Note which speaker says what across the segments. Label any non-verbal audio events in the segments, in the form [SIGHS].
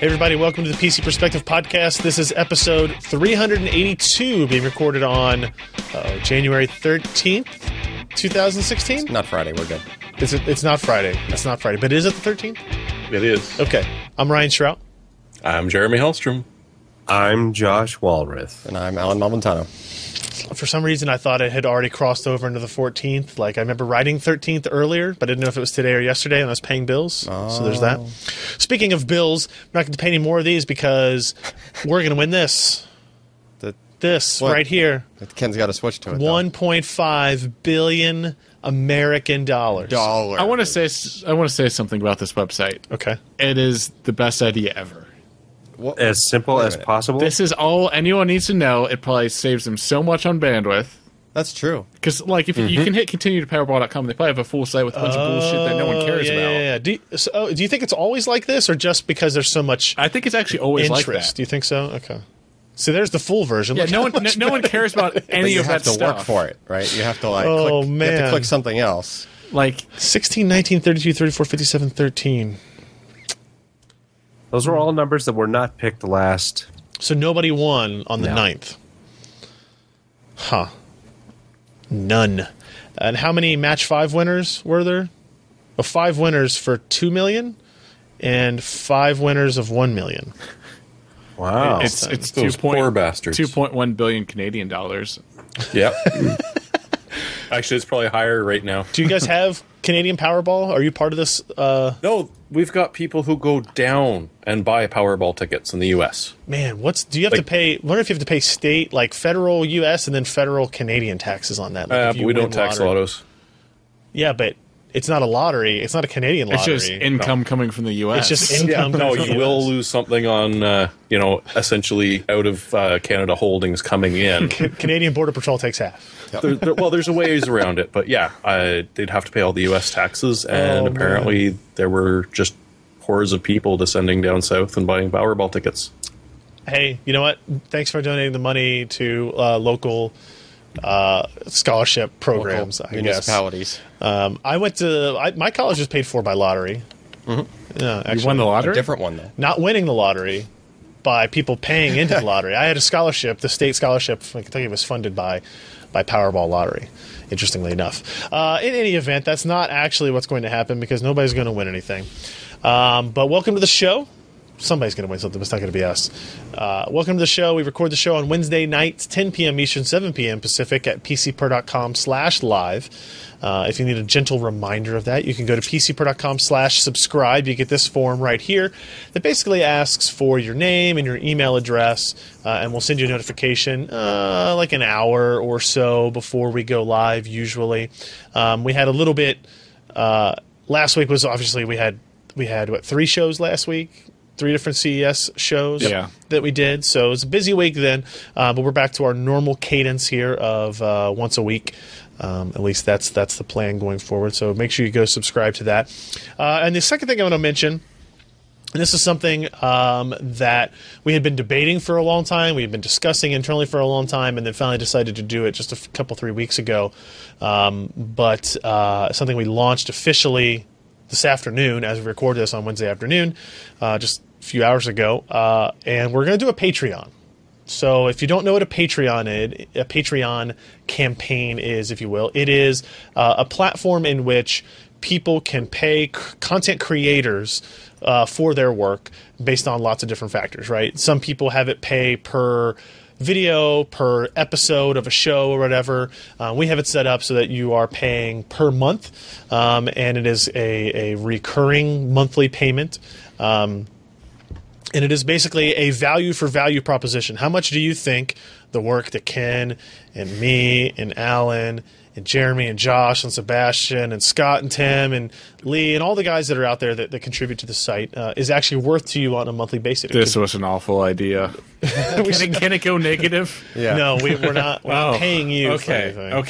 Speaker 1: Hey everybody, welcome to the PC Perspective Podcast. This is episode 382, being recorded on uh, January 13th, 2016.
Speaker 2: Not Friday. We're good.
Speaker 1: It's, it's not Friday. It's not Friday, but it is it the 13th?
Speaker 3: It is.
Speaker 1: Okay. I'm Ryan Shrout.
Speaker 3: I'm Jeremy Hellstrom.
Speaker 4: I'm Josh Walrath.
Speaker 2: And I'm Alan Malventano.
Speaker 1: For some reason, I thought it had already crossed over into the 14th. Like, I remember writing 13th earlier, but I didn't know if it was today or yesterday, and I was paying bills. So there's that. Speaking of bills, I'm not going to pay any more of these because we're going to win this.
Speaker 2: The,
Speaker 1: This
Speaker 2: What?
Speaker 1: right here.
Speaker 2: Ken's got to switch to it. though.
Speaker 1: 1.5 billion American dollars.
Speaker 2: dollar.
Speaker 5: I want to say s- I want to say something about this website.
Speaker 1: Okay.
Speaker 5: It is the best idea ever.
Speaker 4: As simple
Speaker 2: Wait a
Speaker 4: as
Speaker 2: minute.
Speaker 4: possible.
Speaker 5: This is all anyone needs to know. It probably saves them so much on bandwidth
Speaker 2: That's true.
Speaker 5: because, like, if you can hit continue to powerball.com, they probably have a full site with a bunch of bullshit that no one cares
Speaker 1: Oh, yeah,
Speaker 5: about.
Speaker 1: Yeah, yeah. Do you, so, oh, do you think it's always like this, or just because there's so much
Speaker 5: I think it's actually always
Speaker 1: interest?
Speaker 5: like that.
Speaker 1: Do you think so? Okay. So there's the full version.
Speaker 5: Yeah,
Speaker 1: Look
Speaker 5: no
Speaker 1: how
Speaker 5: one, no,
Speaker 1: much
Speaker 5: no one cares about
Speaker 2: But
Speaker 5: any
Speaker 2: you
Speaker 5: of
Speaker 2: have
Speaker 5: that
Speaker 2: to
Speaker 5: stuff.
Speaker 2: work for it, right? You have to like.
Speaker 1: Oh,
Speaker 2: click, You have
Speaker 1: man.
Speaker 2: to click something else.
Speaker 5: Like,
Speaker 1: 16, 19, 32, 34, 57, 13.
Speaker 4: Those were all numbers that were not picked last.
Speaker 1: So nobody won on the
Speaker 2: No.
Speaker 1: ninth. 9th. Huh. None. And how many match five winners were there? Well, five winners for 2 million and five winners of 1 million.
Speaker 4: Wow.
Speaker 5: it's it's two
Speaker 3: Those poor
Speaker 5: point
Speaker 3: bastards.
Speaker 5: two point one billion Canadian dollars.
Speaker 3: Yep. [LAUGHS] Actually, it's probably higher right now.
Speaker 1: Do you
Speaker 3: [LAUGHS]
Speaker 1: guys have Canadian Powerball? Are you part of this? Uh,
Speaker 3: No, we've got people who go down and buy Powerball tickets in the U.S.
Speaker 1: man, what's do you have to
Speaker 3: Like-
Speaker 1: pay? Wonder if you have to pay state, like federal U.S. and then federal Canadian taxes on that. Like
Speaker 3: Uh,
Speaker 1: if
Speaker 3: but
Speaker 1: you
Speaker 3: we
Speaker 1: win
Speaker 3: don't tax
Speaker 1: lottery.
Speaker 3: lottos.
Speaker 1: Yeah, but it's not a lottery. It's not a Canadian lottery.
Speaker 5: It's just income coming from the U.S.
Speaker 1: It's just income.
Speaker 3: No,
Speaker 1: coming from
Speaker 3: you
Speaker 1: the
Speaker 3: will
Speaker 1: US.
Speaker 3: lose something on, uh, you know, essentially out of uh, Canada Holdings coming in.
Speaker 1: Canadian Border Patrol takes half.
Speaker 3: [LAUGHS] there, there, well, there's a ways around it, but yeah, uh, they'd have to pay all the U.S. taxes, and
Speaker 1: man.
Speaker 3: apparently there were just hordes of people descending down south and buying Powerball tickets.
Speaker 1: Hey, you know what? Thanks for donating the money to uh, local uh, scholarship programs.
Speaker 2: Local
Speaker 1: I guess.
Speaker 2: municipalities.
Speaker 1: Um, I went to I, my college was paid for by lottery.
Speaker 3: Mm-hmm.
Speaker 1: Yeah, actually,
Speaker 5: you won the lottery.
Speaker 2: Different one though.
Speaker 1: not winning the lottery by people paying into the lottery. I had a scholarship. The state scholarship from Kentucky was funded by by Powerball lottery. Interestingly enough, uh, in any event, that's not actually what's going to happen because nobody's going to win anything. Um, but welcome to the show. Somebody's going to win something. but It's not going to be us. Uh, welcome to the show. We record the show on Wednesday nights, 10 p.m. Eastern, 7 p.m. Pacific at pcper.com slash live. Uh, if you need a gentle reminder of that, you can go to pcper.com slash subscribe. You get this form right here that basically asks for your name and your email address, uh, and we'll send you a notification uh, like an hour or so before we go live, usually. Um, we had a little bit uh, last week was obviously we had we had what three shows last week three different ces shows
Speaker 5: Yeah.
Speaker 1: that we did so it was a busy week then uh, but we're back to our normal cadence here of uh, once a week um, at least that's that's the plan going forward so make sure you go subscribe to that uh, and the second thing i want to mention and this is something um, that we had been debating for a long time. We had been discussing internally for a long time, and then finally decided to do it just a f- couple, three weeks ago. Um, but uh, something we launched officially this afternoon as we record this on Wednesday afternoon, uh, just a few hours ago. Uh, and we're going to do a Patreon. So if you don't know what a Patreon is, a Patreon campaign is, if you will, it is uh, a platform in which people can pay c- content creators uh, for their work based on lots of different factors. Right? Some people have it pay per video per episode of a show or whatever uh, we have it set up so that you are paying per month um, and it is a, a recurring monthly payment um, and it is basically a value for value proposition. How much do you think the work that Ken and me and Alan and Jeremy and Josh and Sebastian and Scott and Tim and Lee and all the guys that are out there that, that contribute to the site uh, is actually worth to you on a monthly basis? It
Speaker 5: This was an awful idea.
Speaker 1: could- we
Speaker 5: Can
Speaker 1: should-
Speaker 5: it, can it go negative?
Speaker 2: Yeah.
Speaker 1: No, we, we're not, we're not
Speaker 5: [LAUGHS] Oh,
Speaker 1: paying you. for
Speaker 5: Okay.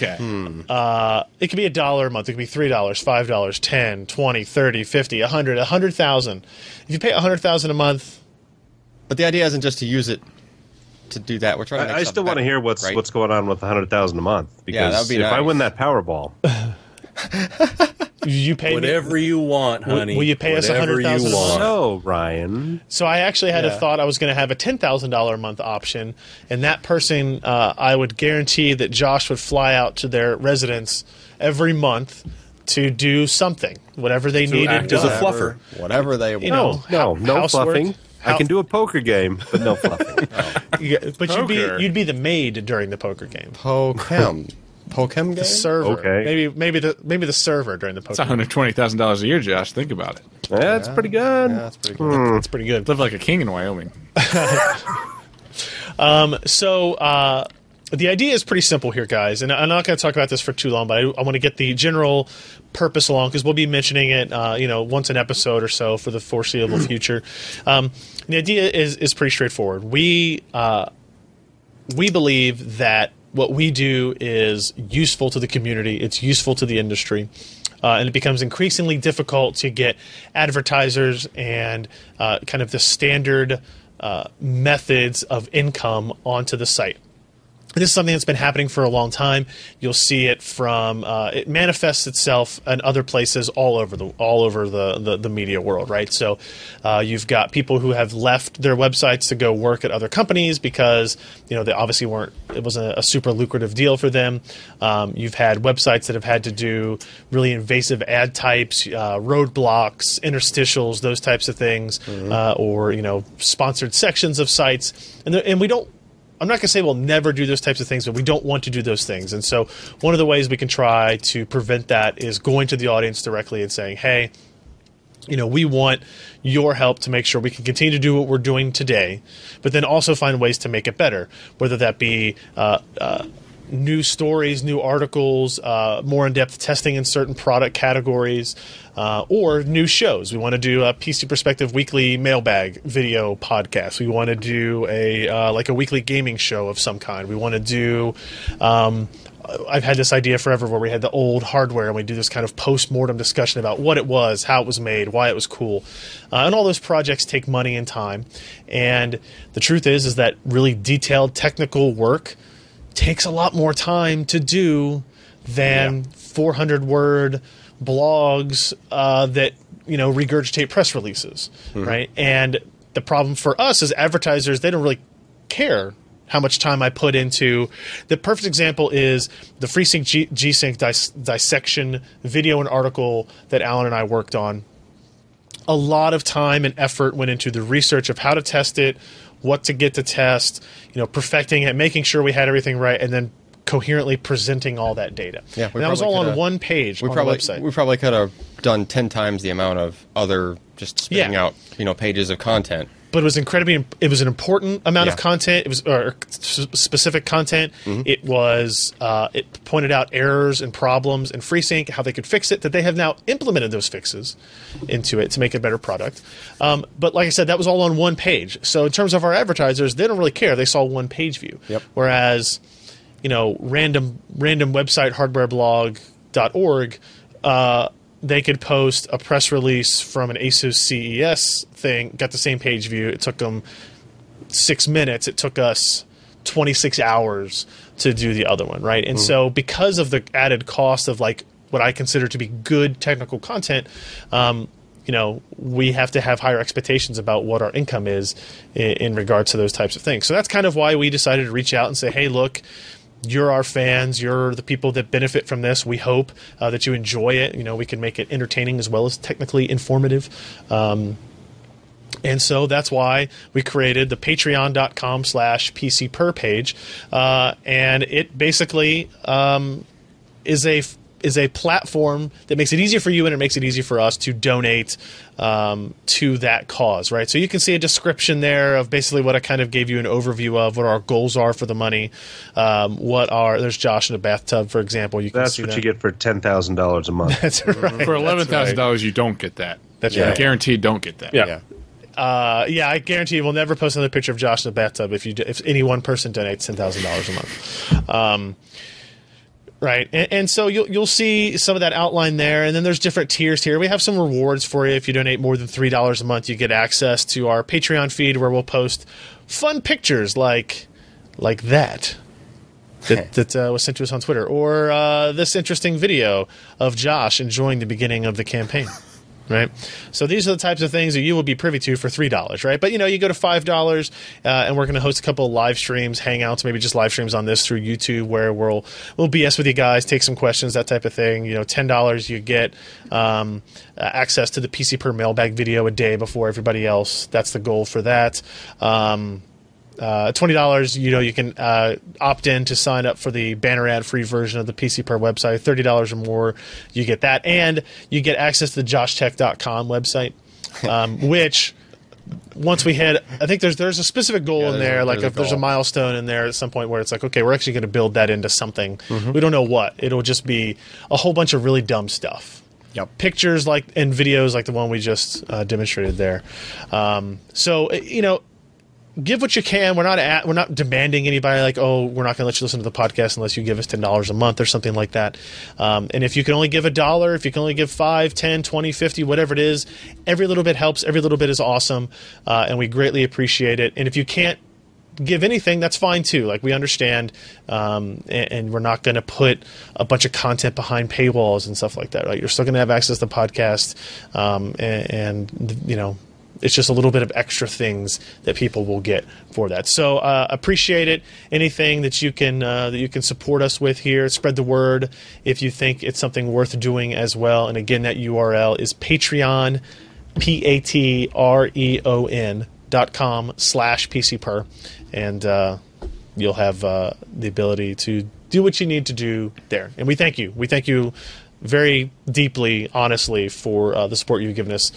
Speaker 1: anything. Hmm.
Speaker 5: Okay.
Speaker 1: it could be a dollar a month it could be three dollars five dollars ten twenty thirty fifty a hundred a hundred thousand if you pay a hundred thousand a month
Speaker 2: But the idea isn't just to use it to do that. We're trying to.
Speaker 4: I,
Speaker 2: Make
Speaker 4: I still
Speaker 2: something
Speaker 4: want to hear what's
Speaker 2: right?
Speaker 4: what's going on with 100000 a month because
Speaker 2: that'd be
Speaker 4: if I
Speaker 2: nice.
Speaker 4: win that Powerball,
Speaker 1: you pay me.
Speaker 3: Whatever you want,
Speaker 1: Will-
Speaker 3: honey.
Speaker 1: will you pay us
Speaker 3: Whatever you
Speaker 1: $100,000 a
Speaker 3: want.
Speaker 1: month?
Speaker 4: So Ryan,
Speaker 1: So I actually had
Speaker 3: Yeah.
Speaker 1: a thought I was going to have a ten thousand dollar a month option, and that person uh, I would guarantee that Josh would fly out to their residence every month to do something, whatever they needed.
Speaker 3: act as a
Speaker 1: done.
Speaker 3: fluffer.
Speaker 2: Whatever they want.
Speaker 1: You
Speaker 4: no,
Speaker 1: know,
Speaker 4: no, no
Speaker 1: housework.
Speaker 4: fluffing. I
Speaker 1: Hou-
Speaker 4: can do a poker game, but no fluffing.
Speaker 1: Yeah, Uh, but you'd
Speaker 3: Poker.
Speaker 1: be you'd be the maid during the poker game.
Speaker 2: Pokem. Pokem game?
Speaker 1: The server,
Speaker 4: Okay.
Speaker 1: maybe maybe the maybe the server during the
Speaker 5: It's
Speaker 1: poker.
Speaker 5: one hundred twenty thousand dollars a year, Josh. Think about it.
Speaker 4: Yeah, That's pretty good.
Speaker 2: Yeah, that's pretty good.
Speaker 1: That's pretty good.
Speaker 5: Live like a king in Wyoming.
Speaker 1: so uh, the idea is pretty simple here, guys, and I'm not going to talk about this for too long, but I, I want to get the general purpose along because we'll be mentioning it, uh, you know, once an episode or so for the foreseeable future. Um, the idea is is pretty straightforward. We uh, we believe that what we do is useful to the community. It's useful to the industry. Uh, and it becomes increasingly difficult to get advertisers and uh, kind of the standard uh, methods of income onto the site this is something that's been happening for a long time. You'll see it from uh, it manifests itself in other places all over the all over the the, the media world, right? So uh, you've got people who have left their websites to go work at other companies because you know they obviously weren't it wasn't a, super lucrative deal for them. Um, you've had websites that have had to do really invasive ad types, uh, roadblocks, interstitials, those types of things, uh, or you know sponsored sections of sites, and there, and we don't I'm not going to say we'll never do those types of things, but we don't want to do those things. And so, one of the ways we can try to prevent that is going to the audience directly and saying, hey, you know, we want your help to make sure we can continue to do what we're doing today, but then also find ways to make it better, whether that be uh, uh, new stories, new articles, uh, more in depth testing in certain product categories, uh, or new shows. We want to do a PC Perspective weekly mailbag video podcast. We want to do a uh, like a weekly gaming show of some kind. We want to do. Um, I've had this idea forever where we had the old hardware and we do this kind of post mortem discussion about what it was, how it was made, why it was cool. Uh, and all those projects take money and time. And the truth is, is that really detailed technical work takes a lot more time to do than 400 word blogs uh, that you know regurgitate press releases right and the problem for us is advertisers they don't really care how much time i put into the perfect example is the freesync G- g-sync dis- dissection video and article that alan and i worked on a lot of time and effort went into the research of how to test it, what to get to test, you know, perfecting it, making sure we had everything right, and then coherently presenting all that data.
Speaker 2: Yeah, we
Speaker 1: and that was
Speaker 2: probably
Speaker 1: all on
Speaker 2: coulda-
Speaker 1: one page
Speaker 2: We
Speaker 1: on
Speaker 2: probably
Speaker 1: the website.
Speaker 2: we probably could have done ten times the amount of other just spitting
Speaker 1: Yeah.
Speaker 2: out you know pages of content.
Speaker 1: but it was incredibly imp- it was an important amount of
Speaker 2: Yeah. Mm-hmm.
Speaker 1: content it was or s- specific content it was uh, it pointed out errors and problems in freesync how they could fix it that they have now implemented those fixes into it to make a better product um, but like i said that was all on one page so in terms of our advertisers they don't really care they saw one page view
Speaker 2: Yep.
Speaker 1: whereas you know random random website hardwareblog.org uh, they could post a press release from an asus ces thing got the same page view it took them six minutes it took us 26 hours to do the other one right and so because of the added cost of like what i consider to be good technical content um, you know we have to have higher expectations about what our income is in, in regards to those types of things so that's kind of why we decided to reach out and say hey look you're our fans. You're the people that benefit from this. We hope uh, that you enjoy it. You know, we can make it entertaining as well as technically informative. Um, and so that's why we created the patreon.com slash PC per page. Uh, and it basically um, is a is a platform that makes it easier for you and it makes it easier for us to donate um, to that cause, right? So you can see a description there of basically what I kind of gave you an overview of what our goals are for the money. Um, what are there's Josh in a bathtub, for example. You can
Speaker 4: That's
Speaker 1: see
Speaker 4: what
Speaker 1: that.
Speaker 4: you get for ten thousand dollars a month.
Speaker 1: [LAUGHS]
Speaker 4: Mm,
Speaker 1: That's right.
Speaker 5: For eleven thousand dollars, you don't get that.
Speaker 1: That's
Speaker 5: You
Speaker 1: right.
Speaker 5: Guaranteed, don't get that.
Speaker 3: Yeah.
Speaker 2: Yeah.
Speaker 1: Uh, yeah, I guarantee you, we'll never post another picture of Josh in a bathtub if you do, if any one person donates ten thousand dollars a month. Um, right, and, and so you'll you'll see some of that outline there, and then there's different tiers here. We have some rewards for you if you donate more than three dollars a month. You get access to our Patreon feed where we'll post fun pictures like like that. that, that uh, was sent to us on Twitter, or uh, this interesting video of Josh enjoying the beginning of the campaign. Right, so these are the types of things that you will be privy to for three dollars, right? But you know, you go to five dollars, uh, and we're going to host a couple of live streams, hangouts, maybe just live streams on this through YouTube, where we'll we'll BS with you guys, take some questions, that type of thing. You know, ten dollars, you get um, uh, access to the PC per mailbag video a day before everybody else. That's the goal for that. Um, uh, twenty dollars, you know, you can uh, opt in to sign up for the banner ad free version of the PC Per website. Thirty dollars or more, you get that, and you get access to the JoshTech.com website, um,
Speaker 2: [LAUGHS]
Speaker 1: which once we hit, I think there's there's a specific goal in
Speaker 2: there's a-
Speaker 1: there, like
Speaker 2: there's a
Speaker 1: if there's a
Speaker 2: goal.
Speaker 1: milestone in there at some point where it's like, okay, we're actually going to build that into something.
Speaker 2: Mm-hmm.
Speaker 1: We don't know what. It'll just be a whole bunch of really dumb stuff
Speaker 2: Yep.
Speaker 1: pictures like and videos like the one we just uh, demonstrated there. Um, so uh, you know, give what you can. We're not at, we're not demanding anybody like oh we're not going to let you listen to the podcast unless you give us ten dollars a month or something like that. Um, and if you can only give a dollar, if you can only give five, ten, twenty, fifty, whatever it is, every little bit helps. Every little bit is awesome, uh, and we greatly appreciate it. And if you can't give anything, that's fine too. Like we understand, um, and, and we're not going to put a bunch of content behind paywalls and stuff like that. Right? You're still going to have access to the podcast, um, and, and you know, it's just a little bit of extra things that people will get for that. So uh, appreciate it. Anything that you can uh, that you can support us with here, spread the word if you think it's something worth doing as well. And again, that URL is Patreon. P A T R E O N dot com slash PC per and uh, you'll have uh, the ability to do what you need to do there. And we thank you. We thank you very deeply, honestly, for uh, the support you've given us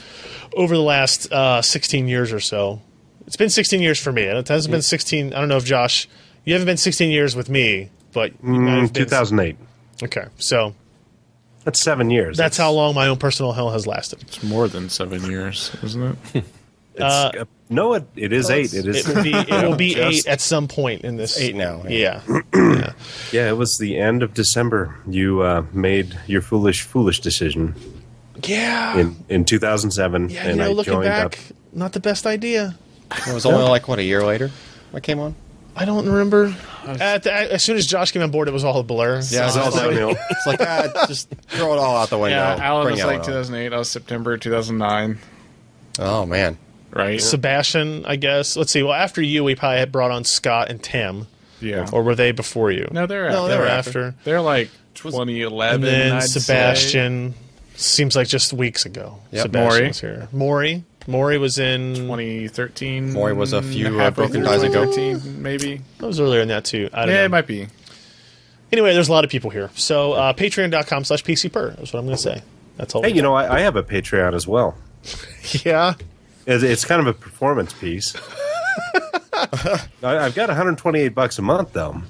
Speaker 1: over the last uh, 16 years or so. It's been 16 years for me. It hasn't been 16. I don't know if Josh, you haven't been 16 years with me, but you might have
Speaker 4: Mm,
Speaker 1: been-
Speaker 4: 2008.
Speaker 1: Okay, so
Speaker 4: That's seven years.
Speaker 1: that's how long my own personal hell has lasted.
Speaker 5: It's more than seven years, isn't it?
Speaker 4: It's, uh, no, it, it is eight. It is.
Speaker 1: It will be, it will be
Speaker 2: Just-
Speaker 1: eight at some point in this.
Speaker 2: eight now,
Speaker 1: Yeah.
Speaker 4: [LAUGHS] yeah, it was the end of December. You uh, made your foolish, foolish decision
Speaker 1: Yeah.
Speaker 4: in in 2007,
Speaker 1: yeah, you
Speaker 4: and
Speaker 1: know,
Speaker 4: I
Speaker 1: looking
Speaker 4: joined
Speaker 1: back,
Speaker 4: up.
Speaker 1: not the best idea.
Speaker 2: It was only like what a year later. I came on.
Speaker 1: I don't remember. At the, as soon as Josh came on board, it was all a blur. Uh,
Speaker 2: Yeah,
Speaker 4: It's
Speaker 2: it's
Speaker 4: all
Speaker 2: all like,
Speaker 4: downhill.
Speaker 2: it's like ah, just throw it all out the window.
Speaker 5: Yeah, Alan
Speaker 2: Bring
Speaker 5: was
Speaker 2: Alan
Speaker 5: like
Speaker 2: on.
Speaker 5: 2008. I was September 2009,
Speaker 2: Oh man,
Speaker 5: right?
Speaker 1: Sebastian, I guess. Let's see. Well, after you, we probably had brought on Scott and Tim.
Speaker 5: yeah.
Speaker 1: Or were they before you?
Speaker 5: no, they're
Speaker 1: No,
Speaker 5: after.
Speaker 1: they
Speaker 5: They're,
Speaker 1: were after.
Speaker 5: like 2011.
Speaker 1: And then
Speaker 5: I'd say.
Speaker 1: Sebastian seems like just weeks ago.
Speaker 2: Yep.
Speaker 1: Sebastian
Speaker 5: Maury.
Speaker 1: was here. Maury. Maury was in.
Speaker 5: 2013.
Speaker 2: Maury was a few, uh,
Speaker 5: halfway
Speaker 2: broken
Speaker 5: through
Speaker 2: ties ago.
Speaker 5: 2013, maybe.
Speaker 1: That was earlier than that too. I don't
Speaker 5: Yeah,
Speaker 1: know.
Speaker 5: it might be.
Speaker 1: anyway, there's a lot of people here. So uh, patreon.com slash pcper is what I'm going to say. That's all.
Speaker 4: Hey,
Speaker 1: we
Speaker 4: you know, I, I have a Patreon as well.
Speaker 1: got. yeah.
Speaker 4: It's, it's kind of a performance piece. I, I've got 128 bucks a month though.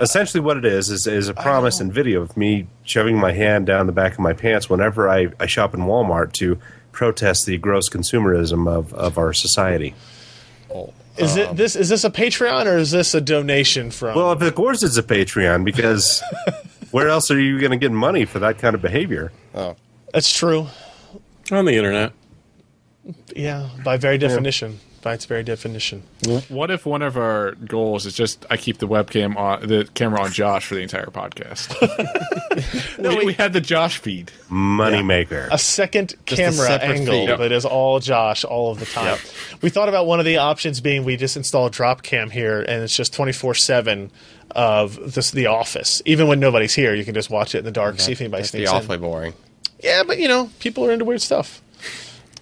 Speaker 4: Essentially, what it is is, is a promise in video of me shoving my hand down the back of my pants whenever I, I shop in Walmart to protest the gross consumerism of, of our society.
Speaker 1: Is it this? Is this a Patreon or is this a donation from?
Speaker 4: Well, of course, it's a Patreon because where else are you going to get money for that kind of behavior?
Speaker 1: that's true.
Speaker 3: On the internet.
Speaker 1: Yeah, by very definition. By its very definition.
Speaker 5: What if one of our goals is just I keep the webcam on the camera on Josh for the entire podcast? [LAUGHS] no, we, we had the Josh feed.
Speaker 4: Moneymaker.
Speaker 1: A second camera
Speaker 2: separate
Speaker 1: angle
Speaker 2: feed.
Speaker 1: that is all Josh all of the time. We thought about one of the options being we just install drop cam here and it's just 24 7 of this, the office. Even when nobody's here, you can just watch it in Mm-hmm. the dark, see if anybody
Speaker 2: that'd be
Speaker 1: sneaks in.
Speaker 2: awfully boring.
Speaker 1: Yeah, but you know, people are into weird stuff.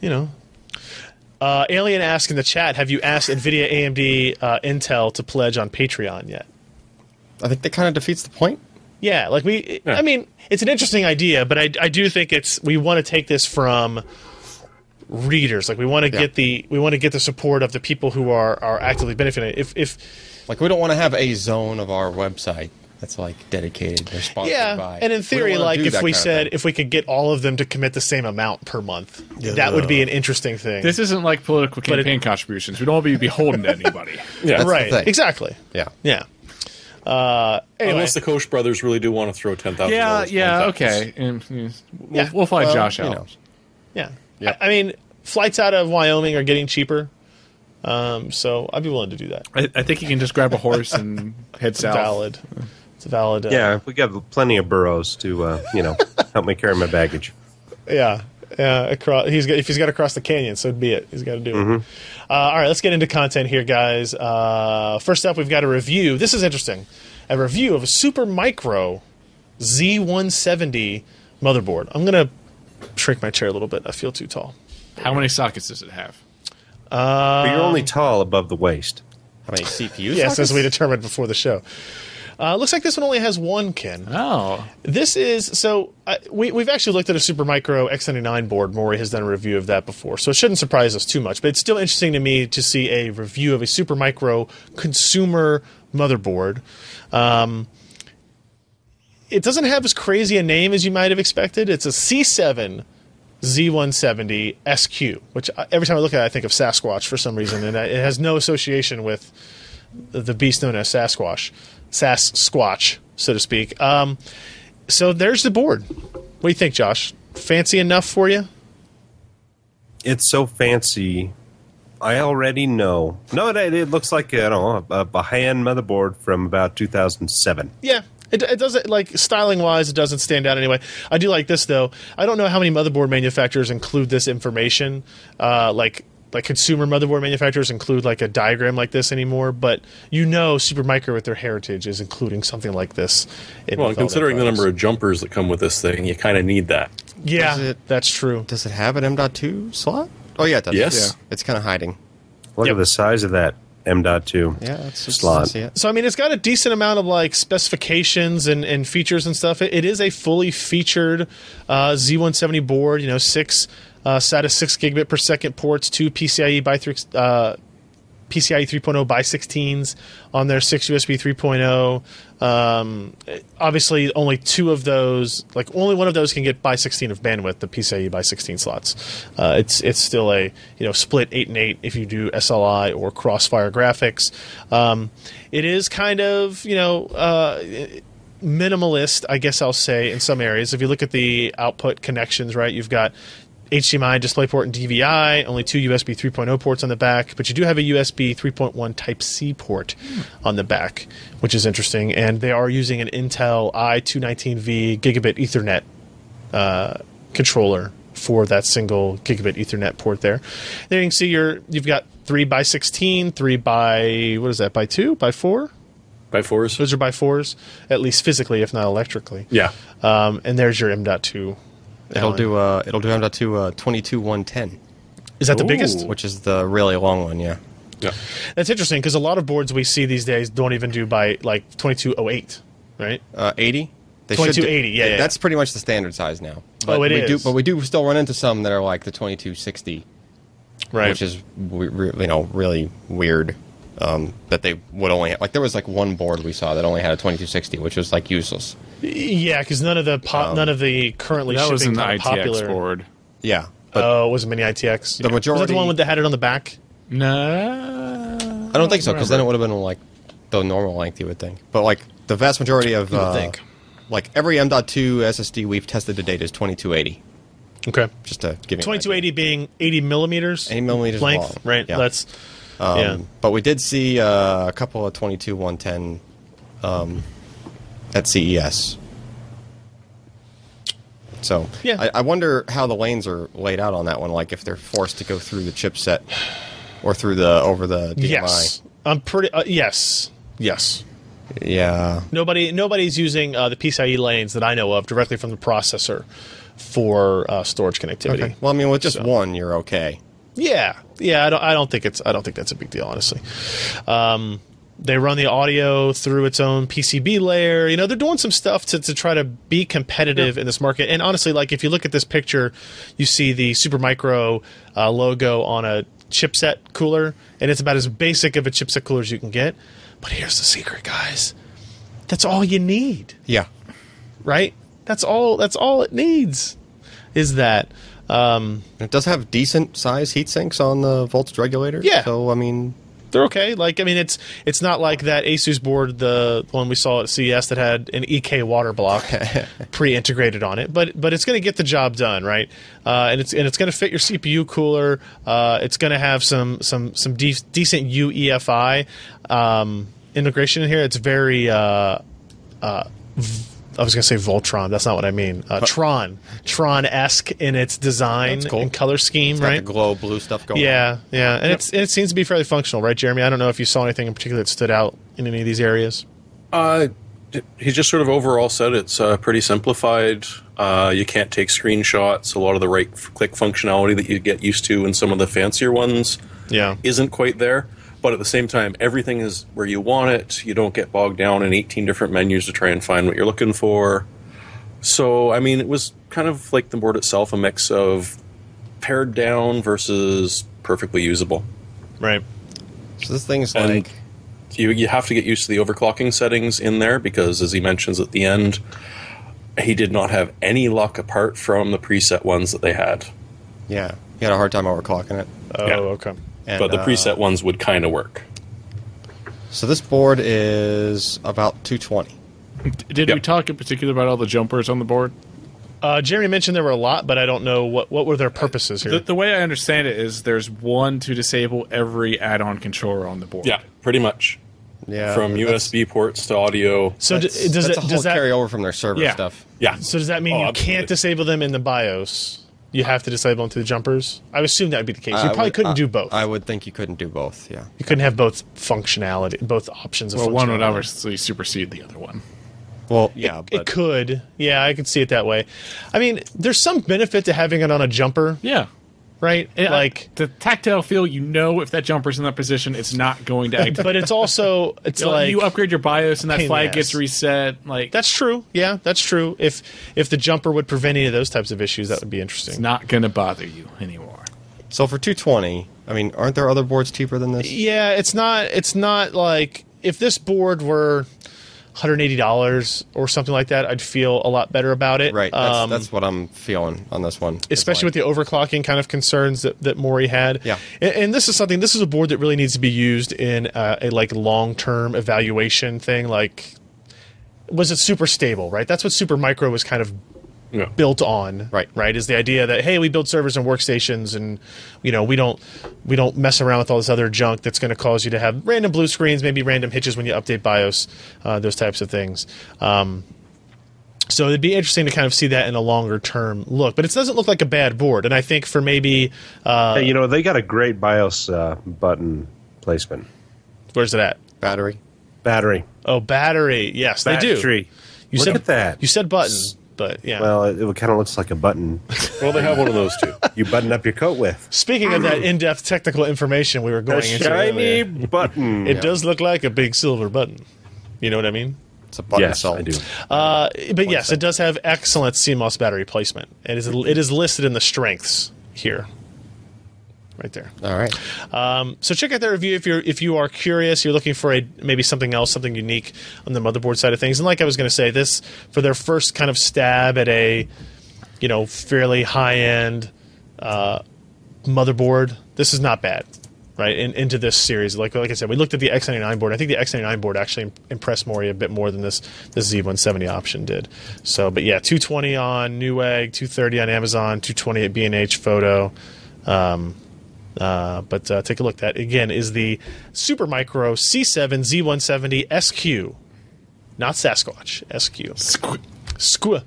Speaker 1: You know. Uh, Alien asked in the chat, have you asked NVIDIA, AMD, uh, Intel to pledge on Patreon yet?
Speaker 2: I think that kind of defeats the point.
Speaker 1: Yeah, like we. I mean, it's an interesting idea, but I, I do think it's we want to take this from readers. Like we want to
Speaker 2: Yeah.
Speaker 1: get the we want to get the support of the people who are are actively benefiting. If if
Speaker 2: Like we don't want to have a zone of our website that's like dedicated or sponsored
Speaker 1: yeah,
Speaker 2: by.
Speaker 1: and in
Speaker 2: We don't
Speaker 1: theory,
Speaker 2: wanna
Speaker 1: like
Speaker 2: do
Speaker 1: if
Speaker 2: that
Speaker 1: we
Speaker 2: kind of
Speaker 1: said
Speaker 2: thing.
Speaker 1: if we could get all of them to commit the same amount per month, that would be an interesting thing.
Speaker 5: This isn't like political
Speaker 1: it-
Speaker 5: campaign contributions. We don't want to be beholden to anybody. [LAUGHS]
Speaker 3: Yeah.
Speaker 1: right?
Speaker 2: thing.
Speaker 1: Exactly.
Speaker 2: yeah,
Speaker 1: Yeah. Uh, anyway,
Speaker 3: Unless the Koch brothers really do want to throw ten thousand.
Speaker 5: yeah, yeah, okay. And, mm, we'll,
Speaker 1: Yeah,
Speaker 5: we'll find
Speaker 2: well,
Speaker 5: Josh
Speaker 2: you
Speaker 5: out.
Speaker 2: know.
Speaker 1: yeah.
Speaker 2: Yeah.
Speaker 1: I, I mean, flights out of Wyoming are getting cheaper. Um, so I'd be willing to do that.
Speaker 5: I, I think you can just grab a horse [LAUGHS] and head south.
Speaker 1: Valid. It's a valid. Uh,
Speaker 4: Yeah, we got plenty of burros to, uh, you know, help me carry my baggage.
Speaker 1: Yeah. Yeah, across, he's got, if he's got to cross the canyon, so be it. He's got to do it. Uh, all right, let's get into content here, guys. Uh, first up, we've got a review. This is interesting. A review of a Super Micro Z170 motherboard. I'm going to shrink my chair a little bit. I feel too tall.
Speaker 5: How many sockets does it have?
Speaker 4: But
Speaker 1: Um,
Speaker 4: you're only tall above the waist.
Speaker 2: How many CPUs?
Speaker 1: Yes, as we determined before the show. Uh, looks like this one only has one, Ken.
Speaker 5: Oh,
Speaker 1: This is so uh, we we've actually looked at a Supermicro X99 board. Maury has done a review of that before, so it shouldn't surprise us too much. But it's still interesting to me to see a review of a Supermicro consumer motherboard. Um, it doesn't have as crazy a name as you might have expected. It's a C7 Z170 SQ, which I, every time I look at it, I think of Sasquatch for some reason, and I, it has no association with the, the beast known as Sasquatch, Sasquatch, so to speak. Um, so there's the board. What do you think, Josh? Fancy enough for you?
Speaker 4: It's so fancy. I already know. No, it, it looks like I don't know, a, a high-end motherboard from about 2007.
Speaker 1: Yeah. It, it doesn't like styling wise. It doesn't stand out anyway. I do like this though. I don't know how many motherboard manufacturers include this information. Uh, like like consumer motherboard manufacturers include like a diagram like this anymore. But you know, Supermicro with their heritage is including something like this. in
Speaker 3: Well,
Speaker 1: with all their
Speaker 3: considering the
Speaker 1: products.
Speaker 3: number of jumpers that come with this thing, you kind of need that.
Speaker 1: yeah,
Speaker 2: Is it-
Speaker 1: that's true.
Speaker 2: Does it have an M.2 slot? Oh, yeah, it does.
Speaker 3: Yes.
Speaker 2: Yeah. It's kind of hiding.
Speaker 4: Look
Speaker 1: Yep.
Speaker 4: at the size of that M.2
Speaker 2: Yeah, it's just I
Speaker 4: slot.
Speaker 2: see it.
Speaker 1: So I mean, it's got a decent amount of like specifications and, and features and stuff. It, it is a fully featured uh, Z170 board. You know, six uh, SATA six gigabit per second ports, two PCIe by three uh, PCIe 3.0 by 16s oh on their six USB 3.0. oh. Um, obviously, only two of those, like only one of those, can get by 16 of bandwidth, the PCIe by 16 E slots. Uh, it's it's still a you know split eight and eight if you do SLI or Crossfire graphics. Um, it is kind of you know. Uh, minimalist, I guess I'll say, in some areas. If you look at the output connections, right, you've got HDMI, DisplayPort, and DVI, only two USB 3.0 ports on the back, but you do have a USB 3.1 Type C port on the back, which is interesting. And they are using an Intel i219V gigabit Ethernet uh, controller for that single gigabit Ethernet port there. There you can see your you've got three by sixteen, three by what is that, by two, by four?
Speaker 3: By fours?
Speaker 1: Those are by fours, at least physically, if not electrically.
Speaker 3: Yeah.
Speaker 1: Um, and there's your M.2.
Speaker 2: It'll
Speaker 1: Alan.
Speaker 2: do, uh, it'll do M.2 uh, 22110,
Speaker 1: Is that the biggest?
Speaker 2: which is the really long one, yeah.
Speaker 3: Yeah.
Speaker 1: That's interesting because a lot of boards we see these days don't even do by like 2208, right?
Speaker 2: Uh, 80? They should do-
Speaker 1: 2280, yeah, yeah, yeah.
Speaker 2: That's pretty much the standard size now. But
Speaker 1: Oh, it
Speaker 2: we Do,
Speaker 1: is.
Speaker 2: but we do still run into some that are like the 2260.
Speaker 1: Right.
Speaker 2: which is we- re- you know really weird um, that they would only have, like there was like one board we saw that only had a 2260 which was like useless
Speaker 1: yeah, because none of the
Speaker 2: Um,
Speaker 1: po- none of the currently
Speaker 5: that
Speaker 1: shipping
Speaker 5: was in the
Speaker 1: kind
Speaker 5: ITX
Speaker 1: of popular.
Speaker 5: board.
Speaker 2: yeah but
Speaker 1: Oh, it was a mini ITX.
Speaker 2: The
Speaker 1: was that
Speaker 2: majority-
Speaker 1: the one with that had it on the back.
Speaker 5: No,
Speaker 2: I don't think so because then it would have been like the normal length you would think but like the vast majority of uh,
Speaker 1: think.
Speaker 2: like every M.2 SSD we've tested to date is 2280
Speaker 1: Okay,
Speaker 2: just to give you an
Speaker 1: 2280
Speaker 2: idea.
Speaker 1: being 80 millimeters,
Speaker 2: 80 millimeters
Speaker 1: length,
Speaker 2: long,
Speaker 1: right?
Speaker 2: yeah.
Speaker 1: That's yeah.
Speaker 2: Um, but we did see uh, a couple of 22110 um, at E CES. So
Speaker 1: Yeah.
Speaker 2: I, I wonder how the lanes are laid out on that one. Like if they're forced to go through the chipset or through the over the DMI.
Speaker 1: Yes, I'm pretty. Uh, yes, yes.
Speaker 2: Yeah.
Speaker 1: Nobody, nobody's using uh, the PCIe lanes that I know of directly from the processor for uh, storage connectivity.
Speaker 2: Okay. Well, I mean, with just one, you're okay.
Speaker 1: Yeah, yeah. I don't. I don't think it's. I don't think that's a big deal, honestly. Um, they run the audio through its own PCB layer. You know, they're doing some stuff to, to try to be competitive in this market. And honestly, like if you look at this picture, you see the Supermicro uh, logo on a chipset cooler, and it's about as basic of a chipset cooler as you can get. But here's the secret, guys. That's all you need
Speaker 2: Yeah.
Speaker 1: right? That's all. That's all it needs. Is that? Um,
Speaker 2: And It does have decent size heat sinks on the voltage regulator.
Speaker 1: Yeah.
Speaker 2: So I mean,
Speaker 1: they're okay. Like I mean, it's it's not like that Asus board, the one we saw at CES that had an EK water
Speaker 2: [LAUGHS]
Speaker 1: block pre-integrated on it, but but it's going to get the job done, right? Uh, and it's and it's going to fit your CPU cooler. Uh, it's going to have some some some de- decent UEFI um, integration in here. It's very. Uh, uh, v- I was gonna say Voltron. That's not what I mean. Uh, Tron, Tron esque in its design
Speaker 2: That's cool.
Speaker 1: and color scheme,
Speaker 2: Got
Speaker 1: right?
Speaker 2: the glow blue stuff going. on.
Speaker 1: Yeah, yeah, and it's and it seems to be fairly functional, right, Jeremy? I don't know if you saw anything in particular that stood out in any of these areas.
Speaker 3: Uh, d- he just sort of overall said it's uh, pretty simplified. Uh, you can't take screenshots. A lot of the right f- click functionality that you get used to in some of the fancier ones
Speaker 1: Yeah,
Speaker 3: isn't quite there. But at the same time, everything is where you want it. You don't get bogged down in 18 different menus to try and find what you're looking for. So, I mean, it was kind of like the board itself a mix of pared down versus perfectly usable.
Speaker 1: right.
Speaker 2: So this thing's
Speaker 3: And-
Speaker 2: like
Speaker 3: you you have to get used to the overclocking settings in there because as he mentions at the end he did not have any luck apart from the preset ones that they had
Speaker 2: yeah. You had a hard time overclocking it.
Speaker 1: Oh,
Speaker 3: Yeah.
Speaker 1: okay.
Speaker 2: And,
Speaker 3: but the
Speaker 2: uh,
Speaker 3: preset ones would kind of work
Speaker 2: So this board is about 220.
Speaker 5: Did
Speaker 3: Yeah.
Speaker 5: we talk in particular about all the jumpers on the board?
Speaker 1: Uh, Jeremy mentioned there were a lot, but I don't know what what were their purposes here.
Speaker 5: The, the way I understand it is there's one to disable every add-on controller on the board.
Speaker 3: yeah pretty much
Speaker 2: Yeah.
Speaker 3: from
Speaker 2: Uh, that's-
Speaker 3: usb ports to audio
Speaker 1: so d-
Speaker 2: that's-
Speaker 1: does
Speaker 2: that's a
Speaker 1: that
Speaker 2: whole
Speaker 1: does that
Speaker 2: carryover from their server
Speaker 5: Yeah.
Speaker 2: stuff?
Speaker 3: yeah
Speaker 1: so does that mean
Speaker 3: Oh,
Speaker 1: you
Speaker 3: absolutely.
Speaker 1: can't disable them in the BIOS? You have to disable them through the jumpers. I would assume that would be the case. You
Speaker 2: I
Speaker 1: probably
Speaker 2: would-
Speaker 1: couldn't
Speaker 2: I-
Speaker 1: do both.
Speaker 2: I would think you couldn't do both. Yeah.
Speaker 1: you couldn't have both functionality, both options. Of
Speaker 5: Well, one would
Speaker 1: functionality.
Speaker 5: obviously supersede the other one.
Speaker 2: Well, yeah,
Speaker 1: It could. Yeah, I could see it that way. I mean, there's some benefit to having it on a jumper,
Speaker 5: Yeah.
Speaker 1: right? like,
Speaker 5: the tactile feel, you know, if that jumper's in that position, it's not going to
Speaker 1: [LAUGHS]
Speaker 5: activate.
Speaker 1: but it's also it's
Speaker 5: Like,
Speaker 1: like
Speaker 5: you upgrade your BIOS and that
Speaker 1: Pain in the
Speaker 5: flag
Speaker 1: ass.
Speaker 5: gets reset. Like that's
Speaker 1: that's true. Yeah, that's true. If if the jumper would prevent any of those types of issues, that would be interesting.
Speaker 5: not going to bother you anymore.
Speaker 2: So for 220, I mean, aren't there other boards cheaper than this?
Speaker 1: yeah, it's not it's not like if this board were $180 or something like that, I'd feel a lot better about it.
Speaker 2: Right. That's,
Speaker 1: Um,
Speaker 2: that's what I'm feeling on this one. It's
Speaker 1: especially
Speaker 2: like-
Speaker 1: with the overclocking kind of concerns that, that Maury had.
Speaker 2: Yeah.
Speaker 1: And, and this is something, this is a board that really needs to be used in uh, a like long-term evaluation thing. Like, was it super stable, right? That's what Super Micro was kind of
Speaker 3: Yeah.
Speaker 1: built on.
Speaker 2: Right.
Speaker 1: Right. Is the idea that, Hey, we build servers and workstations and, you know, we don't, we don't mess around with all this other junk that's going to cause you to have random blue screens, maybe random hitches when you update BIOS, uh, those types of things. Um, so it'd be interesting to kind of see that in a longer term look, but it doesn't look like a bad board. And I think for maybe uh,
Speaker 4: Hey, you know they got a great BIOS uh, button placement.
Speaker 1: where's it at?
Speaker 2: battery.
Speaker 4: Battery.
Speaker 1: Oh, battery. Yes, they do.
Speaker 4: Battery.
Speaker 1: You
Speaker 4: Look
Speaker 1: said
Speaker 4: at that.
Speaker 1: You said button, but yeah.
Speaker 4: Well, it, it kind of looks like a button.
Speaker 3: well they have one of those too
Speaker 4: you button up your coat with.
Speaker 1: Speaking of
Speaker 4: [CLEARS THROAT]
Speaker 1: that in-depth technical information we were going into, uh, earlier,
Speaker 4: button.
Speaker 1: it does look like a big silver button. You know what I mean?
Speaker 2: It's a button
Speaker 4: yes,
Speaker 2: cell.
Speaker 4: I do.
Speaker 1: Uh, but yes, it does have excellent CMOS battery placement. It is it is listed in the strengths here, right there.
Speaker 2: All right.
Speaker 1: Um, so check out that review if you're if you are curious. You're looking for a maybe something else, something unique on the motherboard side of things. And like I was going to say, this for their first kind of stab at a you know fairly high end uh, motherboard. This is not bad, right? In, into this series, like like I said, we looked at the X99 board. I think the X99 board actually im- impressed Mori a bit more than this this Z170 option did. So, but yeah, 220 on Newegg, 230 on Amazon, 220 at B&H Photo. Um, uh, but uh, take a look. That again is the Supermicro C7Z170 SQ, not Sasquatch. SQ.
Speaker 5: Squ-
Speaker 1: Squa.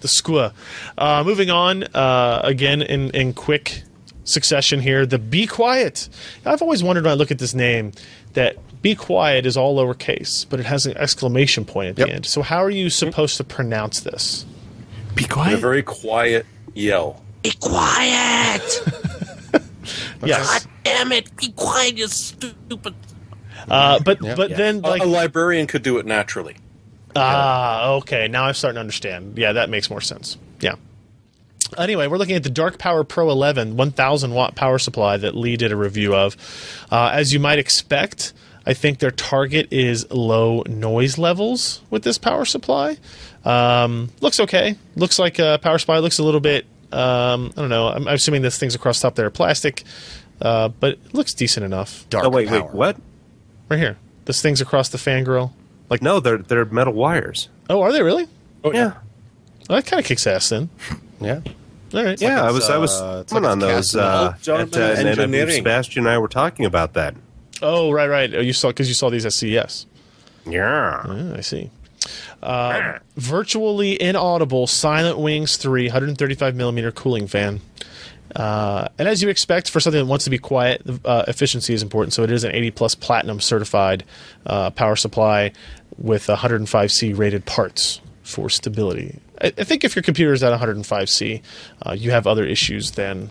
Speaker 1: The Squa. Uh, moving on, uh, again, in, in quick succession here, the Be Quiet. I've always wondered when I look at this name that Be Quiet is all lowercase, but it has an exclamation point at the
Speaker 2: Yep.
Speaker 1: end. So, how are you supposed to pronounce this?
Speaker 5: Be
Speaker 3: a
Speaker 5: quiet.
Speaker 3: very quiet yell
Speaker 6: Be
Speaker 3: [LAUGHS]
Speaker 6: quiet!
Speaker 1: Yes.
Speaker 6: Damn it! Be quiet, you stupid.
Speaker 1: Uh, but but
Speaker 2: Yeah.
Speaker 1: then,
Speaker 3: A-
Speaker 1: like,
Speaker 3: a librarian could do it naturally
Speaker 1: Ah, okay. Now I'm starting to understand. Yeah, that makes more sense. Yeah. Anyway, we're looking at the Dark Power Pro 11 1000 watt power supply that Lee did a review of. Uh, as you might expect, I think their target is low noise levels with this power supply. Um, looks okay. Looks like a power supply. Looks a little bit. Um, I don't know. I'm, I'm assuming this thing's across the top there plastic. Uh, but it looks decent enough.
Speaker 2: Dark
Speaker 4: Oh wait,
Speaker 2: power.
Speaker 4: wait, what?
Speaker 1: Right here. This thing's across the fangirl.
Speaker 4: Like no, they're they're metal wires.
Speaker 1: Oh, are they really?
Speaker 3: Oh,
Speaker 4: Yeah,
Speaker 1: Well, that kind of kicks ass then.
Speaker 2: Yeah.
Speaker 1: All right.
Speaker 4: yeah. I
Speaker 2: it's,
Speaker 4: was I was
Speaker 2: uh, it's
Speaker 4: coming
Speaker 2: like
Speaker 4: on
Speaker 2: it's
Speaker 4: those.
Speaker 2: cast in the
Speaker 4: Uh,
Speaker 2: old
Speaker 3: Gentleman
Speaker 4: at, uh, and, and I believe
Speaker 3: Engineering.
Speaker 4: Sebastian and I were talking about that.
Speaker 1: Oh, right, right. Oh, you saw because you saw these at CES.
Speaker 4: Yeah,
Speaker 1: Oh, I see. Uh, virtually inaudible Silent Wings 3 135 millimeter cooling fan. Uh, and as you expect for something that wants to be quiet, uh, efficiency is important. So it is an 80 plus platinum certified uh, power supply with 105C rated parts for stability. I, I think if your computer is at 105C, uh, you have other issues than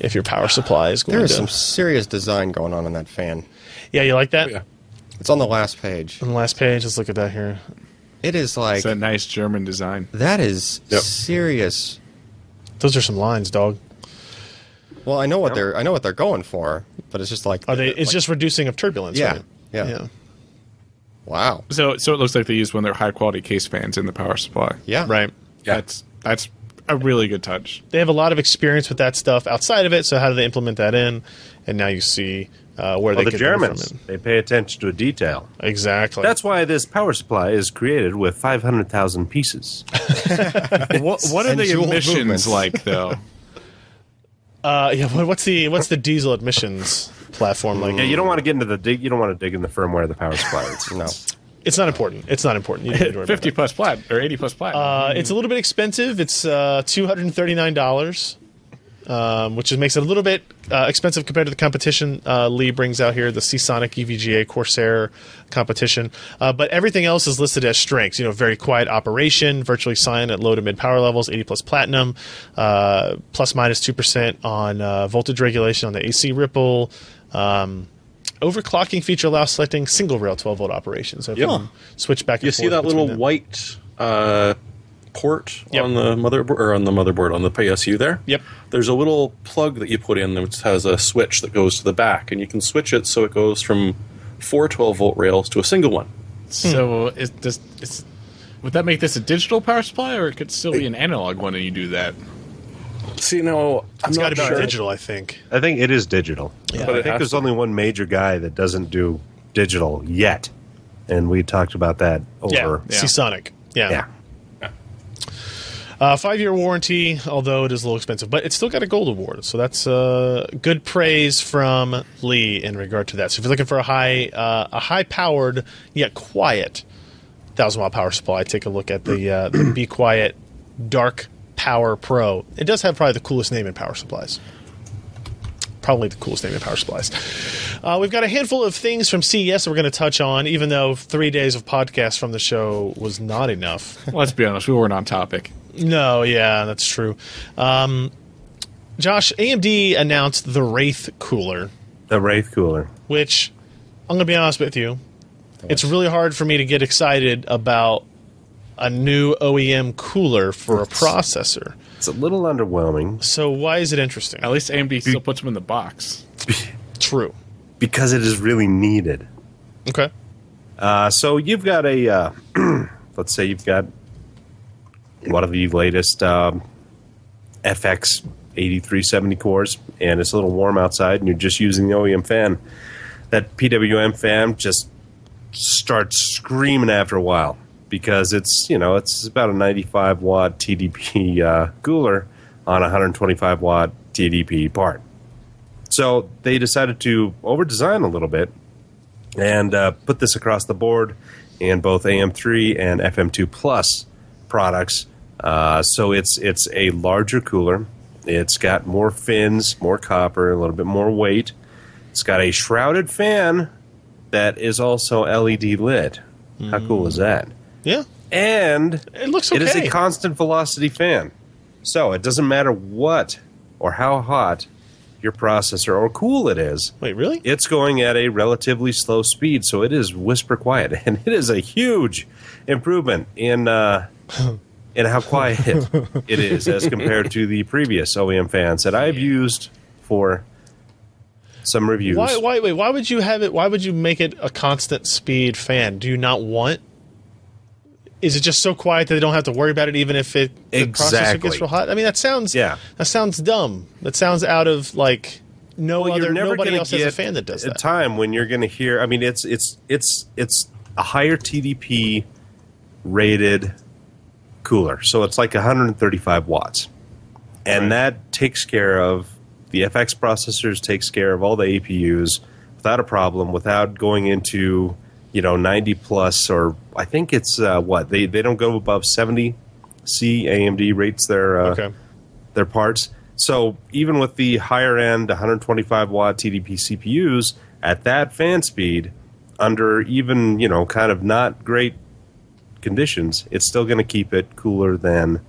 Speaker 1: if your power supply is going
Speaker 2: There is
Speaker 1: to.
Speaker 2: some serious design going on in that fan.
Speaker 1: yeah, you like
Speaker 2: Oh,
Speaker 1: that?
Speaker 3: yeah.
Speaker 2: It's on the last page.
Speaker 1: On the last page, let's look at that here.
Speaker 2: It is like
Speaker 5: It's a nice German design.
Speaker 2: that is
Speaker 3: Yep.
Speaker 2: serious.
Speaker 1: Those are some lines, dog.
Speaker 2: Well, I know what they're I know what they're going for, but it's just like
Speaker 1: Are they?
Speaker 2: like,
Speaker 1: It's just reducing of turbulence.
Speaker 2: Yeah,
Speaker 1: right?
Speaker 2: yeah. wow.
Speaker 5: So so it looks like they use one of their high quality case fans in the power supply.
Speaker 2: Yeah.
Speaker 1: Right.
Speaker 3: Yeah.
Speaker 5: That's that's a really good touch.
Speaker 1: They have a lot of experience with that stuff outside of it. So how do they implement that in? And now you see uh, where they
Speaker 4: well, the
Speaker 1: get them
Speaker 4: Germans
Speaker 1: from
Speaker 4: they pay attention to detail.
Speaker 1: it. Exactly.
Speaker 4: That's why this power supply is created with five hundred thousand
Speaker 2: [LAUGHS]
Speaker 4: pieces.
Speaker 5: What, what are
Speaker 2: And
Speaker 5: the
Speaker 2: dual
Speaker 5: emissions
Speaker 2: movements.
Speaker 5: like though?
Speaker 2: [LAUGHS]
Speaker 1: uh, yeah. what- What's the what's the diesel admissions platform like?
Speaker 4: [LAUGHS] yeah, you don't want to get into the dig. You don't want to dig in the firmware of the power supply.
Speaker 2: [LAUGHS]
Speaker 4: It's,
Speaker 2: No.
Speaker 1: It's not important. It's not important. You
Speaker 4: [LAUGHS]
Speaker 1: don't need to worry about
Speaker 5: Fifty plus plat or eighty plus plat.
Speaker 1: that. Uh, it's a little bit expensive. It's uh, two hundred and thirty nine dollars. Um, which is, makes it a little bit uh, expensive compared to the competition uh, Lee brings out here, the Seasonic E EVGA Corsair competition. Uh, but everything else is listed as strengths. You know, very quiet operation, virtually silent at low to mid power levels, 80 plus platinum, uh, plus minus 2% on uh, voltage regulation on the AC ripple. Um, overclocking feature allows selecting single rail 12 volt operation. So if
Speaker 3: Yep.
Speaker 1: you can switch back and
Speaker 3: You
Speaker 1: forth
Speaker 3: see that
Speaker 1: between
Speaker 3: little
Speaker 1: them.
Speaker 3: white uh, port
Speaker 1: Yep.
Speaker 3: on the motherboard or on the motherboard on the PSU there?
Speaker 1: Yep.
Speaker 3: There's a little plug that you put in that has a switch that goes to the back, and you can switch it so it goes from four 12 volt rails to a single one.
Speaker 5: so is does it's, would that make this a digital power supply or it could still be an analog one and you do that?
Speaker 3: See, now I'm
Speaker 1: It's got
Speaker 3: not
Speaker 1: to be
Speaker 3: sure.
Speaker 1: digital, I think.
Speaker 4: I think it is digital.
Speaker 1: Yeah.
Speaker 4: But
Speaker 3: But
Speaker 4: I
Speaker 3: it
Speaker 4: think
Speaker 3: has
Speaker 4: there's
Speaker 3: to
Speaker 4: only one major guy that doesn't do digital yet, and we talked about that
Speaker 1: Yeah,
Speaker 4: over.
Speaker 5: Yeah.
Speaker 1: Seasonic.
Speaker 4: Yeah.
Speaker 1: Uh, five year warranty, although it is a little expensive, but it's still got a gold award. So that's uh, good praise from Lee in regard to that. So if you're looking for a high, uh, a high powered yet quiet thousand watt power supply, take a look at the, uh, the Be Quiet Dark Power Pro. It does have probably the coolest name in power supplies. Probably the coolest name in power supplies. Uh, we've got a handful of things from CES that we're going to touch on, even though three days of podcasts from the show was not enough.
Speaker 5: Let's be honest, we weren't on topic.
Speaker 1: No, yeah, that's true. Um, Josh, AMD announced the Wraith cooler,
Speaker 4: The Wraith cooler.
Speaker 1: which I'm going to be honest with you, it's really hard for me to get excited about a new OEM cooler for a processor.
Speaker 4: It's a little underwhelming
Speaker 1: So why is it interesting?
Speaker 5: At least AMD still puts them in the box.
Speaker 1: True.
Speaker 4: because it is really needed.
Speaker 1: Okay.
Speaker 4: Uh, so you've got a, uh, [CLEARS THROAT] let's say you've got one of the latest um, FX 8370 cores, and it's a little warm outside, and you're just using the OEM fan. That PWM fan just starts screaming after a while because it's you know it's about a 95 watt TDP uh, cooler on a 125 watt TDP part. So they decided to over design a little bit and uh, put this across the board in both AM3 and FM2 Plus products. Uh, so it's it's a larger cooler. It's got more fins, more copper, a little bit more weight. It's got a shrouded fan that is also LED lit. How cool is that?
Speaker 1: Yeah.
Speaker 4: And
Speaker 1: It looks
Speaker 4: it is
Speaker 1: okay.
Speaker 4: a constant velocity fan. So it doesn't matter what or how hot your processor or cool it is
Speaker 1: Wait, really?
Speaker 4: it's going at a relatively slow speed, so it is whisper quiet, [LAUGHS] and it is a huge improvement in
Speaker 1: [LAUGHS]
Speaker 4: uh, in how quiet it is as compared to the previous OEM fans that I've used for some reviews.
Speaker 1: Why? Why? Wait. Why would you have it? Why would you make it a constant speed fan? Do you not want? Is it just so quiet that they don't have to worry about it, even if it the processor
Speaker 4: Exactly.
Speaker 1: gets real hot? I mean, that sounds
Speaker 4: Yeah.
Speaker 1: That sounds dumb. That sounds out of like no
Speaker 4: Well,
Speaker 1: other
Speaker 4: you're never
Speaker 1: nobody
Speaker 4: gonna
Speaker 1: else
Speaker 4: get
Speaker 1: has a fan that does
Speaker 4: a
Speaker 1: that.
Speaker 4: time when you're going to hear. I mean, it's it's it's it's a higher TDP rated cooler, so it's like 135 watts, and that takes care of the FX processors, takes care of all the APUs without a problem, without going into you know 90 plus or I think it's uh, what they they don't go above 70. C AMD rates their uh,
Speaker 1: okay.
Speaker 4: their parts. So even with the higher end 125 watt TDP CPUs at that fan speed, under even you know kind of not great conditions, it's still going to keep it cooler than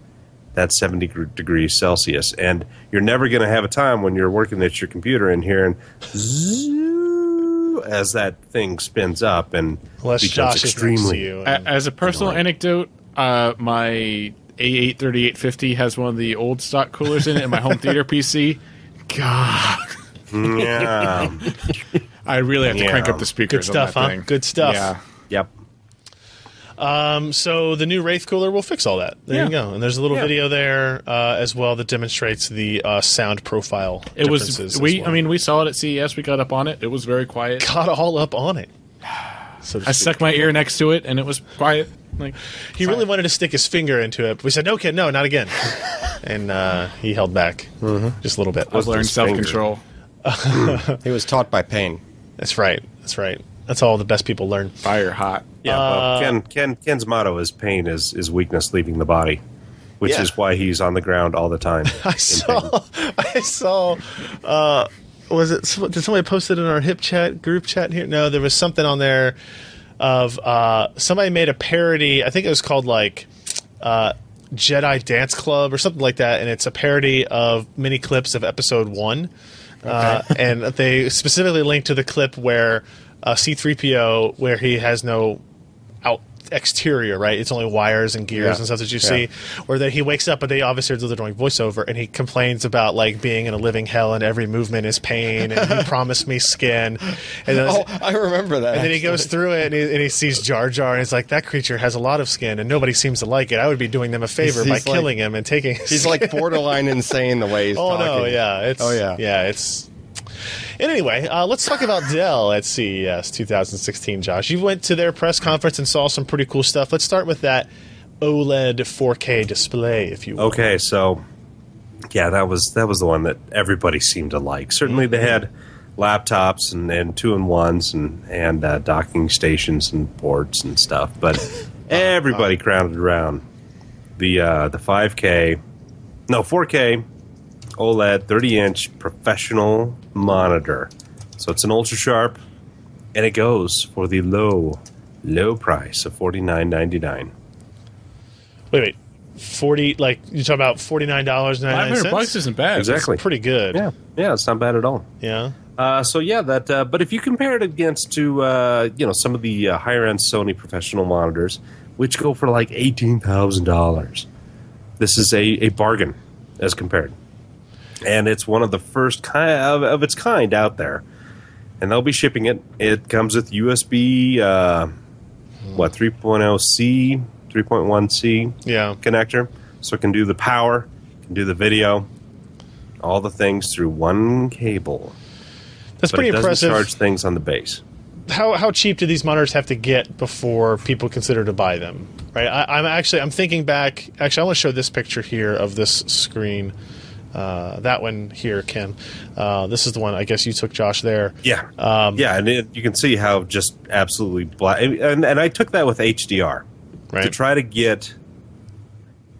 Speaker 4: that 70 gr- degrees Celsius. And you're never going to have a time when you're working at your computer and hearing zoo as that thing spins up and
Speaker 1: Unless
Speaker 4: becomes
Speaker 1: Josh
Speaker 4: extremely
Speaker 1: is next to you.
Speaker 5: A-
Speaker 1: and-
Speaker 5: As a personal anecdote, uh, my A8 3850 has one of the old stock coolers in it, and my home theater PC. God,
Speaker 4: [LAUGHS] Yeah.
Speaker 5: I really have to crank
Speaker 4: Yeah.
Speaker 5: up the speakers.
Speaker 1: Good
Speaker 5: on
Speaker 1: stuff,
Speaker 5: that
Speaker 1: huh?
Speaker 5: thing.
Speaker 1: Good stuff.
Speaker 5: Yeah.
Speaker 4: yep.
Speaker 1: Um, so the new Wraith cooler will fix all that. There
Speaker 5: Yeah.
Speaker 1: you go. And there's a little
Speaker 4: Yeah.
Speaker 1: video there uh, as well that demonstrates the uh, sound profile.
Speaker 5: It
Speaker 1: differences
Speaker 5: was.
Speaker 1: as
Speaker 5: We.
Speaker 1: well.
Speaker 5: I mean, we saw it at CES. We got up on it. It was very quiet.
Speaker 1: caught all up on it. So to
Speaker 5: I
Speaker 1: speak.
Speaker 5: stuck my ear next to it, and it was quiet. Like
Speaker 1: He really wanted to stick his finger into it. But we said, "No, kid, no, not again." and uh, he held back just a little bit.
Speaker 5: I've learned
Speaker 4: his finger.
Speaker 5: self control.
Speaker 2: He was taught by pain.
Speaker 1: That's right. That's right. That's all the best people learn.
Speaker 5: Fire hot.
Speaker 4: Yeah,
Speaker 1: Uh,
Speaker 4: well, Ken, Ken, Ken's motto is pain is, is weakness leaving the body, which
Speaker 2: Yeah.
Speaker 4: is why he's on the ground all the time.
Speaker 1: [LAUGHS] I saw. I saw. Uh, was it? some- Did somebody post it in our hip chat group chat here? No, there was something on there of uh, somebody made a parody. I think it was called like uh, Jedi Dance Club or something like that, and it's a parody of mini clips of Episode One. Uh, and they specifically linked to the clip where uh, C3PO, where he has no out exterior, right? It's only wires and gears
Speaker 4: Yeah.
Speaker 1: and stuff that you
Speaker 4: Yeah.
Speaker 1: see. Or that he wakes up, but they obviously are doing voiceover, and he complains about like being in a living hell and every movement is pain, and
Speaker 4: [LAUGHS]
Speaker 1: he promised me skin, and then.
Speaker 2: Oh, I remember that.
Speaker 1: and then he goes through it and he, and he sees Jar Jar and he's like, that creature has a lot of skin and nobody seems to like it. I would be doing them a favor
Speaker 2: He's-
Speaker 1: by
Speaker 2: he's like-
Speaker 1: killing him and taking his
Speaker 2: [LAUGHS]
Speaker 1: [LAUGHS]
Speaker 2: He's like borderline insane the way he's
Speaker 1: Oh
Speaker 2: talking.
Speaker 1: no, yeah, it's
Speaker 2: Oh, yeah.
Speaker 1: yeah, it's. And anyway, uh, let's talk about Dell at E CES 2016. Josh, you went to their press conference and saw some pretty cool stuff. Let's start with that E OLED 4K display, if you will.
Speaker 4: Okay, so yeah, that was that was the one that everybody seemed to like. Certainly, they had laptops and, and two in ones and and uh, docking stations and boards and stuff, but everybody crowded around the uh, the 5K, no 4K OLED 30 E inch professional monitor. So it's an ultra sharp, and it goes for the low low price of forty nine ninety nine.
Speaker 1: Wait, wait, forty? Like you talk about forty nine dollars
Speaker 5: Five
Speaker 1: ninety
Speaker 5: hundred
Speaker 1: nine
Speaker 5: bucks
Speaker 1: cents?
Speaker 5: isn't bad.
Speaker 4: Exactly.
Speaker 1: Pretty good.
Speaker 4: Yeah, yeah, it's not bad at all.
Speaker 1: Yeah.
Speaker 4: Uh, so yeah, that. Uh, but if you compare it against to uh, you know some of the uh, higher end Sony professional monitors, which go for like eighteen thousand dollars, this is a, a bargain as compared, and it's one of the first kind of, of its kind out there, and they'll be shipping it. It comes with USB, uh, what three oh C, three point one C
Speaker 1: Yeah.
Speaker 4: connector, so it can do the power, can do the video, all the things through one cable
Speaker 1: That's
Speaker 4: but
Speaker 1: pretty
Speaker 4: it doesn't
Speaker 1: impressive.
Speaker 4: charge things on the base.
Speaker 1: how how cheap do these monitors have to get before people consider to buy them? Right. I, I'm actually I'm thinking back. Actually, I want to show this picture here of this screen. Uh, that one here, Kim. Uh, this is the one I guess you took Josh there.
Speaker 4: Yeah,
Speaker 1: Um,
Speaker 4: yeah, and it, you can see how just absolutely black. And, and I took that with HDR to
Speaker 1: Right.
Speaker 4: try to get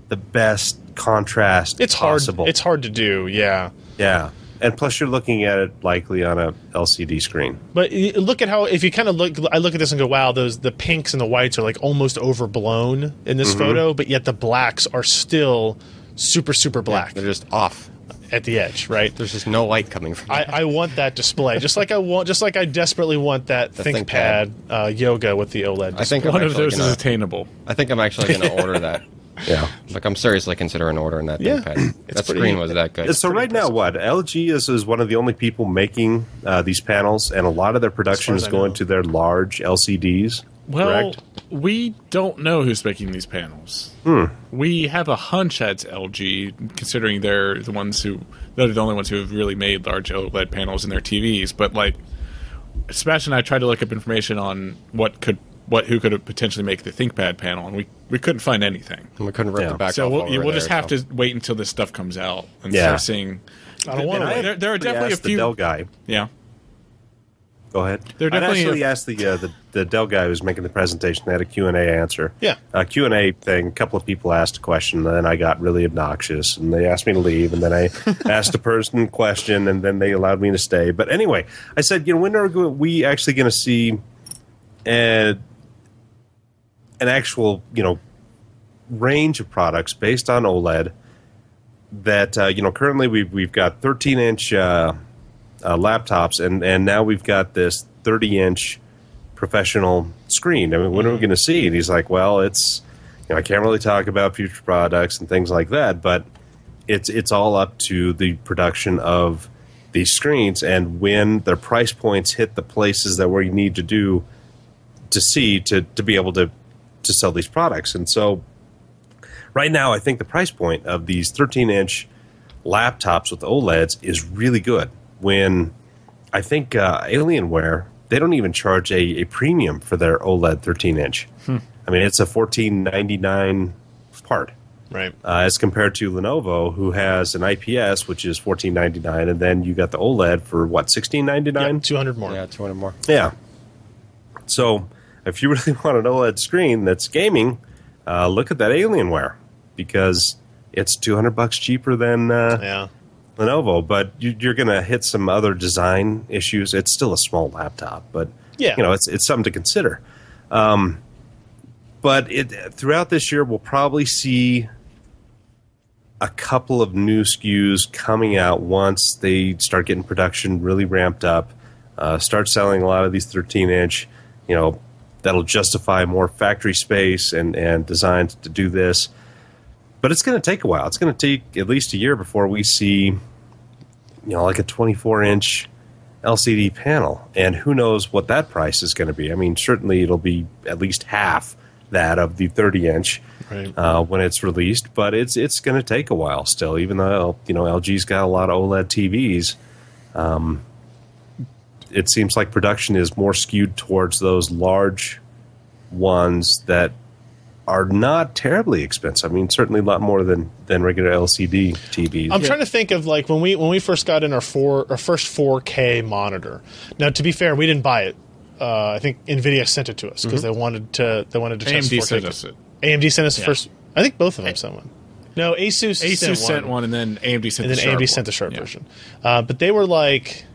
Speaker 4: the best contrast.
Speaker 1: it's hard.
Speaker 4: Possible.
Speaker 1: It's hard to do. Yeah.
Speaker 4: yeah, and plus you're looking at it likely on a LCD screen.
Speaker 1: But y- look at how if you kind of look, I look at this and go, wow, those the pinks and the whites are like almost overblown in this photo, but yet the blacks are still super super black
Speaker 2: They're just off.
Speaker 1: at the edge, right?
Speaker 2: There's just no light coming from.
Speaker 1: I,
Speaker 2: it.
Speaker 1: I want that display, just like I want, just like I desperately want that
Speaker 2: The
Speaker 1: ThinkPad uh, Yoga with the OLED.
Speaker 2: I
Speaker 1: Display.
Speaker 2: think I'm
Speaker 5: One of
Speaker 2: actually
Speaker 5: those
Speaker 4: uh,
Speaker 2: gonna,
Speaker 5: is attainable.
Speaker 2: I think I'm actually
Speaker 1: [LAUGHS]
Speaker 2: going to order that.
Speaker 4: Yeah.
Speaker 2: Like I'm seriously considering ordering that
Speaker 1: Yeah.
Speaker 2: ThinkPad.
Speaker 1: It's
Speaker 2: That
Speaker 1: pretty-
Speaker 2: screen was that good.
Speaker 4: so right now, what LG is is one of the only people making uh, these panels, and a lot of their production
Speaker 1: as
Speaker 4: is
Speaker 1: I
Speaker 4: going
Speaker 1: know.
Speaker 4: to their large LCDs.
Speaker 1: Well,
Speaker 4: correct?
Speaker 5: we don't know who's making these panels.
Speaker 4: Hmm.
Speaker 5: We have a hunch that it's LG, considering they're the ones who they're the only ones who have really made large OLED panels in their TVs. But like, Sebastian and I tried to look up information on what could what who could potentially make the ThinkPad panel, and we we couldn't find anything.
Speaker 2: And we couldn't rip
Speaker 4: Yeah.
Speaker 2: the back
Speaker 5: So
Speaker 2: off.
Speaker 5: we'll,
Speaker 2: while we
Speaker 5: yeah,
Speaker 2: were
Speaker 5: we'll
Speaker 2: there,
Speaker 5: just have
Speaker 2: so.
Speaker 5: to wait until this stuff comes out and
Speaker 4: Yeah.
Speaker 5: start seeing.
Speaker 1: I don't want
Speaker 4: And I-
Speaker 1: to.
Speaker 5: There, there are definitely a
Speaker 4: asked
Speaker 5: few.
Speaker 4: The Dell guy.
Speaker 5: Yeah.
Speaker 4: Go ahead.
Speaker 5: There are definitely
Speaker 4: I'd actually
Speaker 5: a-
Speaker 4: asked the, uh, the the Dell guy who was making the presentation. They had a Q and A answer.
Speaker 1: Yeah.
Speaker 4: a Q and A thing. A couple of people asked a question, and then I got really obnoxious, and they asked me to leave, and then I asked a person a question, and then they allowed me to stay. But anyway, I said, you know, when are we actually going to see a, an actual, you know, range of products based on OLED? That uh, you know, currently we've we've got 13 inch. Uh, uh, laptops, and and now we've got this 30 inch professional screen. I mean, when are we going to see? And he's like, well, it's you know, I can't really talk about future products and things like that, but it's it's all up to the production of these screens and when their price points hit the places that we need to do to see to to be able to to sell these products. And so right now, I think the price point of these 13 inch laptops with OLEDs is really good. When I think uh, Alienware, they don't even charge a, a premium for their OLED 13 inch. I mean, it's a 14.99 part
Speaker 1: Right.
Speaker 4: uh, as compared to Lenovo, who has an IPS which is 14.99, and then you got the OLED for what 16.99.
Speaker 1: Two hundred more.
Speaker 2: Yeah, 200 more.
Speaker 4: Yeah. So if you [LAUGHS] really want an OLED screen that's gaming, uh, look at that Alienware because it's 200 bucks cheaper than uh,
Speaker 1: Yeah.
Speaker 4: Lenovo. But you, you're going to hit some other design issues. It's still a small laptop, but
Speaker 1: Yeah.
Speaker 4: you know it's it's something to consider. Um, but it, throughout this year, we'll probably see a couple of new SKUs coming out once they start getting production really ramped up, uh, start selling a lot of these 13 inch, you know, that'll justify more factory space and, and designs to do this. But it's going to take a while. It's going to take at least a year before we see, you know, like a 24 inch LCD panel. And who knows what that price is going to be. I mean, certainly it'll be at least half that of the 30 inch
Speaker 1: Right.
Speaker 4: uh, when it's released, but it's it's going to take a while still. Even though you know LG's got a lot of OLED TVs, um, it seems like production is more skewed towards those large ones that are not terribly expensive. I mean, certainly a lot more than than regular LCD TVs.
Speaker 1: I'm trying to think of like when we when we first got in our four our first 4K monitor. Now, to be fair, we didn't buy it. Uh, I think Nvidia sent it to us
Speaker 2: Mm-hmm.
Speaker 1: because they wanted to they wanted to test
Speaker 5: AMD
Speaker 1: 4K.
Speaker 5: sent us it.
Speaker 1: AMD sent us the first. I think both of them sent one. No, ASUS
Speaker 5: ASUS
Speaker 1: sent,
Speaker 5: sent, one, and then AMD sent
Speaker 1: and then
Speaker 5: the
Speaker 1: AMD
Speaker 5: sharp
Speaker 1: sent the
Speaker 5: one.
Speaker 1: sharp
Speaker 5: Yeah.
Speaker 1: version. Uh, but they were like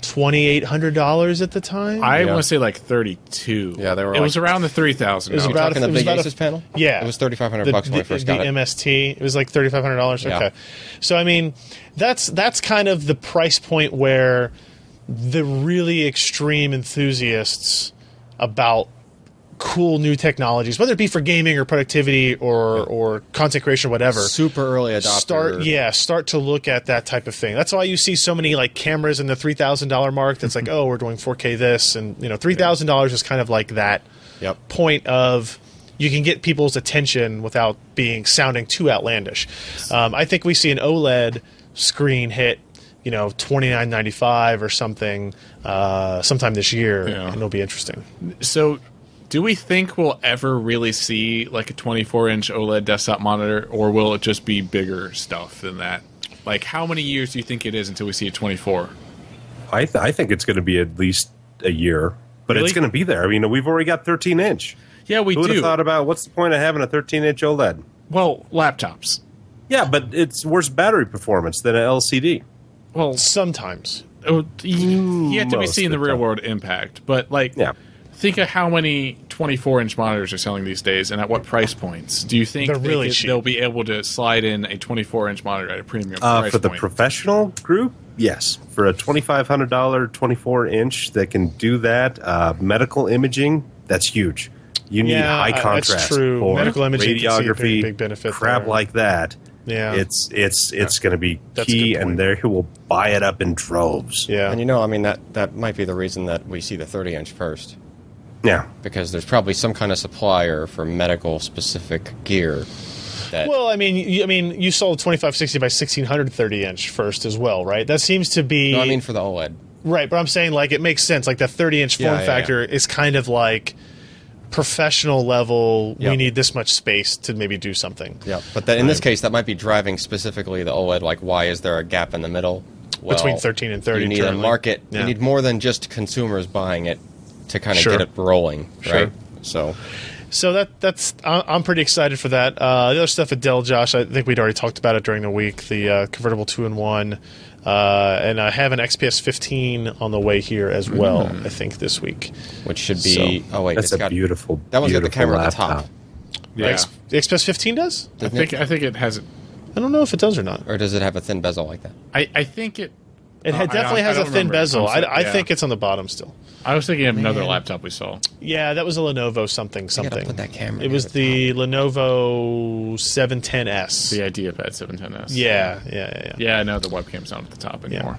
Speaker 1: twenty eight hundred dollars at the time.
Speaker 5: I
Speaker 2: Yeah.
Speaker 5: want to say like 32.
Speaker 2: Yeah, they were
Speaker 5: It was
Speaker 2: like-
Speaker 5: around the 3,000.
Speaker 1: It was
Speaker 5: now.
Speaker 1: about-
Speaker 2: Talking the
Speaker 1: it was
Speaker 2: big
Speaker 1: about a-
Speaker 2: Asus panel?
Speaker 1: Yeah.
Speaker 2: It was 3500
Speaker 1: the,
Speaker 2: bucks when
Speaker 1: the,
Speaker 2: I first
Speaker 1: the
Speaker 2: got it.
Speaker 1: MST. It was like thirty five hundred dollars.
Speaker 2: Yeah.
Speaker 1: Okay, so I mean, that's that's kind of the price point where the really extreme enthusiasts about cool new technologies, whether it be for gaming or productivity or or content creation, or whatever.
Speaker 2: Super early adopter.
Speaker 1: Start yeah, start to look at that type of thing. That's why you see so many like cameras in the three thousand dollar mark. That's
Speaker 2: [LAUGHS]
Speaker 1: like, oh, we're doing four K this, and you know, three thousand dollars is kind of like that
Speaker 2: Yep.
Speaker 1: point of you can get people's attention without being sounding too outlandish. Um, I think we see an OLED screen hit, you know, twenty nine ninety five or something uh, sometime this year,
Speaker 5: Yeah.
Speaker 1: and it'll be interesting.
Speaker 5: So, do we think we'll ever really see like a 24 inch OLED desktop monitor, or will it just be bigger stuff than that? Like, how many years do you think it is until we see a 24?
Speaker 4: I, th- I think it's going to be at least a year, but
Speaker 5: Really?
Speaker 4: it's going to be there. I mean, we've already got 13 inch.
Speaker 5: Yeah, we
Speaker 4: Who would
Speaker 5: do.
Speaker 4: have thought about what's the point of having a 13 inch E OLED?
Speaker 5: well, laptops.
Speaker 4: Yeah, but it's worse battery performance than an LCD.
Speaker 5: Well,
Speaker 1: Sometimes,
Speaker 5: oh, you you have to be
Speaker 4: Most
Speaker 5: seeing the
Speaker 4: of the
Speaker 5: real
Speaker 4: time.
Speaker 5: world impact, but like,
Speaker 4: Yeah.
Speaker 5: think of how many 24 inch monitors are selling these days, and at what price points. Do you think
Speaker 1: They're really
Speaker 5: could-
Speaker 1: cheap.
Speaker 5: they'll be able to slide in a 24 inch monitor at a premium
Speaker 4: Uh,
Speaker 5: price
Speaker 4: for the
Speaker 5: point?
Speaker 4: professional group, yes. For a twenty-five hundred dollar twenty-four inch that can do that, uh, medical imaging that's huge. You need
Speaker 1: Yeah,
Speaker 4: high
Speaker 1: uh, that's
Speaker 4: contrast
Speaker 1: true.
Speaker 4: for
Speaker 1: Medical imaging can see a pretty
Speaker 4: radiography,
Speaker 1: big benefit
Speaker 4: crap
Speaker 1: there.
Speaker 4: like that.
Speaker 1: Yeah.
Speaker 4: it's it's it's going to be
Speaker 1: That's a
Speaker 4: key,
Speaker 1: good point.
Speaker 4: and there he will buy it up in droves.
Speaker 1: yeah.
Speaker 2: And you know, I mean, that, that might be the reason that we see the 30 inch first.
Speaker 4: Yeah.
Speaker 2: because there's probably some kind of supplier for medical specific gear. That
Speaker 1: Well, I mean, you, I mean, you sold 2560 by 1630 inch first as well, right? That seems to be
Speaker 2: no, I mean for the E OLED.
Speaker 1: right, but I'm saying like it makes sense. Like that 30 inch form
Speaker 2: Yeah, yeah,
Speaker 1: factor is kind of like professional level.
Speaker 2: Yeah.
Speaker 1: We need this much space to maybe do something.
Speaker 2: Yeah, but that, in this case, that might be driving specifically the OLED. Like, why is there a gap in the middle well,
Speaker 1: Between 13 and 30
Speaker 2: Oh, You need
Speaker 1: currently.
Speaker 2: a market.
Speaker 1: Yeah.
Speaker 2: You need more than just consumers buying it to kind of
Speaker 1: Sure.
Speaker 2: get it rolling,
Speaker 1: Sure.
Speaker 2: right? So,
Speaker 1: So that that's I- I'm pretty excited for that. Uh, the other stuff at Dell, Josh, I think we'd already talked about it during the week. The uh, convertible two in one, uh, and I have an XPS 15 on the way here as well.
Speaker 2: Mm.
Speaker 1: I think this week.
Speaker 2: which should be. oh wait,
Speaker 4: That's
Speaker 2: it's
Speaker 4: a
Speaker 2: got,
Speaker 4: beautiful.
Speaker 2: That one's got the
Speaker 4: beautiful
Speaker 2: camera at the
Speaker 4: laptop.
Speaker 2: top,
Speaker 5: Yeah.
Speaker 1: X- the XPS 15 does.
Speaker 5: I
Speaker 2: doesn't
Speaker 5: think
Speaker 2: it?
Speaker 5: I think it has it.
Speaker 1: I don't know if it does or not.
Speaker 2: or does it have a thin bezel like that?
Speaker 5: I, I think it.
Speaker 1: It
Speaker 5: Oh,
Speaker 1: had-
Speaker 5: Uh, I
Speaker 1: definitely
Speaker 5: don't- I
Speaker 1: has a
Speaker 5: don't
Speaker 1: thin
Speaker 5: remember.
Speaker 1: bezel. I,
Speaker 5: Sounds like-
Speaker 1: I
Speaker 5: yeah.
Speaker 1: think it's on the bottom still.
Speaker 5: I was thinking of another
Speaker 2: Man.
Speaker 5: laptop we saw.
Speaker 1: Yeah, that was a Lenovo something something.
Speaker 2: put that camera
Speaker 1: it was
Speaker 2: near the
Speaker 1: the Lenovo 710s.
Speaker 5: The idea pad 710s.
Speaker 1: yeah, yeah, yeah. yeah.
Speaker 5: Yeah, no, the webcam's not at the top anymore.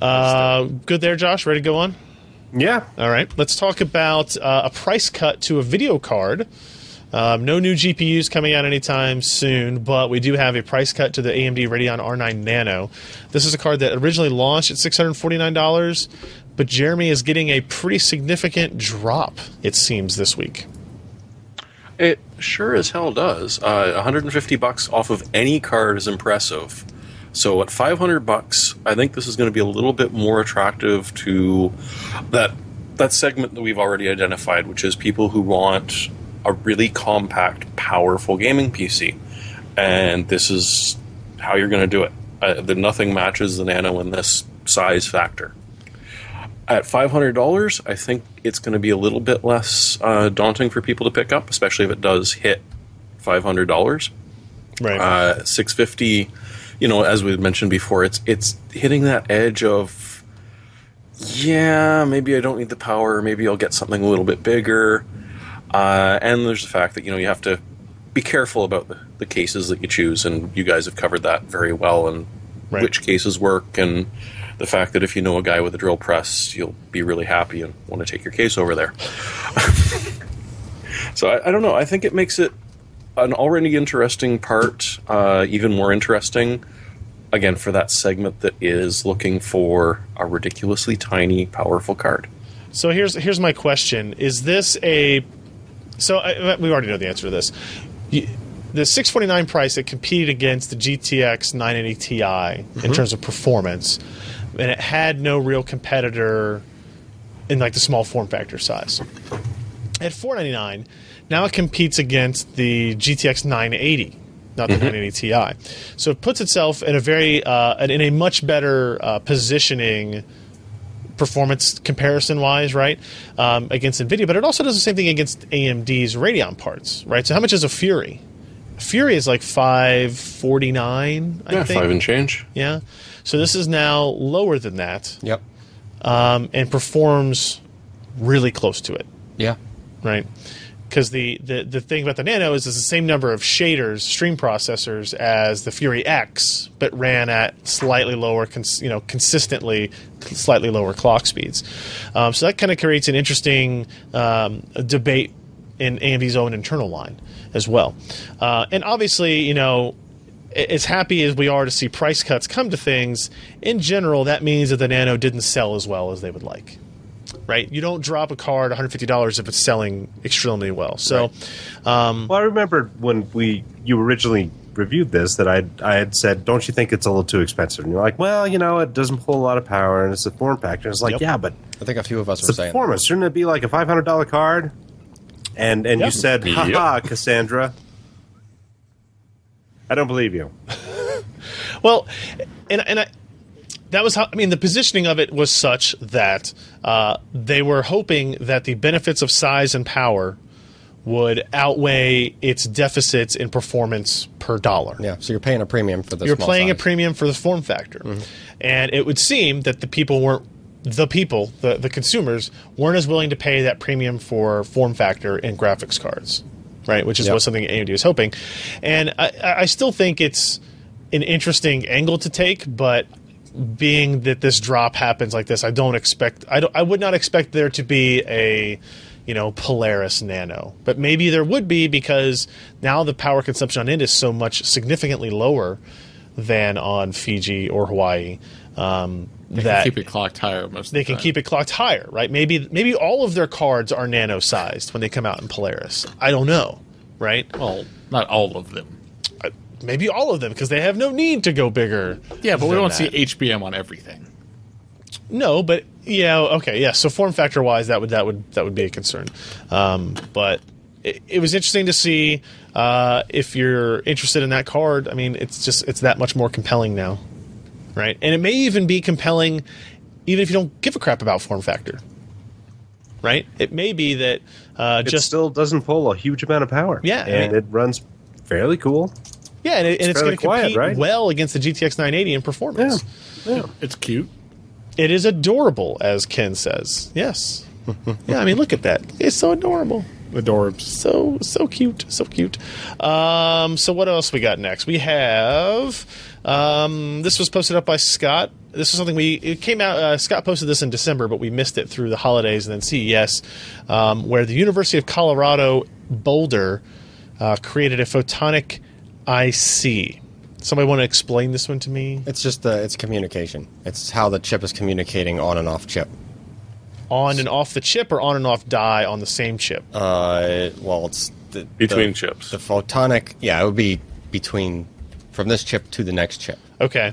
Speaker 1: Uh, good there, Josh. Ready to go on?
Speaker 4: Yeah.
Speaker 1: All right, let's talk about uh, a price cut to a video card. Um, no new GPUs coming out anytime soon, but we do have a price cut to the AMD Radeon R9 Nano. This is a card that originally launched at $649, but Jeremy is getting a pretty significant drop, it seems, this week.
Speaker 3: It sure as hell does. Uh, 150 bucks off of any card is impressive. So at 500 bucks, I think this is going to be a little bit more attractive to that that segment that we've already identified, which is people who want a really compact, powerful gaming PC. And this is how you're going to do it. Uh, the, nothing matches the Nano in this size factor at five hundred dollars, I think it's going to be a little bit less uh, daunting for people to pick up, especially if it does hit five hundred dollars.
Speaker 1: Right.
Speaker 3: Uh, six fifty, you know, as we mentioned before, it's it's hitting that edge of yeah, maybe I don't need the power. Maybe I'll get something a little bit bigger. Uh, and there's the fact that you know you have to be careful about the, the cases that you choose, and you guys have covered that very well, and
Speaker 1: Right.
Speaker 3: which cases work, and the fact that if you know a guy with a drill press, you'll be really happy and want to take your case over there. [LAUGHS] so I, I don't know. I think it makes it an already interesting part uh, even more interesting. Again, for that segment that is looking for a ridiculously tiny, powerful card.
Speaker 1: So here's here's my question: Is this a so I, we already know the answer to this? You- The 649 price it competed against the GTX 980 Ti in terms of performance, and it had no real competitor in like the small form factor size. At 499, now it competes against the GTX 980. Not the 980 Ti, so it puts itself in a very uh, in a much better uh, positioning performance comparison wise, right, um, against NVIDIA, but it also does the same thing against AMD's Radeon parts, right? So how much is a Fury? Fury is like five forty nine, I think.
Speaker 3: change.
Speaker 1: yeah. So this is now lower than that,
Speaker 2: Yep.
Speaker 1: um, and performs really close to it,
Speaker 2: Yeah.
Speaker 1: right? Because the, the the thing about the Nano is it's the same number of shaders, stream processors as the Fury X, but ran at slightly lower, cons- you know, consistently slightly lower clock speeds. Um, so that kind of creates an interesting um, debate in AMD's own internal line as well. Uh, and obviously, you know, a- as happy as we are to see price cuts come to things, in general, that means that the Nano didn't sell as well as they would like right? You don't drop a card $150 if it's selling extremely well. So,
Speaker 4: Well, I remember when we you originally reviewed this that I I had said, "Don't you think it's a little too expensive?" And you're like, "Well, you know, it doesn't pull a lot of power, and it's a form factor." And it's like,
Speaker 1: Yep.
Speaker 4: "Yeah, but
Speaker 2: I think a few of us were
Speaker 4: it's a
Speaker 2: saying.
Speaker 4: performance. Shouldn't it be like a five hundred dollar card?" And and
Speaker 1: Yep.
Speaker 4: you said, "Ha ha, Cassandra." I don't believe you.
Speaker 1: well, and, and I, that was how, I mean, the positioning of it was such that uh, they were hoping that the benefits of size and power would outweigh its deficits in performance per dollar.
Speaker 2: Yeah, so you're paying a premium for this.
Speaker 1: You're playing a premium for the form factor. And it would seem that the people weren't the people, the, the consumers, weren't as willing to pay that premium for form factor in graphics cards, right? Which is
Speaker 2: Yep.
Speaker 1: what something AMD was hoping. And I, I I still think it's an interesting angle to take, but being that this drop happens like this, I don't expect I don't I would not expect there to be a you know, Polaris Nano. But maybe there would be because now the power consumption on it is so much significantly lower than on Fiji or Hawaii. Um,
Speaker 5: They can
Speaker 1: that
Speaker 5: keep it clocked higher most.
Speaker 1: they can keep it clocked higher, right? Maybe maybe all of their cards are nano sized when they come out in Polaris. I don't know, right?
Speaker 5: Well, not all of them.
Speaker 1: Maybe all of them because they have no need to go bigger.
Speaker 5: Yeah, but we
Speaker 1: than
Speaker 5: won't
Speaker 1: that.
Speaker 5: see HBM on everything.
Speaker 1: No, but yeah, okay, yeah. So form factor wise, that would that would that would be a concern. Um, but it, it was interesting to see uh, if you're interested in that card. I mean, it's just it's that much more compelling now, right? And it may even be compelling, even if you don't give a crap about form factor, right? It may be that uh,
Speaker 4: It
Speaker 1: just
Speaker 4: still doesn't pull a huge amount of power.
Speaker 1: Yeah, I
Speaker 4: and
Speaker 1: mean-
Speaker 4: it runs fairly cool.
Speaker 1: yeah, and, it, and it's going
Speaker 4: fairly
Speaker 1: to compete
Speaker 4: quiet, right?
Speaker 1: well against the GTX 980 in performance.
Speaker 5: It's cute.
Speaker 1: It is adorable, as Ken says. Yes.
Speaker 4: [LAUGHS]
Speaker 1: yeah, I mean, look at that. It's so adorable.
Speaker 5: The Dorbs.
Speaker 1: so so cute, so cute. Um, so what else we got next? We have um, this was posted up by Scott. This was something we it came out. Uh, Scott posted this in December, but we missed it through the holidays and then CES, um, where the University of Colorado Boulder uh, created a photonic IC. Somebody want to explain this one to me?
Speaker 2: It's just the it's communication. It's how the chip is communicating on and off chip.
Speaker 1: On and off the chip, or on and off die on the same chip?
Speaker 2: Uh, well, it's the,
Speaker 3: Between
Speaker 2: the-
Speaker 3: chips.
Speaker 2: The photonic, yeah, it would be between from this chip to the next chip.
Speaker 1: Okay,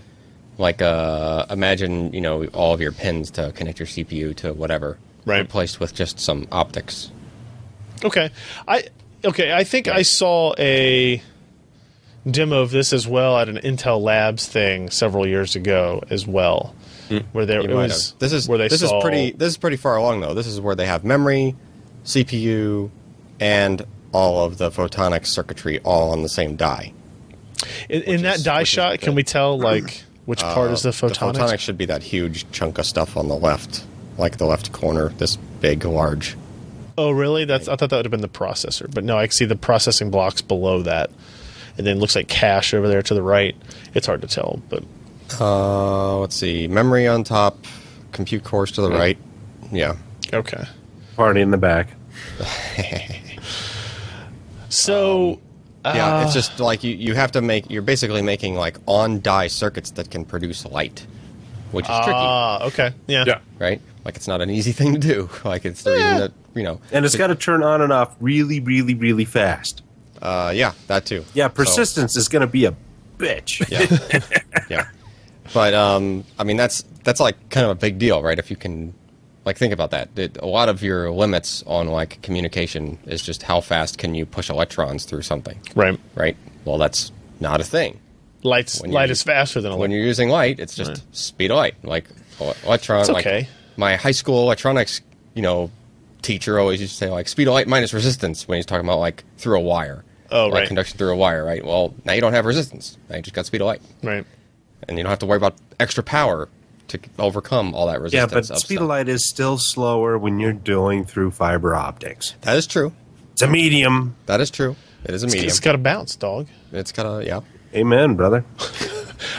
Speaker 2: Like, uh, imagine you know all of your pins to connect your CPU to whatever,
Speaker 1: Right.
Speaker 2: Replaced with just some optics.
Speaker 1: Okay, I okay. I think I saw a demo of this as well at an Intel Labs thing several years ago as well, where there
Speaker 2: Hmm. You
Speaker 1: it
Speaker 2: might
Speaker 1: was
Speaker 2: have. This is
Speaker 1: where they
Speaker 2: this
Speaker 1: saw-
Speaker 2: is pretty this is pretty far along though. This is where they have memory, CPU, and all of the photonic circuitry all on the same die.
Speaker 1: in, in that
Speaker 2: is-
Speaker 1: die
Speaker 2: which is
Speaker 1: shot. Can
Speaker 2: good.
Speaker 1: we tell like which part is the photonics?
Speaker 2: The photonic should be that huge chunk of stuff on the left, like the left corner, this big, large.
Speaker 1: Oh, really? That's I thought that would have been the processor, but no, I see the processing blocks below that, and then it looks like cache over there to the right. It's hard to tell, but
Speaker 2: Uh, let's see, memory on top, compute cores to the right. Yeah,
Speaker 1: okay.
Speaker 4: Party in the back.
Speaker 2: Um,
Speaker 1: So
Speaker 2: yeah.
Speaker 1: Ah.
Speaker 2: it's just like you, you have to make. You're basically making like on die circuits that can produce light, which is tricky,
Speaker 1: ah, okay, yeah,
Speaker 3: Yeah.
Speaker 2: right? Like it's not an easy [LAUGHS] thing to do. Like it's the
Speaker 1: Eh.
Speaker 2: reason that you know.
Speaker 4: And it's got to turn on and off really, really, really fast.
Speaker 2: Uh, yeah, that too.
Speaker 4: Yeah,
Speaker 2: So-
Speaker 4: persistence is going to be a bitch.
Speaker 2: yeah, [LAUGHS] yeah. But um, I mean, that's that's like kind of a big deal, right? If you can, like, think about that. It, a lot of your limits on like communication is just how fast can you push electrons through something,
Speaker 1: right.
Speaker 2: right? Well, that's not a thing.
Speaker 1: Lights,
Speaker 2: When
Speaker 1: light
Speaker 2: you-
Speaker 1: is faster than a
Speaker 2: When you're using light, it's just speed of light, like el- electron.
Speaker 1: It's
Speaker 2: like,
Speaker 1: okay.
Speaker 2: my high school electronics, you know, teacher always used to say like speed of light minus resistance when he's talking about like through a wire.
Speaker 1: Oh,
Speaker 2: like
Speaker 1: right.
Speaker 2: Conduction through a wire, right? Well, now you don't have resistance. Now you just got speed of light.
Speaker 1: right.
Speaker 2: and you don't have to worry about extra power to overcome all that
Speaker 4: Yeah,
Speaker 2: resistance.
Speaker 4: but
Speaker 2: of
Speaker 4: speed
Speaker 2: stuff.
Speaker 4: of light is still slower when you're doing through fiber optics.
Speaker 2: That is true.
Speaker 4: It's a medium.
Speaker 2: That is true. It is a medium.
Speaker 1: It's got to bounce, dog.
Speaker 2: It's got a yeah.
Speaker 4: Amen, [LAUGHS] brother.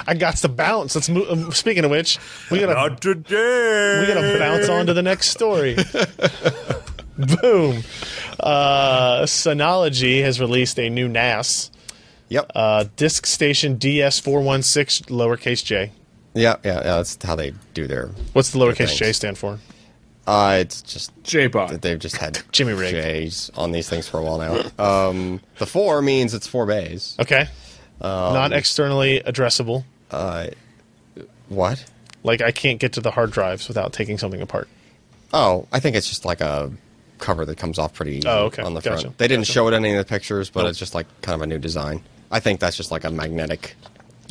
Speaker 1: I got to bounce. Let's move. um, Speaking of which, we gotta
Speaker 4: today.
Speaker 1: we gotta bounce on to the next story. [LAUGHS] Boom. Uh, Synology has released a new NAS
Speaker 2: Yep.
Speaker 1: uh, disk station DS416 lowercase j.
Speaker 2: yeah, yeah, yeah. That's how they do their.
Speaker 1: What's the lowercase
Speaker 2: Thanks.
Speaker 1: j stand for?
Speaker 2: Uh, it's just
Speaker 5: J-Bot.
Speaker 2: that they've just had
Speaker 1: [LAUGHS] Jimmy rigged.
Speaker 2: J's on these things for a while now. Um, the four means it's four bays.
Speaker 1: Okay.
Speaker 2: Um,
Speaker 1: Not externally addressable.
Speaker 2: What?
Speaker 1: Like I can't get to the hard drives without taking something apart.
Speaker 2: Oh, I think it's just like a cover that comes off pretty easy
Speaker 1: Oh, okay.
Speaker 2: on the
Speaker 1: Gotcha.
Speaker 2: front. They didn't show it in any of the pictures, but it's just like kind of a new design. I think that's just like a magnetic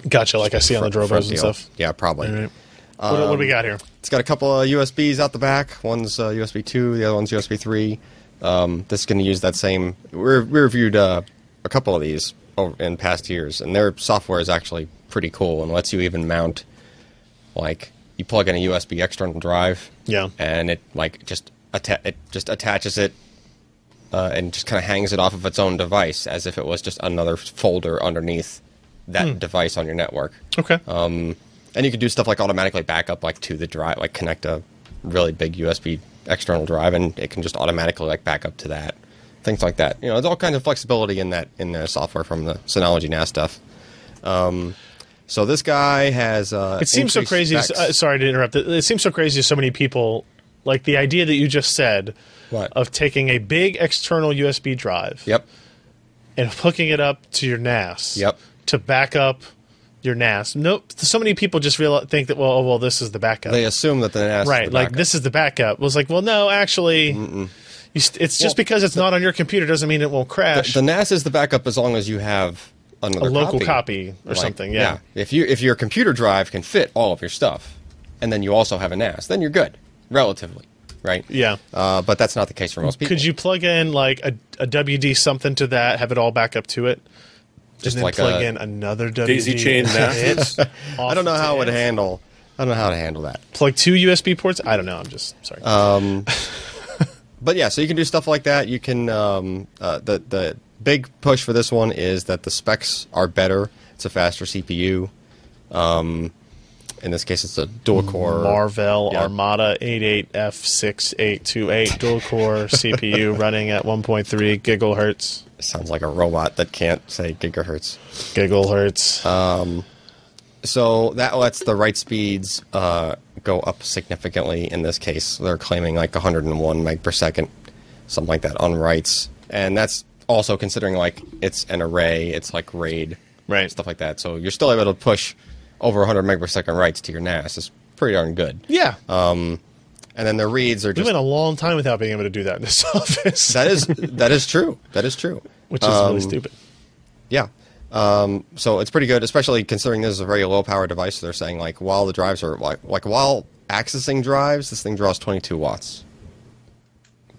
Speaker 1: Gotcha. Like I see on the
Speaker 2: front-
Speaker 1: Drobos
Speaker 2: front
Speaker 1: and
Speaker 2: deal.
Speaker 1: stuff.
Speaker 2: Yeah, probably.
Speaker 1: All right. What, what do we got here?
Speaker 2: It's got a couple of USBs out the back. One's uh, USB 2, the other one's USB 3. Um, this is going to use that same. We we reviewed uh, a couple of these over, in past years, and their software is actually pretty cool and lets you even mount, like, you plug in a USB external drive.
Speaker 1: Yeah.
Speaker 2: And it, like, just, atta- it just attaches it uh, and just kind of hangs it off of its own device as if it was just another folder underneath that device on your network
Speaker 1: Okay.
Speaker 2: and you can do stuff like automatically backup like to the drive like connect a really big usb external drive, and it can just automatically like back up to that. Things like that. You know, there's all kinds of flexibility in that in their software from the Synology NAS stuff. Um, so this guy has. Uh,
Speaker 1: It seems so
Speaker 2: increased
Speaker 1: crazy.
Speaker 2: specs.
Speaker 1: Uh, sorry to interrupt. It, it seems so crazy to so many people. Like the idea that you just said
Speaker 2: What?
Speaker 1: of taking a big external USB drive
Speaker 2: yep.
Speaker 1: and hooking it up to your NAS.
Speaker 2: Yep.
Speaker 1: To back up your NAS. Nope. So many people just realize, think that well, oh, well, this is the backup.
Speaker 2: They assume that the NAS. is
Speaker 1: right.
Speaker 2: the
Speaker 1: like
Speaker 2: backup.
Speaker 1: this is the backup. was like, well, no, actually, you st- it's just
Speaker 2: Well,
Speaker 1: because it's not on your computer doesn't mean it won't crash.
Speaker 2: The NAS is the backup as long as you have another
Speaker 1: a local
Speaker 2: copy.
Speaker 1: copy, or
Speaker 2: Like,
Speaker 1: something. Yeah.
Speaker 2: If you if your computer drive can fit all of your stuff, and then you also have a NAS, then you're good, relatively, right?
Speaker 1: Yeah.
Speaker 2: Uh, but that's not the case for most people.
Speaker 1: Could you plug in like a, a WD something to that, have it all back up to it,
Speaker 2: Just
Speaker 1: and then
Speaker 2: like
Speaker 1: plug
Speaker 2: a-
Speaker 1: in another WD?
Speaker 3: Daisy
Speaker 1: [LAUGHS]
Speaker 3: chain NAS.
Speaker 2: I don't know how it would
Speaker 1: handle.
Speaker 2: handle. I don't know how to handle that.
Speaker 1: plug two USB ports. I don't know. I'm just sorry.
Speaker 2: Uh, but yeah, so you can do stuff like that. You can um, uh, the the big push for this one is that the specs are better. It's a faster CPU. Um, in this case, it's a dual core
Speaker 1: Marvell
Speaker 2: Yeah.
Speaker 1: Armada 88F6828 dual
Speaker 2: [LAUGHS]
Speaker 1: core CPU running at 1.3 gigahertz.
Speaker 2: Sounds like a robot that can't say gigahertz.
Speaker 1: Gigahertz.
Speaker 2: Uh, So that lets the write speeds uh, go up significantly in this case. They're claiming like 101 meg per second, something like that, on writes. And that's also considering like it's an array, it's like RAID,
Speaker 1: Right.
Speaker 2: Stuff like that. So you're still able to push over 100 meg per second writes to your NAS. It's pretty darn good.
Speaker 1: yeah.
Speaker 2: And then the reads are
Speaker 1: we
Speaker 2: Uh, just
Speaker 1: went a long time without being able to do that in this [LAUGHS] office,
Speaker 2: that is that is true. That is true.
Speaker 1: which is
Speaker 2: Um,
Speaker 1: really stupid.
Speaker 2: Yeah. Um, so it's pretty good, especially considering this is a very low power device. They're saying like while the drives are like, like while accessing drives, this thing draws 22 watts.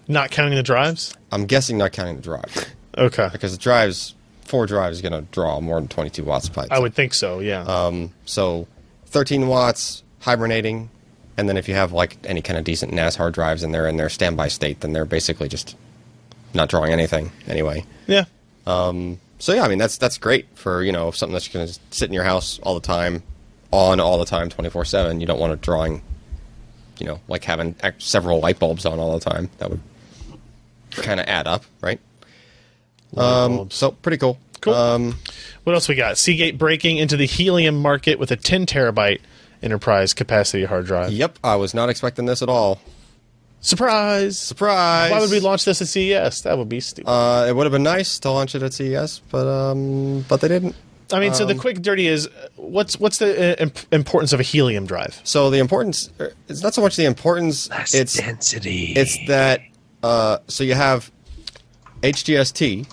Speaker 1: Not counting the drives.
Speaker 2: I'm guessing not counting the drive
Speaker 1: Okay.
Speaker 2: because the drives four drives is going to draw more than 22 watts. By
Speaker 1: I would think so. Yeah.
Speaker 2: um, so 13 watts hibernating, and then if you have like any kind of decent NAS hard drives and they're in their standby state, then they're basically just not drawing anything anyway.
Speaker 1: yeah.
Speaker 2: So yeah, I mean that's that's great for you know something that's going to sit in your house all the time, on all the time, twenty four seven. You don't want it drawing, you know, like having ac- several light bulbs on all the time. That would kind of add up, right? Um, so pretty cool.
Speaker 1: Cool.
Speaker 2: Um,
Speaker 1: What else we got? Seagate breaking into the helium market with a 10 terabyte enterprise capacity hard drive.
Speaker 2: yep, I was not expecting this at all.
Speaker 1: Surprise!
Speaker 2: Surprise!
Speaker 1: Why would we launch this at CES? That would be stupid.
Speaker 2: Uh, it would have been nice to launch it at CES, but um, but they didn't.
Speaker 1: I mean, so the quick dirty is uh, what's what's the uh, imp- importance of a helium drive?
Speaker 2: So the importance er, it's not so much the importance. it's
Speaker 7: density.
Speaker 2: It's that uh, so you have HGST,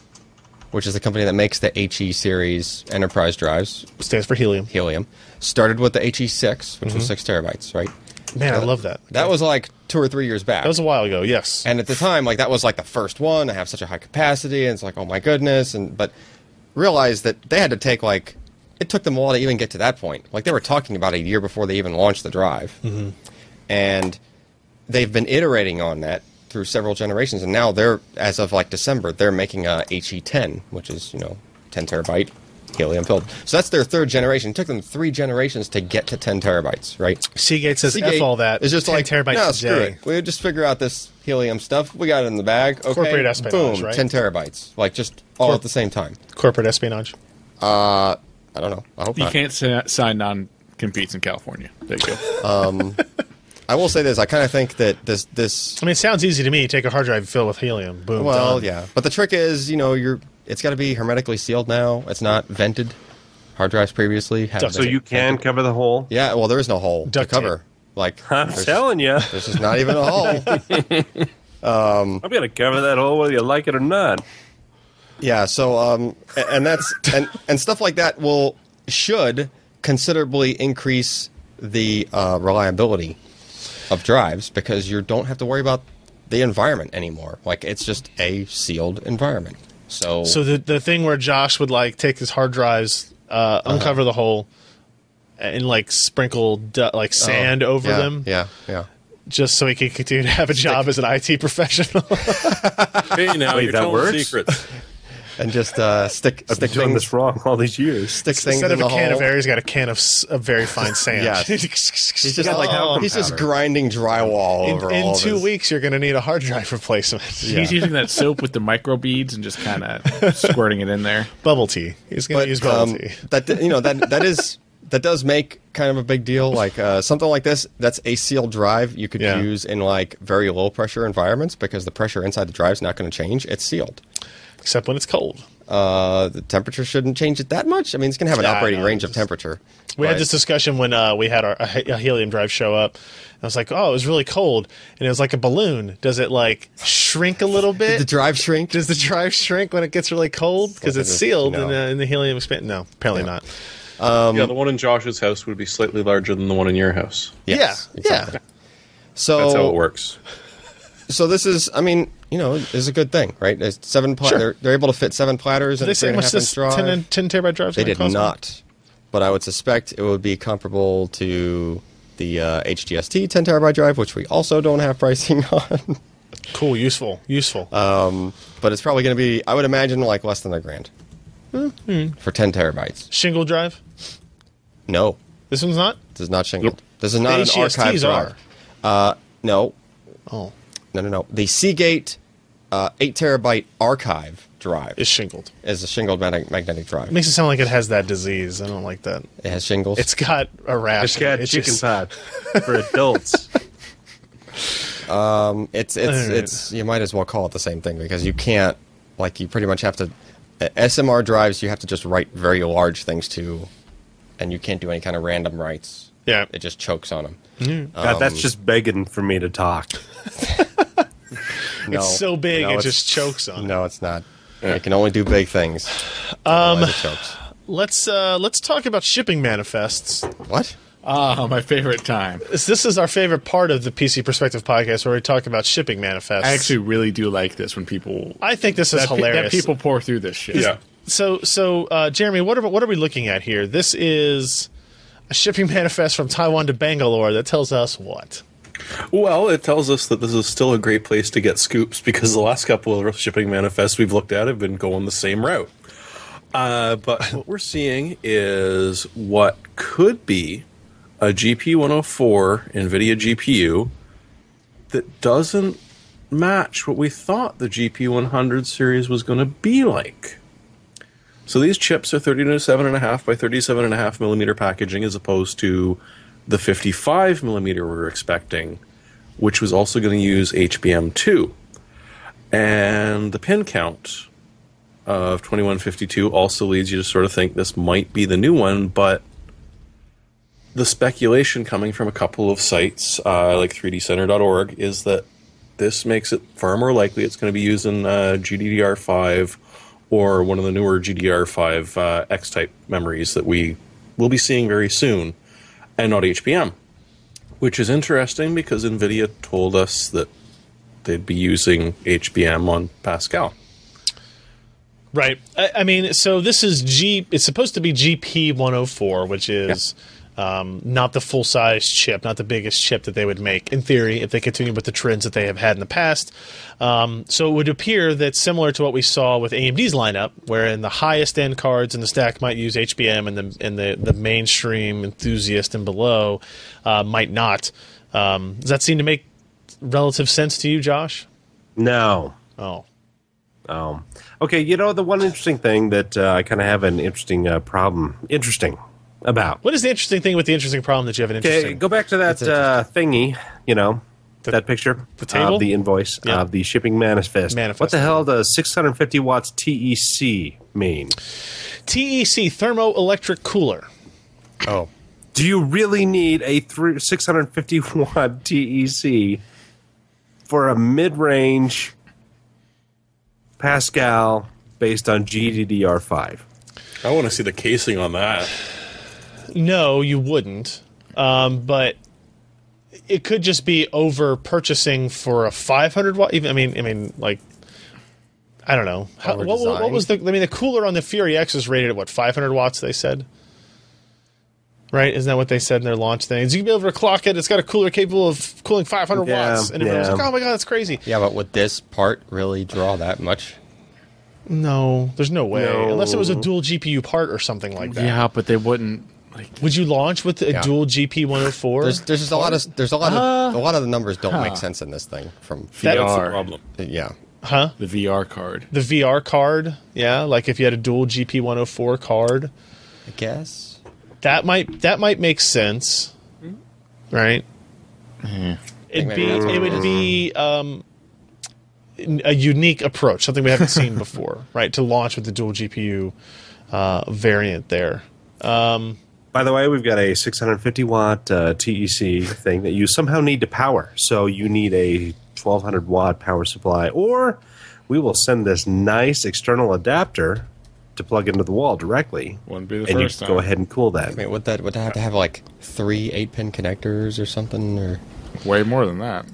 Speaker 2: which is the company that makes the HE series enterprise drives,
Speaker 1: Stands for helium.
Speaker 2: helium. Started with the HE6, which
Speaker 1: Mm-hmm.
Speaker 2: was six terabytes, right?
Speaker 1: Man, I love that.
Speaker 2: That was like two or three years back.
Speaker 1: That was a while ago. Yes.
Speaker 2: and at the time, like that was like the first one. I have such a high capacity, and it's like, oh my goodness. And but realized that they had to take like it took them a while to even get to that point. Like they were talking about a year before they even launched the drive, and they've been iterating on that through several generations. And now they're as of like December, they're making a HE10, which is you know 10 terabyte helium filled. So that's their third generation. It took them three generations to get to 10 terabytes, right?
Speaker 1: Seagate says f all that.
Speaker 2: It's just
Speaker 1: 10
Speaker 2: like
Speaker 1: terabytes
Speaker 2: no,
Speaker 1: a
Speaker 2: screw
Speaker 1: day.
Speaker 2: it. We just figure out this helium stuff. We got it in the bag. Okay,
Speaker 1: Corporate espionage,
Speaker 2: boom,
Speaker 1: right?
Speaker 2: ten terabytes, like just all at the same time.
Speaker 1: Corporate espionage.
Speaker 2: I don't know. I hope
Speaker 5: You
Speaker 2: not.
Speaker 5: can't sa- sign non competes in California. There [LAUGHS] you go.
Speaker 2: I will say this. I kind of think that this this
Speaker 1: I mean, it sounds easy to me. Take a hard drive filled with helium. Boom.
Speaker 2: well,
Speaker 1: done.
Speaker 2: yeah. But the trick is, you know, you're it's got to be hermetically sealed now. It's not vented. Hard drives previously have
Speaker 1: Duck
Speaker 4: So you can cover the hole.
Speaker 2: yeah. Well, there is no hole
Speaker 1: Duct
Speaker 2: to cover.
Speaker 1: tape.
Speaker 2: Like
Speaker 4: I'm
Speaker 2: there's,
Speaker 4: telling you,
Speaker 2: there's just not even
Speaker 1: [LAUGHS]
Speaker 2: a hole.
Speaker 4: I'm gonna cover that hole whether you like it or not.
Speaker 2: Yeah, so um, a- and that's and and stuff like that will should considerably increase the uh, reliability of drives because you don't have to worry about the environment anymore. Like it's just a sealed environment. So, um,
Speaker 1: So the the thing where Josh would like take his hard drives, uh,
Speaker 2: Uh-huh.
Speaker 1: uncover the hole, and like sprinkle du- like sand over
Speaker 2: Uh-huh. yeah,
Speaker 1: them,
Speaker 2: Yeah, yeah.
Speaker 1: just so he could continue to have a job as an IT professional. [LAUGHS]
Speaker 3: hey, now
Speaker 4: Wait,
Speaker 3: you're
Speaker 4: that
Speaker 3: telling
Speaker 4: works?
Speaker 3: secrets.
Speaker 2: and just uh, stick
Speaker 4: I've been
Speaker 2: stick
Speaker 4: doing
Speaker 2: things,
Speaker 4: this wrong all these years.
Speaker 2: stick things
Speaker 1: Instead
Speaker 2: in
Speaker 1: of a
Speaker 2: the
Speaker 1: can of
Speaker 2: hole.
Speaker 1: air, he's got a can of, s- of
Speaker 2: [LAUGHS]
Speaker 1: very fine sand. [LAUGHS]
Speaker 2: Yes. He's just
Speaker 1: Yeah.
Speaker 2: like
Speaker 4: Oh,
Speaker 2: he's just
Speaker 4: powder.
Speaker 2: grinding drywall
Speaker 1: in,
Speaker 2: over
Speaker 1: in
Speaker 2: all of
Speaker 1: two
Speaker 2: his-
Speaker 1: weeks, you're going to need a hard drive [LAUGHS]
Speaker 2: [LAUGHS]
Speaker 1: replacement.
Speaker 5: He's using that soap with the micro beads and just kind of squirting it in there.
Speaker 1: bubble tea. He's going to use
Speaker 2: But
Speaker 1: bubble
Speaker 2: um,
Speaker 1: tea.
Speaker 2: that you know that that is that does make kind of a big deal. Like uh, something like this, that's a sealed drive you could
Speaker 1: Yeah.
Speaker 2: use in like very low pressure environments because the pressure inside the drive is not going to change. It's sealed.
Speaker 1: Except when it's cold.
Speaker 2: Uh, the temperature shouldn't change it that much. I mean, it's going to have an
Speaker 1: Yeah, I
Speaker 2: operating
Speaker 1: know,
Speaker 2: range
Speaker 1: it's
Speaker 2: of
Speaker 1: just-
Speaker 2: temperature.
Speaker 1: We
Speaker 2: but-
Speaker 1: had this discussion when uh, we had our a he- a helium drive show up. I was like, "Oh, it was really cold, and it was like a balloon. Does it like shrink a
Speaker 2: [LAUGHS]
Speaker 1: little bit?
Speaker 2: [LAUGHS] the drive shrink.
Speaker 1: Does the drive shrink when it gets really cold because
Speaker 2: Like
Speaker 1: it's
Speaker 2: it is-
Speaker 1: sealed in,
Speaker 2: no.
Speaker 1: the, in the helium expand? No, apparently not.
Speaker 3: yeah, the one in Josh's house would be slightly larger than the one in your house.
Speaker 2: Yes,
Speaker 1: yeah,
Speaker 2: exactly. So
Speaker 3: That's how it works.
Speaker 2: so this is, I mean, you know, is a good thing, right? It's seven pla-
Speaker 1: Sure.
Speaker 2: they're, they're able to fit seven platters
Speaker 1: Did
Speaker 2: in
Speaker 1: they
Speaker 2: a three
Speaker 1: say
Speaker 2: and a
Speaker 1: much
Speaker 2: half
Speaker 1: this
Speaker 2: inch drive.
Speaker 1: 10, 10 terabyte drive?
Speaker 2: they did not, but I would suspect it would be comparable to the uh, HGST 10 terabyte drive, which we also don't have [LAUGHS] pricing on.
Speaker 1: Cool, useful, useful.
Speaker 2: Uh, but it's probably going to be, I would imagine, like less than a grand
Speaker 1: Hmm.
Speaker 2: for 10 terabytes.
Speaker 1: Shingle drive.
Speaker 2: No,
Speaker 1: This one's not.
Speaker 2: this is not shingled. This is not
Speaker 1: The
Speaker 2: an archive
Speaker 1: HGSTs are.
Speaker 2: drive. Uh, no,
Speaker 1: Oh,
Speaker 2: no, no, no. The Seagate uh, 8 terabyte archive drive
Speaker 1: it's shingled.
Speaker 2: is a shingled mag- magnetic drive.
Speaker 1: It makes it sound like it has that disease. I don't like that.
Speaker 2: It has shingles.
Speaker 1: It's got a rash.
Speaker 4: It's got
Speaker 1: It
Speaker 4: chicken
Speaker 1: just-
Speaker 4: pot
Speaker 2: [LAUGHS]
Speaker 4: for adults.
Speaker 2: It's it's
Speaker 1: Alright.
Speaker 2: it's you might as well call it the same thing because you can't like you pretty much have to uh, SMR drives you have to just write very large things to, and you can't do any kind of random writes.
Speaker 1: Yeah.
Speaker 2: it just chokes on them.
Speaker 4: God, that's just begging for me to talk.
Speaker 2: No,
Speaker 1: It's so big,
Speaker 2: no,
Speaker 1: it
Speaker 2: it's-
Speaker 1: just chokes on. it.
Speaker 2: No, it's not. It can only do big things. Um, it chokes.
Speaker 1: Let's uh, let's talk about shipping manifests.
Speaker 2: What?
Speaker 5: [LAUGHS] Ah, my favorite time.
Speaker 1: This, this is our favorite part of the PC Perspective podcast, where we talk about shipping manifests.
Speaker 5: I actually really do like this when people
Speaker 1: I think this is
Speaker 5: that, pe-
Speaker 1: hilarious.
Speaker 5: that people pour through this shit.
Speaker 3: Yeah.
Speaker 1: So, so uh, Jeremy, what are what are we looking at here? This is a shipping [LAUGHS] manifest from Taiwan to Bangalore that tells us what.
Speaker 3: Well, it tells us that this is still a great place to get scoops because the last couple of shipping manifests we've looked at have been going the same route. Uh, but [LAUGHS] what we're seeing is what could be a GP 104 NVIDIA GPU that doesn't match what we thought the GP 100 series was going to be like. So these chips are 37.5 by 37.5 millimeter packaging as opposed to the 55 millimeter we were expecting, which was also going to use HBM2. And the pin count of 2152 also leads you to sort of think this might be the new one, but the speculation coming from a couple of sites uh, like 3dcenter.org is that this makes it far more likely it's going to be using uh, GDDR5 or one of the newer GDDR5 uh, X type memories that we will be seeing very soon and not HBM, which is interesting because NVIDIA told us that they'd be using HBM on Pascal.
Speaker 1: Right. I, I mean, so this is G. It's supposed to be GP 104, which is um, not the full size chip, not the biggest chip that they would make in theory if they continue with the trends that they have had in the past. Um, so it would appear that similar to what we saw with AMD's lineup, wherein the highest end cards in the stack might use HBM, and the and the, the mainstream enthusiast and below uh, might not. Um, does that seem to make relative sense to you, Josh?
Speaker 4: No.
Speaker 1: Oh,
Speaker 4: Um, okay, you know, the one interesting thing that uh, I kind of have an interesting uh, problem, interesting about.
Speaker 1: what is the interesting thing with the interesting problem that you have an interesting?
Speaker 4: Okay, go back to that uh, thingy, you know, that picture.
Speaker 1: the table?
Speaker 4: Of the invoice,
Speaker 1: Yeah.
Speaker 4: of the shipping manifest.
Speaker 1: Manifest.
Speaker 4: What the hell does 650 watts TEC mean?
Speaker 1: TEC E thermoelectric cooler.
Speaker 2: Oh,
Speaker 4: Do you really need a three, 650 [LAUGHS] watt TEC for a mid range Pascal based on GDDR5?
Speaker 3: I want to see the casing on that.
Speaker 1: No, you wouldn't. Um, but it could just be over purchasing for a 500 watt. Even I mean, I mean, like I don't know. How,
Speaker 2: Over
Speaker 1: what, what- what
Speaker 2: design?
Speaker 1: was the? I mean, the cooler on the Fury X is rated at what 500 watts? They said. Right? Isn't that what they said in their launch things? You can be able to clock it. It's got a cooler capable of cooling 500
Speaker 4: Yeah,
Speaker 1: watts. And everyone was
Speaker 4: yeah.
Speaker 1: like, oh my God, that's crazy.
Speaker 2: yeah, but would this part really draw that much?
Speaker 1: No, there's no way.
Speaker 4: No.
Speaker 1: Unless it was a dual GPU part or something like that.
Speaker 5: Yeah, but they wouldn't. Like,
Speaker 1: Would you launch with a
Speaker 2: Yeah.
Speaker 1: dual GP 104?
Speaker 2: There's there's just a lot of there's a lot of a lot of the numbers don't make sense in this thing. From
Speaker 1: That-
Speaker 3: That's the
Speaker 5: VR.
Speaker 3: problem.
Speaker 2: yeah,
Speaker 1: huh?
Speaker 5: the VR card.
Speaker 1: The VR card, yeah. Like if you had a dual GP 104 card,
Speaker 2: I guess.
Speaker 1: that might that might make sense, right? It'd be
Speaker 2: Hmm. Maybe that's
Speaker 1: it would be um, a unique approach, something we haven't seen before, [LAUGHS] right? To launch with the dual GPU uh, variant there.
Speaker 4: By the way, we've got a 650 watt uh, TEC thing that you somehow need to power. So you need a 1200 watt power supply, or we will send this nice external adapter to plug into the wall directly.
Speaker 5: Wouldn't be the
Speaker 4: and you
Speaker 5: first
Speaker 4: can
Speaker 5: time.
Speaker 4: go ahead and cool that.
Speaker 2: I mean, would that would that have to have like three eight pin connectors or something? Or
Speaker 5: Way more than that.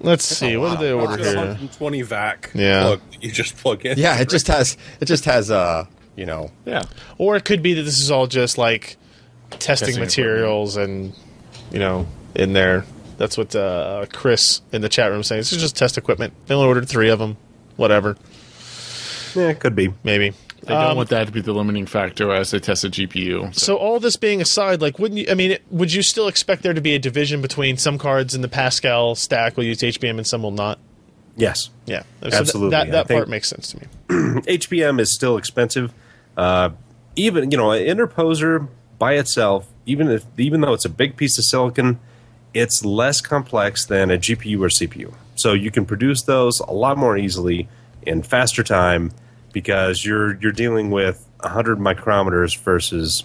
Speaker 1: Let's see. What did they order
Speaker 3: It's a
Speaker 1: here?
Speaker 3: 120 vac.
Speaker 1: Yeah.
Speaker 3: Plug that you just plug in.
Speaker 2: yeah, it just has it just has uh you know
Speaker 5: Yeah.
Speaker 1: Or it could be that this is all just like testing,
Speaker 5: Testing
Speaker 1: materials and you know in there. That's what uh, Chris in the chat room is saying. This is just test equipment. They only ordered three of them. Whatever,
Speaker 4: Yeah, it could be.
Speaker 1: maybe.
Speaker 5: They don't want that to be the limiting factor as they test a GPU.
Speaker 1: Um,
Speaker 5: Um, So,
Speaker 1: So all this being aside, like, wouldn't you? I mean, would you still expect there to be a division between some cards in the Pascal stack will use HBM and some will not?
Speaker 4: Yes.
Speaker 1: Yeah, So
Speaker 4: Absolutely.
Speaker 1: That,
Speaker 4: I
Speaker 1: that, that
Speaker 4: think-
Speaker 1: part makes sense to me.
Speaker 4: HBM is still expensive. Uh, even you know, an interposer by itself, even if even though it's a big piece of silicon, it's less complex than a GPU or CPU. So you can produce those a lot more easily in faster time because you're you're dealing with 100 micrometers versus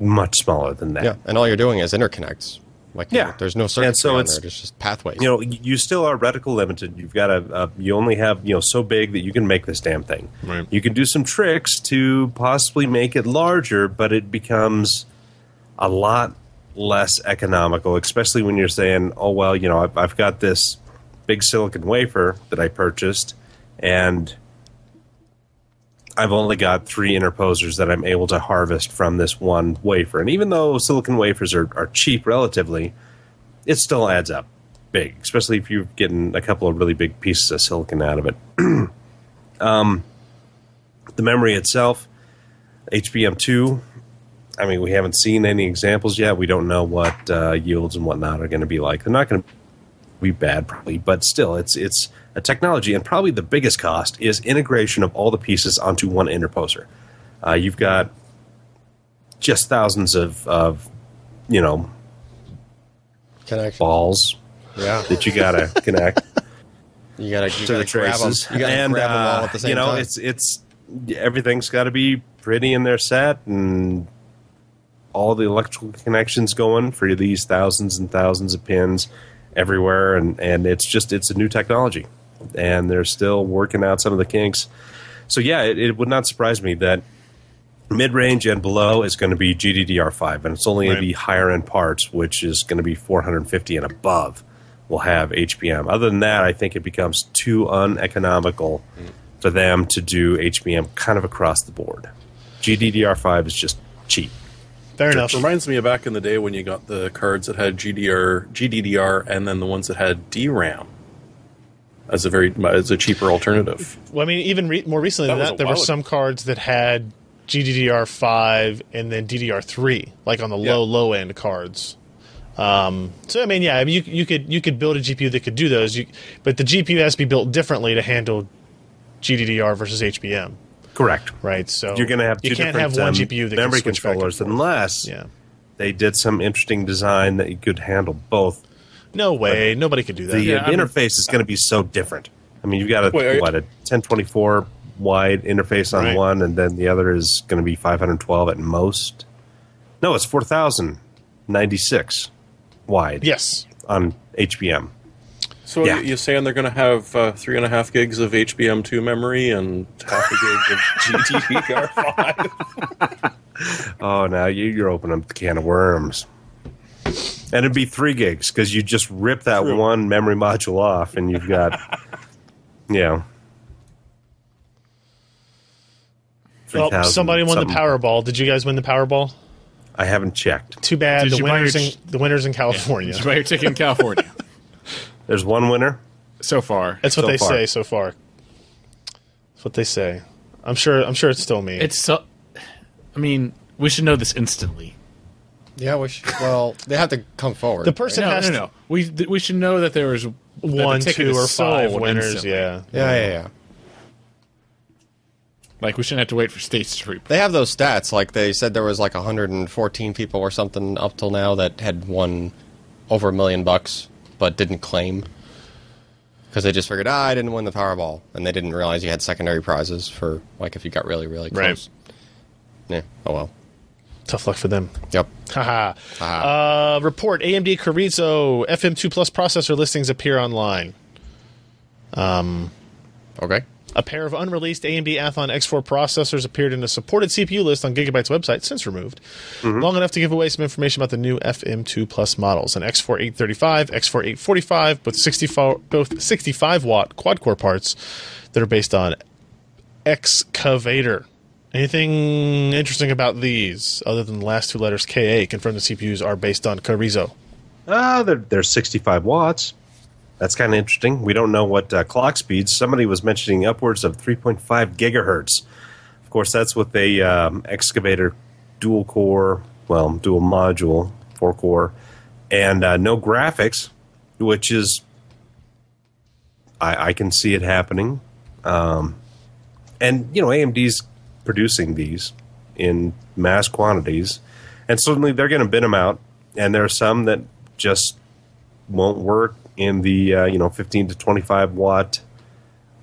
Speaker 4: much smaller than that.
Speaker 2: yeah, and all you're doing is interconnects. Like
Speaker 4: Yeah.
Speaker 2: there's no
Speaker 4: And
Speaker 2: circuitry
Speaker 4: so
Speaker 2: on
Speaker 4: it's-
Speaker 2: there. There's just pathways.
Speaker 4: you know y- you still are reticle limited you've got a, a you only have you know so big that you can make this damn thing
Speaker 1: Right.
Speaker 4: you can do some tricks to possibly make it larger but it becomes a lot less economical especially when you're saying oh well you know i've, I've got this big silicon wafer that i purchased and I've only got three interposers that I'm able to harvest from this one wafer. And even though silicon wafers are, are cheap relatively, it still adds up big, especially if you're getting a couple of really big pieces of silicon out of it. um, the memory itself, HBM2, I mean, we haven't seen any examples yet. We don't know what uh, yields and whatnot are going to be like. They're not going to be bad, probably, but still, it's it's a technology, and probably the biggest cost is integration of all the pieces onto one interposer. Uh, you've got just thousands of, of you know
Speaker 2: connection.
Speaker 4: balls
Speaker 2: Yeah,
Speaker 4: that you gotta connect
Speaker 2: you gotta, you
Speaker 4: to the
Speaker 2: gotta grab 'em.
Speaker 4: traces.
Speaker 2: You gotta
Speaker 4: and
Speaker 2: grab 'em all
Speaker 4: uh,
Speaker 2: at the same
Speaker 4: you know,
Speaker 2: time.
Speaker 4: it's it's everything's got to be pretty in their set, and all the electrical connections going for these thousands and thousands of pins everywhere, and and it's just it's a new technology, and they're still working out some of the kinks. So yeah, it, it would not surprise me that mid-range and below is going to be GDDR5, and it's only
Speaker 1: Right.
Speaker 4: the higher-end parts, which is going to be 450 and above, will have HBM. Other than that, I think it becomes too uneconomical for them to do HBM kind of across the board. GDDR5 is just cheap.
Speaker 1: Fair enough.
Speaker 3: Reminds me of back in the day when you got the cards that had GDR, GDDR, and then the ones that had DRAM as a very as a cheaper alternative.
Speaker 1: Well, I mean, even re- more recently
Speaker 3: That
Speaker 1: than
Speaker 3: was
Speaker 1: that,
Speaker 3: a
Speaker 1: there were
Speaker 3: while ago.
Speaker 1: some cards that had GDDR5 and then DDR3, like on the
Speaker 3: Yeah.
Speaker 1: low low end cards. Um, so I mean, yeah, I mean, you you could you could build a GPU that could do those, you, but the GPU has to be built differently to handle GDDR versus HBM,
Speaker 4: Correct.
Speaker 1: right? So
Speaker 4: You're going to have two
Speaker 1: you can't
Speaker 4: different
Speaker 1: have one
Speaker 4: um,
Speaker 1: GPU that
Speaker 4: memory
Speaker 1: can switch back and
Speaker 4: controllers
Speaker 1: forth.
Speaker 4: unless
Speaker 1: Yeah,
Speaker 4: they did some interesting design that you could handle both.
Speaker 1: no way, nobody could do that.
Speaker 4: The
Speaker 5: Yeah,
Speaker 4: uh,
Speaker 5: I mean-
Speaker 4: interface is going to be so different. I mean, you've got a
Speaker 3: Wait, are you-
Speaker 4: what a 1024 wide interface on
Speaker 1: Right.
Speaker 4: one, and then the other is going to be 512 at most. No, it's 4096 wide
Speaker 1: Yes,
Speaker 4: on HBM.
Speaker 3: So
Speaker 4: Yeah.
Speaker 3: you- you're saying they're going to have uh, three and a half gigs of HBM2 memory and half a gig of GDDR5?
Speaker 4: Oh, now you, you're opening up the can of worms. And it'd be three gigs because you just rip that one memory [LAUGHS] module off, and you've got, you know.
Speaker 1: well,
Speaker 4: 3,000
Speaker 1: somebody won
Speaker 4: something.
Speaker 1: the Powerball. Did you guys win the Powerball?
Speaker 4: I haven't checked.
Speaker 1: Too bad
Speaker 5: Did
Speaker 1: the
Speaker 5: you buy your
Speaker 1: winners in
Speaker 5: ch-
Speaker 1: the winners in California.
Speaker 5: Did you buy your ticket in [LAUGHS] California
Speaker 4: There's one winner.
Speaker 5: so far.
Speaker 1: That's what
Speaker 4: so
Speaker 1: they
Speaker 4: far.
Speaker 1: say so far. That's what they say. I'm sure. I'm sure it's still me.
Speaker 5: It's so. I mean, we should know this instantly.
Speaker 2: Yeah, we should, well, they have to come forward.
Speaker 1: the person
Speaker 5: No,
Speaker 1: has
Speaker 5: no,
Speaker 1: to-
Speaker 5: no. We th- we should know that there was that the
Speaker 1: one,
Speaker 5: ticket
Speaker 1: two,
Speaker 5: is
Speaker 1: or five
Speaker 5: sold
Speaker 1: winners.
Speaker 5: instantly.
Speaker 1: Yeah.
Speaker 2: Yeah, yeah, yeah.
Speaker 5: Like we shouldn't have to wait for State Street.
Speaker 2: They have those stats. Like they said, there was like 114 people or something up till now that had won over a million bucks, but didn't claim because they just figured, ah, I didn't win the Powerball, and they didn't realize you had secondary prizes for like if you got really, really
Speaker 1: Right.
Speaker 2: close. Yeah. Oh well.
Speaker 1: Tough luck for them.
Speaker 2: Yep.
Speaker 1: Haha.
Speaker 2: Ah.
Speaker 1: Uh, report AMD Carrizo FM2 Plus processor listings appear online.
Speaker 2: Okay.
Speaker 1: A pair of unreleased AMD Athlon X4 processors appered in a supported CPU list on Gigabyte's website, since removed, long enough to give away some information about the new FM2 Plus models an X4 835, X4 845, with 64, both 65 watt quad core parts that are based on Excavator. Anything interesting about these other than the last two letters KA confirm the CPUs are based on Carrizo?
Speaker 4: Ah, they're, they're 65 watts. That's kind of interesting. We don't know what uh, clock speeds. Somebody was mentioning upwards of 3.5 gigahertz. Of course, that's with a um, excavator dual core, well, dual module, four core, and uh, no graphics, which is, I, I can see it happening. Um, and, you know, AMD's producing these in mass quantities. And suddenly they're going to bin them out. And there are some that just won't work in the uh, you know 15 to 25 watt.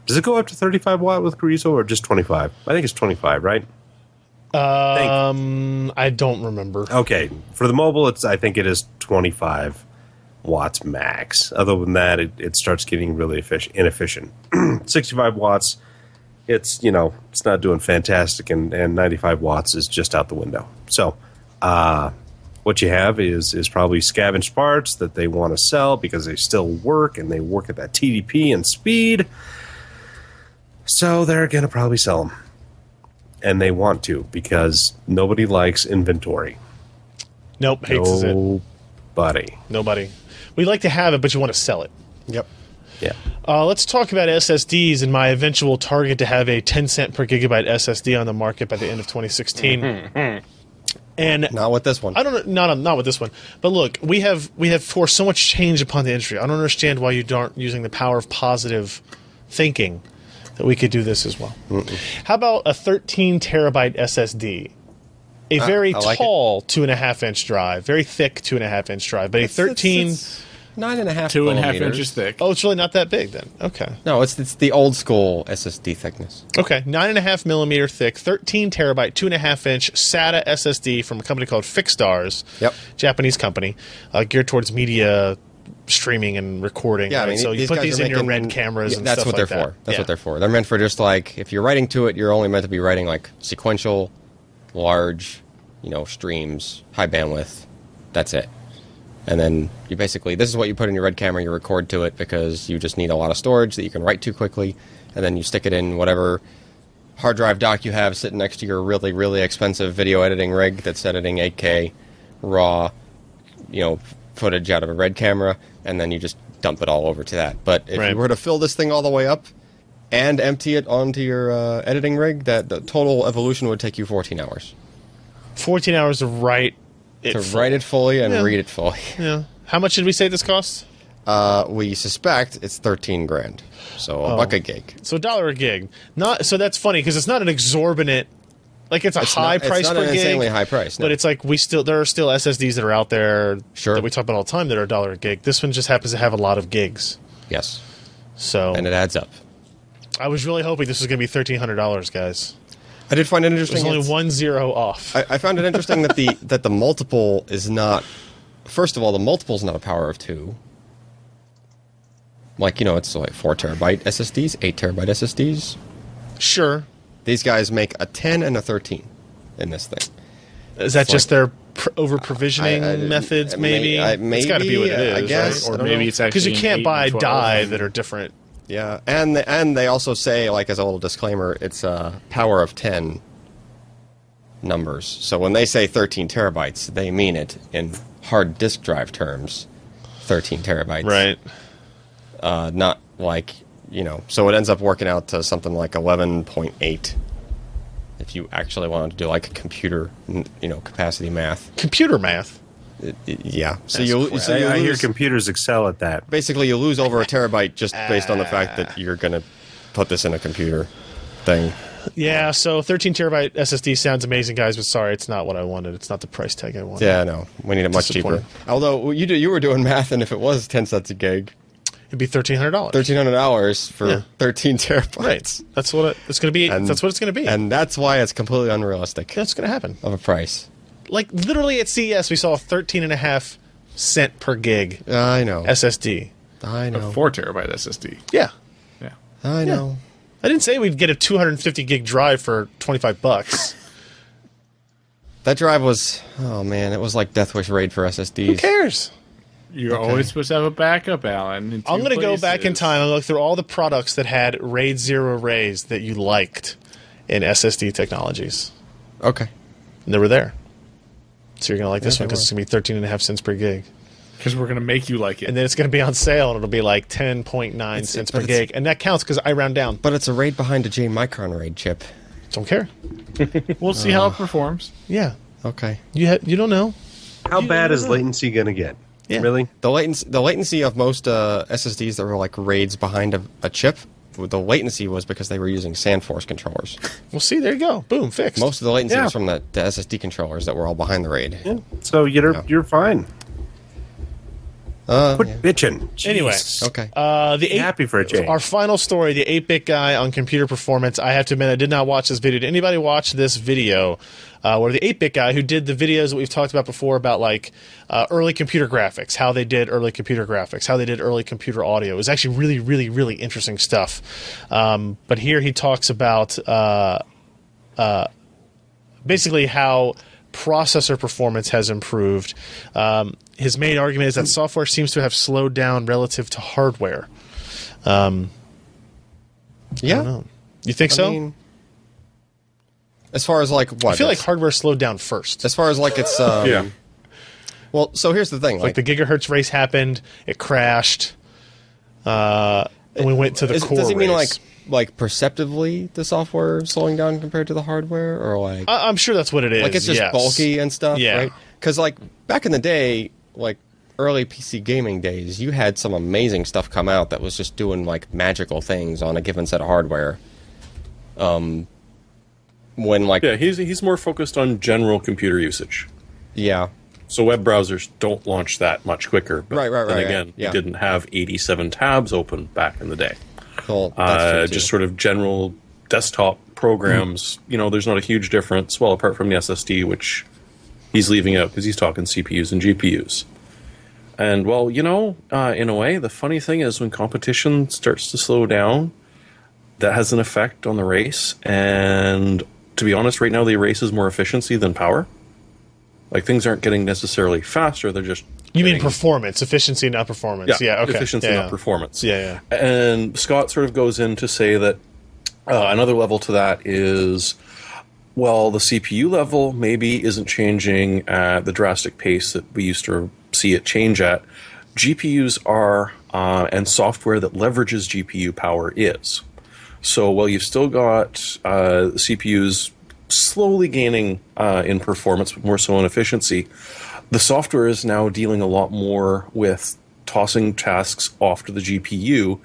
Speaker 4: Does it go up to 35 watt with Carrizo or just 25? I think it's 25, right? Um,
Speaker 1: Mm, I don't remember.
Speaker 4: okay. For the mobile, it's I think it is 25 watts max. Other than that, it, it starts getting really effic- inefficient. [CLEARS THROAT] 65 watts, it's you know it's not doing fantastic, and, and 95 watts is just out the window. So, uh, what you have is is probably scavenged parts that they want to sell because they still work and they work at that TDP and speed. So they're gonna probably sell them, and they want to because nobody likes inventory.
Speaker 1: Nope, hates is it.
Speaker 4: Nobody.
Speaker 1: Nobody. We like to have it, but you want to sell it.
Speaker 2: Yep.
Speaker 4: Yeah.
Speaker 1: Uh, let's talk about SSDs and my eventual target to have a 10 cent per gigabyte SSD on the market by the end of 2016.
Speaker 2: Mm-hmm.
Speaker 1: and
Speaker 2: Not with this one.
Speaker 1: I don't know, not not with this one, but look, we have we have forced so much change upon the industry. I don't understand why you aren't using the power of positive thinking that we could do this as well. How about a 13 terabyte SSD? A very
Speaker 2: I like it.
Speaker 1: tall two and a half inch drive, very thick two and a half inch drive, but a 13.
Speaker 2: It's- it's nine and a half.
Speaker 5: Two and a half
Speaker 2: millimeters.
Speaker 5: inches thick.
Speaker 1: oh, it's really not that big then. Okay.
Speaker 2: No, it's it's the old school SSD thickness.
Speaker 1: Okay, nine and a half millimeter thick, thirteen terabyte, two and a half inch SATA SSD from a company called Fixstars,
Speaker 2: Yep.
Speaker 1: Japanese company, uh, geared towards media streaming and recording.
Speaker 2: Yeah, I
Speaker 1: right?
Speaker 2: mean,
Speaker 1: so you put
Speaker 2: guys
Speaker 1: these
Speaker 2: are
Speaker 1: in your
Speaker 2: making-
Speaker 1: red cameras.
Speaker 2: Yeah,
Speaker 1: and
Speaker 2: that's
Speaker 1: stuff
Speaker 2: what
Speaker 1: like
Speaker 2: they're
Speaker 1: that.
Speaker 2: for. That's
Speaker 1: Yeah.
Speaker 2: what they're for. They're meant for just like if you're writing to it, you're only meant to be writing like sequential, large, you know, streams, high bandwidth. That's it. And then you basically this is what you put in your red camera. You record to it because you just need a lot of storage that you can write to quickly, and then you stick it in whatever hard drive dock you have sitting next to your really really expensive video editing rig that's editing 8K raw you know footage out of a red camera and then you just dump it all over to that but if
Speaker 1: Right.
Speaker 2: you were to fill this thing all the way up and empty it onto your uh, editing rig that the total evolution would take you 14 hours
Speaker 1: Fourteen hours to write. It
Speaker 2: to
Speaker 1: full.
Speaker 2: write it fully and
Speaker 1: Yeah.
Speaker 2: read it fully [LAUGHS]
Speaker 1: Yeah. How much did we say this costs?
Speaker 2: uh, we suspect it's 13 grand so
Speaker 1: Oh.
Speaker 2: a buck a gig
Speaker 1: So a dollar a gig. Not so that's funny because it's not an exorbitant. Like it's a
Speaker 2: not-
Speaker 1: high
Speaker 2: it's
Speaker 1: price
Speaker 2: not
Speaker 1: per
Speaker 2: an
Speaker 1: gig,
Speaker 2: insanely high price, no.
Speaker 1: But it's like we still there are still SSDs that are out there
Speaker 2: Sure.
Speaker 1: that we talk about all the time that are a dollar a gig. This one just happens to have a lot of gigs.
Speaker 2: yes
Speaker 1: So
Speaker 2: and it adds up
Speaker 1: I was really hoping this was going to be thirteen hundred dollars, guys.
Speaker 2: i did find it
Speaker 1: There's
Speaker 2: interesting
Speaker 1: only
Speaker 2: it's-
Speaker 1: one zero off.
Speaker 2: I, I found it interesting
Speaker 1: [LAUGHS]
Speaker 2: that the that the multiple is not. First of all, the multiple is not a power of two. Like you know, it's like four terabyte SSDs, eight terabyte SSDs.
Speaker 1: sure,
Speaker 2: These guys make a ten and a thirteen in this thing.
Speaker 1: is that just
Speaker 2: like-
Speaker 1: their pr- over provisioning
Speaker 2: I- I-
Speaker 1: methods?
Speaker 2: I-
Speaker 1: Maybe
Speaker 2: I-
Speaker 1: it's got to be what it
Speaker 2: maybe,
Speaker 1: is,
Speaker 2: I guess.
Speaker 1: right?
Speaker 2: I
Speaker 5: or
Speaker 2: don't
Speaker 5: maybe
Speaker 2: know.
Speaker 5: it's actually
Speaker 1: because you
Speaker 5: an
Speaker 1: can't
Speaker 5: eight
Speaker 1: buy
Speaker 5: and 12
Speaker 1: die
Speaker 5: and-
Speaker 1: that are different.
Speaker 2: Yeah, and the, and they also say like as a little disclaimer, it's a power of ten numbers. So when they say thirteen terabytes, they mean it in hard disk drive terms, thirteen terabytes.
Speaker 1: Right.
Speaker 2: uh, not like you know, so it ends up working out to something like 11.8 if you actually wanted to do like computer, n- you know, capacity math.
Speaker 1: Computer math.
Speaker 2: It- it- yeah. So
Speaker 1: That's
Speaker 2: you,
Speaker 1: crap.
Speaker 2: so you
Speaker 4: I, I hear
Speaker 2: lose,
Speaker 4: computers excel at that.
Speaker 2: basically you lose over a terabyte just based on the fact
Speaker 4: Ah.
Speaker 2: that you're going to put this in a computer thing.
Speaker 1: Yeah, so 13 terabyte SSD sounds amazing, guys, but sorry, it's not what I wanted. It's not the price tag I wanted.
Speaker 2: Yeah, no, we need it much cheaper.
Speaker 1: Disappointing.
Speaker 2: Although you do, you were doing math, and if it was 10 cents a gig,
Speaker 1: It'd be $1,300.
Speaker 2: thirteen hundred hours for
Speaker 1: Yeah.
Speaker 2: thirteen [LAUGHS] terabytes.
Speaker 1: Right. That's what it, it's going to be.
Speaker 2: And-
Speaker 1: that's what it's going to be.
Speaker 2: and that's why it's completely unrealistic
Speaker 1: that's going to happen.
Speaker 2: of a price.
Speaker 1: Like, literally at CES, we saw a 13 and a half cent per gig
Speaker 2: I know.
Speaker 1: SSD.
Speaker 2: I know.
Speaker 5: Four terabyte SSD.
Speaker 1: Yeah.
Speaker 5: Yeah.
Speaker 2: I know.
Speaker 1: I didn't say we'd get a 250 gig drive for 25 bucks.
Speaker 2: That drive was oh man, it was like Death Wish raid for SSDs.
Speaker 1: Who cares?
Speaker 5: You're always supposed to have a backup, Alan. in
Speaker 1: I'm
Speaker 5: two
Speaker 1: going to go back in
Speaker 5: places.
Speaker 1: time and look through all the products that had RAID 0 arrays that you liked in SSD technologies.
Speaker 2: Okay.
Speaker 1: And they were there. So you're going to like this
Speaker 2: Yeah,
Speaker 1: one
Speaker 2: they
Speaker 1: because it's going to be 13 and a half cents per gig.
Speaker 5: because we're gonna make you like it.
Speaker 1: And then it's going to be on sale and it'll be like 10.9
Speaker 2: It's-
Speaker 1: cents
Speaker 2: but
Speaker 1: per
Speaker 2: it's-
Speaker 1: gig. And that counts because I round down.
Speaker 2: But it's a raid behind a J Micron raid chip.
Speaker 1: Don't care.
Speaker 5: we'll see how it performs.
Speaker 1: Yeah.
Speaker 2: Okay.
Speaker 1: You, ha- you don't know.
Speaker 4: How bad is latency going to get?
Speaker 1: Yeah.
Speaker 4: Really?
Speaker 2: The latency the latency of most uh, SSDs that were like raids behind a, a chip, the latency was because they were using SandForce controllers.
Speaker 1: Well, see, there you go. Boom, fixed.
Speaker 2: Most of the latency
Speaker 4: Yeah.
Speaker 2: was from the, the SSD controllers that were all behind the raid.
Speaker 4: Yeah. So you're
Speaker 2: Yeah.
Speaker 4: you're fine.
Speaker 2: Uh,
Speaker 4: Quit
Speaker 2: yeah.
Speaker 4: bitching.
Speaker 1: Anyway.
Speaker 4: Jeez.
Speaker 2: Okay.
Speaker 1: Uh, the eight,
Speaker 4: Happy for a change.
Speaker 1: Our final story: the 8-bit guy on computer performance. I have to admit, I did not watch this video. Did anybody watch this video? Uh, where the 8-bit guy who did the videos that we've talked about before about like uh, early computer graphics, how they did early computer graphics, how they did early computer audio. It was actually really, really, really interesting stuff. Um, but here he talks about. Uh, basically how processor performance has improved. Um, his main argument is that software seems to have slowed down relative to hardware. I
Speaker 2: yeah.
Speaker 1: don't know. You think so?
Speaker 2: I mean, as far as like what?
Speaker 1: I feel like
Speaker 2: As-
Speaker 1: hardware slowed down first.
Speaker 2: as far as like it's um,
Speaker 3: Yeah.
Speaker 2: Well, so here's the thing.
Speaker 1: Like
Speaker 2: Like,
Speaker 1: the gigahertz race happened, it crashed, uh, and we went to the
Speaker 2: is-
Speaker 1: core.
Speaker 2: does he mean like
Speaker 1: race.
Speaker 2: like perceptively the software slowing down compared to the hardware, or like
Speaker 1: I- I'm sure that's what it is.
Speaker 2: like it's just
Speaker 1: yes.
Speaker 2: bulky and stuff,
Speaker 1: Yeah.
Speaker 2: right? Because like back in the day, like early PC gaming days, you had some amazing stuff come out that was just doing like magical things on a given set of hardware. Um, when like
Speaker 3: Yeah, he's he's more focused on general computer usage.
Speaker 2: yeah,
Speaker 3: So web browsers don't launch that much quicker. But
Speaker 2: Right, right,
Speaker 3: then
Speaker 2: right,
Speaker 3: again,
Speaker 2: yeah.
Speaker 3: we didn't have 87 tabs open back in the day.
Speaker 2: well, that's true,
Speaker 3: Uh,
Speaker 2: too.
Speaker 3: just sort of general desktop programs.
Speaker 1: Mm-hmm.
Speaker 3: You know, there's not a huge difference. Well, apart from the SSD, which he's leaving out because he's talking CPUs and GPUs. And well, you know, uh, in a way, the funny thing is when competition starts to slow down, that has an effect on the race. And to be honest, right now the race is more efficiency than power. Like things aren't getting necessarily faster; they're just
Speaker 1: You mean
Speaker 3: getting-
Speaker 1: performance, efficiency, not performance? Yeah. okay.
Speaker 3: Efficiency,
Speaker 1: yeah.
Speaker 3: not performance.
Speaker 1: Yeah,
Speaker 3: And Scott sort of goes in to say that uh, another level to that is, well, the CPU level maybe isn't changing at the drastic pace that we used to see it change at. GPUs are, uh, and software that leverages GPU power is. So while you've still got uh, CPUs slowly gaining uh, in performance, but more so in efficiency, the software is now dealing a lot more with tossing tasks off to the GPU.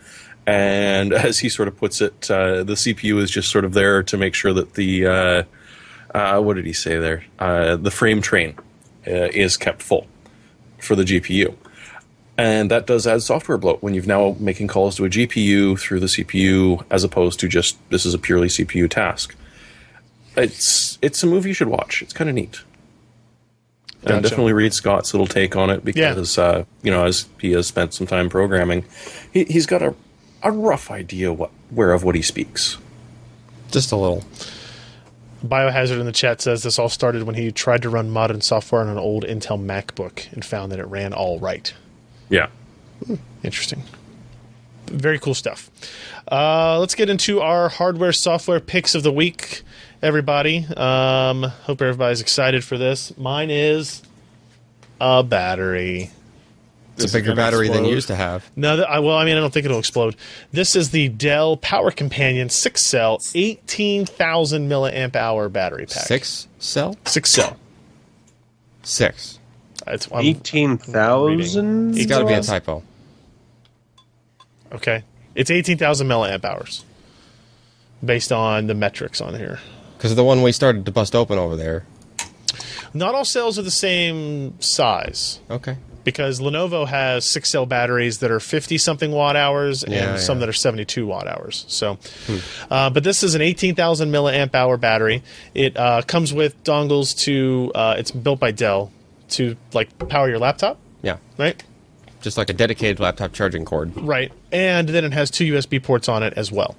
Speaker 3: And [LAUGHS] as he sort of puts it, uh, the CPU is just sort of there to make sure that the, uh, uh, what did he say there? Uh, the frame train uh, is kept full for the GPU. And that does add software bloat when you've now making calls to a GPU through the CPU as opposed to just this is a purely CPU task. It's it's a movie you should watch. It's kind of neat. And
Speaker 1: Gotcha.
Speaker 3: definitely read Scott's little take on it because uh, you know as he has spent some time programming, he, he's got a, a rough idea what where of what he speaks.
Speaker 2: just a little.
Speaker 1: Biohazard in the chat says this all started when he tried to run modern software on an old Intel MacBook and found that it ran all right.
Speaker 3: Yeah,
Speaker 1: Interesting. Very cool stuff. Uh, let's get into our hardware software picks of the week, everybody. Um, hope everybody's excited for this. Mine is a battery.
Speaker 2: it's a bigger battery than you used to have.
Speaker 1: No, th- I, well, I mean, I don't think it'll explode. This is the Dell Power Companion six cell, eighteen thousand milliamp hour battery pack.
Speaker 2: Six cell?
Speaker 1: six cell.
Speaker 2: Six.
Speaker 1: It's, um, I'm-
Speaker 4: Eighteen thousand.
Speaker 2: It's got to be a typo.
Speaker 1: okay. It's eighteen thousand milliamp hours, based on the metrics on here.
Speaker 2: Because the one we started to bust open over there.
Speaker 1: Not all cells are the same size.
Speaker 2: Okay.
Speaker 1: because Lenovo has six cell batteries that are 50 something watt hours and
Speaker 2: Yeah,
Speaker 1: some
Speaker 2: yeah. Hmm.
Speaker 1: that are 72 watt hours. So, uh, but this is an 18,000 milliamp hour battery. It uh, comes with dongles to, uh, it's built by Dell to like power your laptop,
Speaker 2: Yeah.
Speaker 1: right?
Speaker 2: Just like a dedicated laptop charging cord.
Speaker 1: Right. And then it has two USB ports on it as well.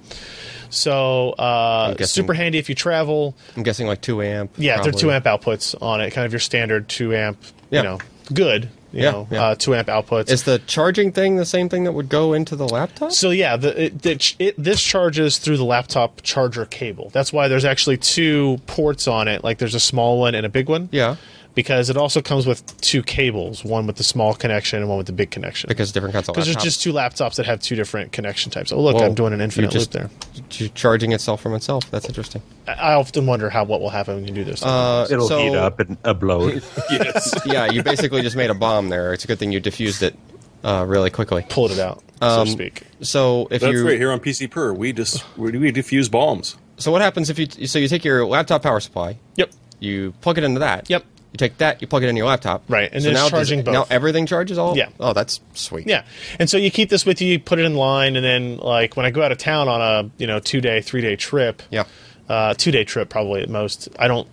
Speaker 1: So, uh,
Speaker 2: guessing-
Speaker 1: super handy if you travel.
Speaker 2: I'm guessing like 2 amp.
Speaker 1: Yeah,
Speaker 2: probably.
Speaker 1: they're two amp outputs on it, kind of your standard two amp,
Speaker 2: Yeah.
Speaker 1: you know, good, you
Speaker 2: Yeah,
Speaker 1: know,
Speaker 2: yeah.
Speaker 1: Uh, two amp outputs.
Speaker 2: Is the charging thing the same thing that would go into the laptop?
Speaker 1: So yeah, the, it, it, it this charges through the laptop charger cable. That's why there's actually two ports on it. Like there's a small one and a big one.
Speaker 2: Yeah.
Speaker 1: Because it also comes with two cables, one with the small connection and one with the big connection.
Speaker 2: Because different kinds of
Speaker 1: Because there's
Speaker 2: laptops.
Speaker 1: just two laptops that have two different connection types. Oh look,
Speaker 2: Whoa.
Speaker 1: I'm doing an infinite
Speaker 2: You just-
Speaker 1: loop there.
Speaker 2: j- charging itself from itself. That's
Speaker 3: [LAUGHS]
Speaker 2: interesting.
Speaker 1: I I often wonder how what will happen when you do this.
Speaker 2: Uh,
Speaker 4: It'll
Speaker 2: so-
Speaker 4: heat up
Speaker 2: [LAUGHS]
Speaker 4: and upload.
Speaker 3: yes.
Speaker 2: yeah, you basically just made a bomb there. It's a good thing you diffused it uh, really quickly.
Speaker 1: Pulled it out, so
Speaker 2: um,
Speaker 1: to speak.
Speaker 2: So if
Speaker 3: That's
Speaker 2: you
Speaker 3: right. Here on PC Per, we [SIGHS] just we, we diffuse bombs.
Speaker 2: so what happens if you so you take your laptop power supply,
Speaker 1: Yep.
Speaker 2: you plug it into that.
Speaker 1: Yep.
Speaker 2: You take that, you plug it into your laptop.
Speaker 1: Right, and
Speaker 2: so
Speaker 1: it's
Speaker 2: now does
Speaker 1: charging
Speaker 2: it- Now
Speaker 1: both.
Speaker 2: everything charges all.
Speaker 1: Yeah.
Speaker 2: Oh, that's sweet.
Speaker 1: Yeah, and so you keep this with you, you put it in line, and then like when I go out of town on a you know two day, three day trip,
Speaker 2: Yeah.
Speaker 1: uh, two day trip probably at most. I don't.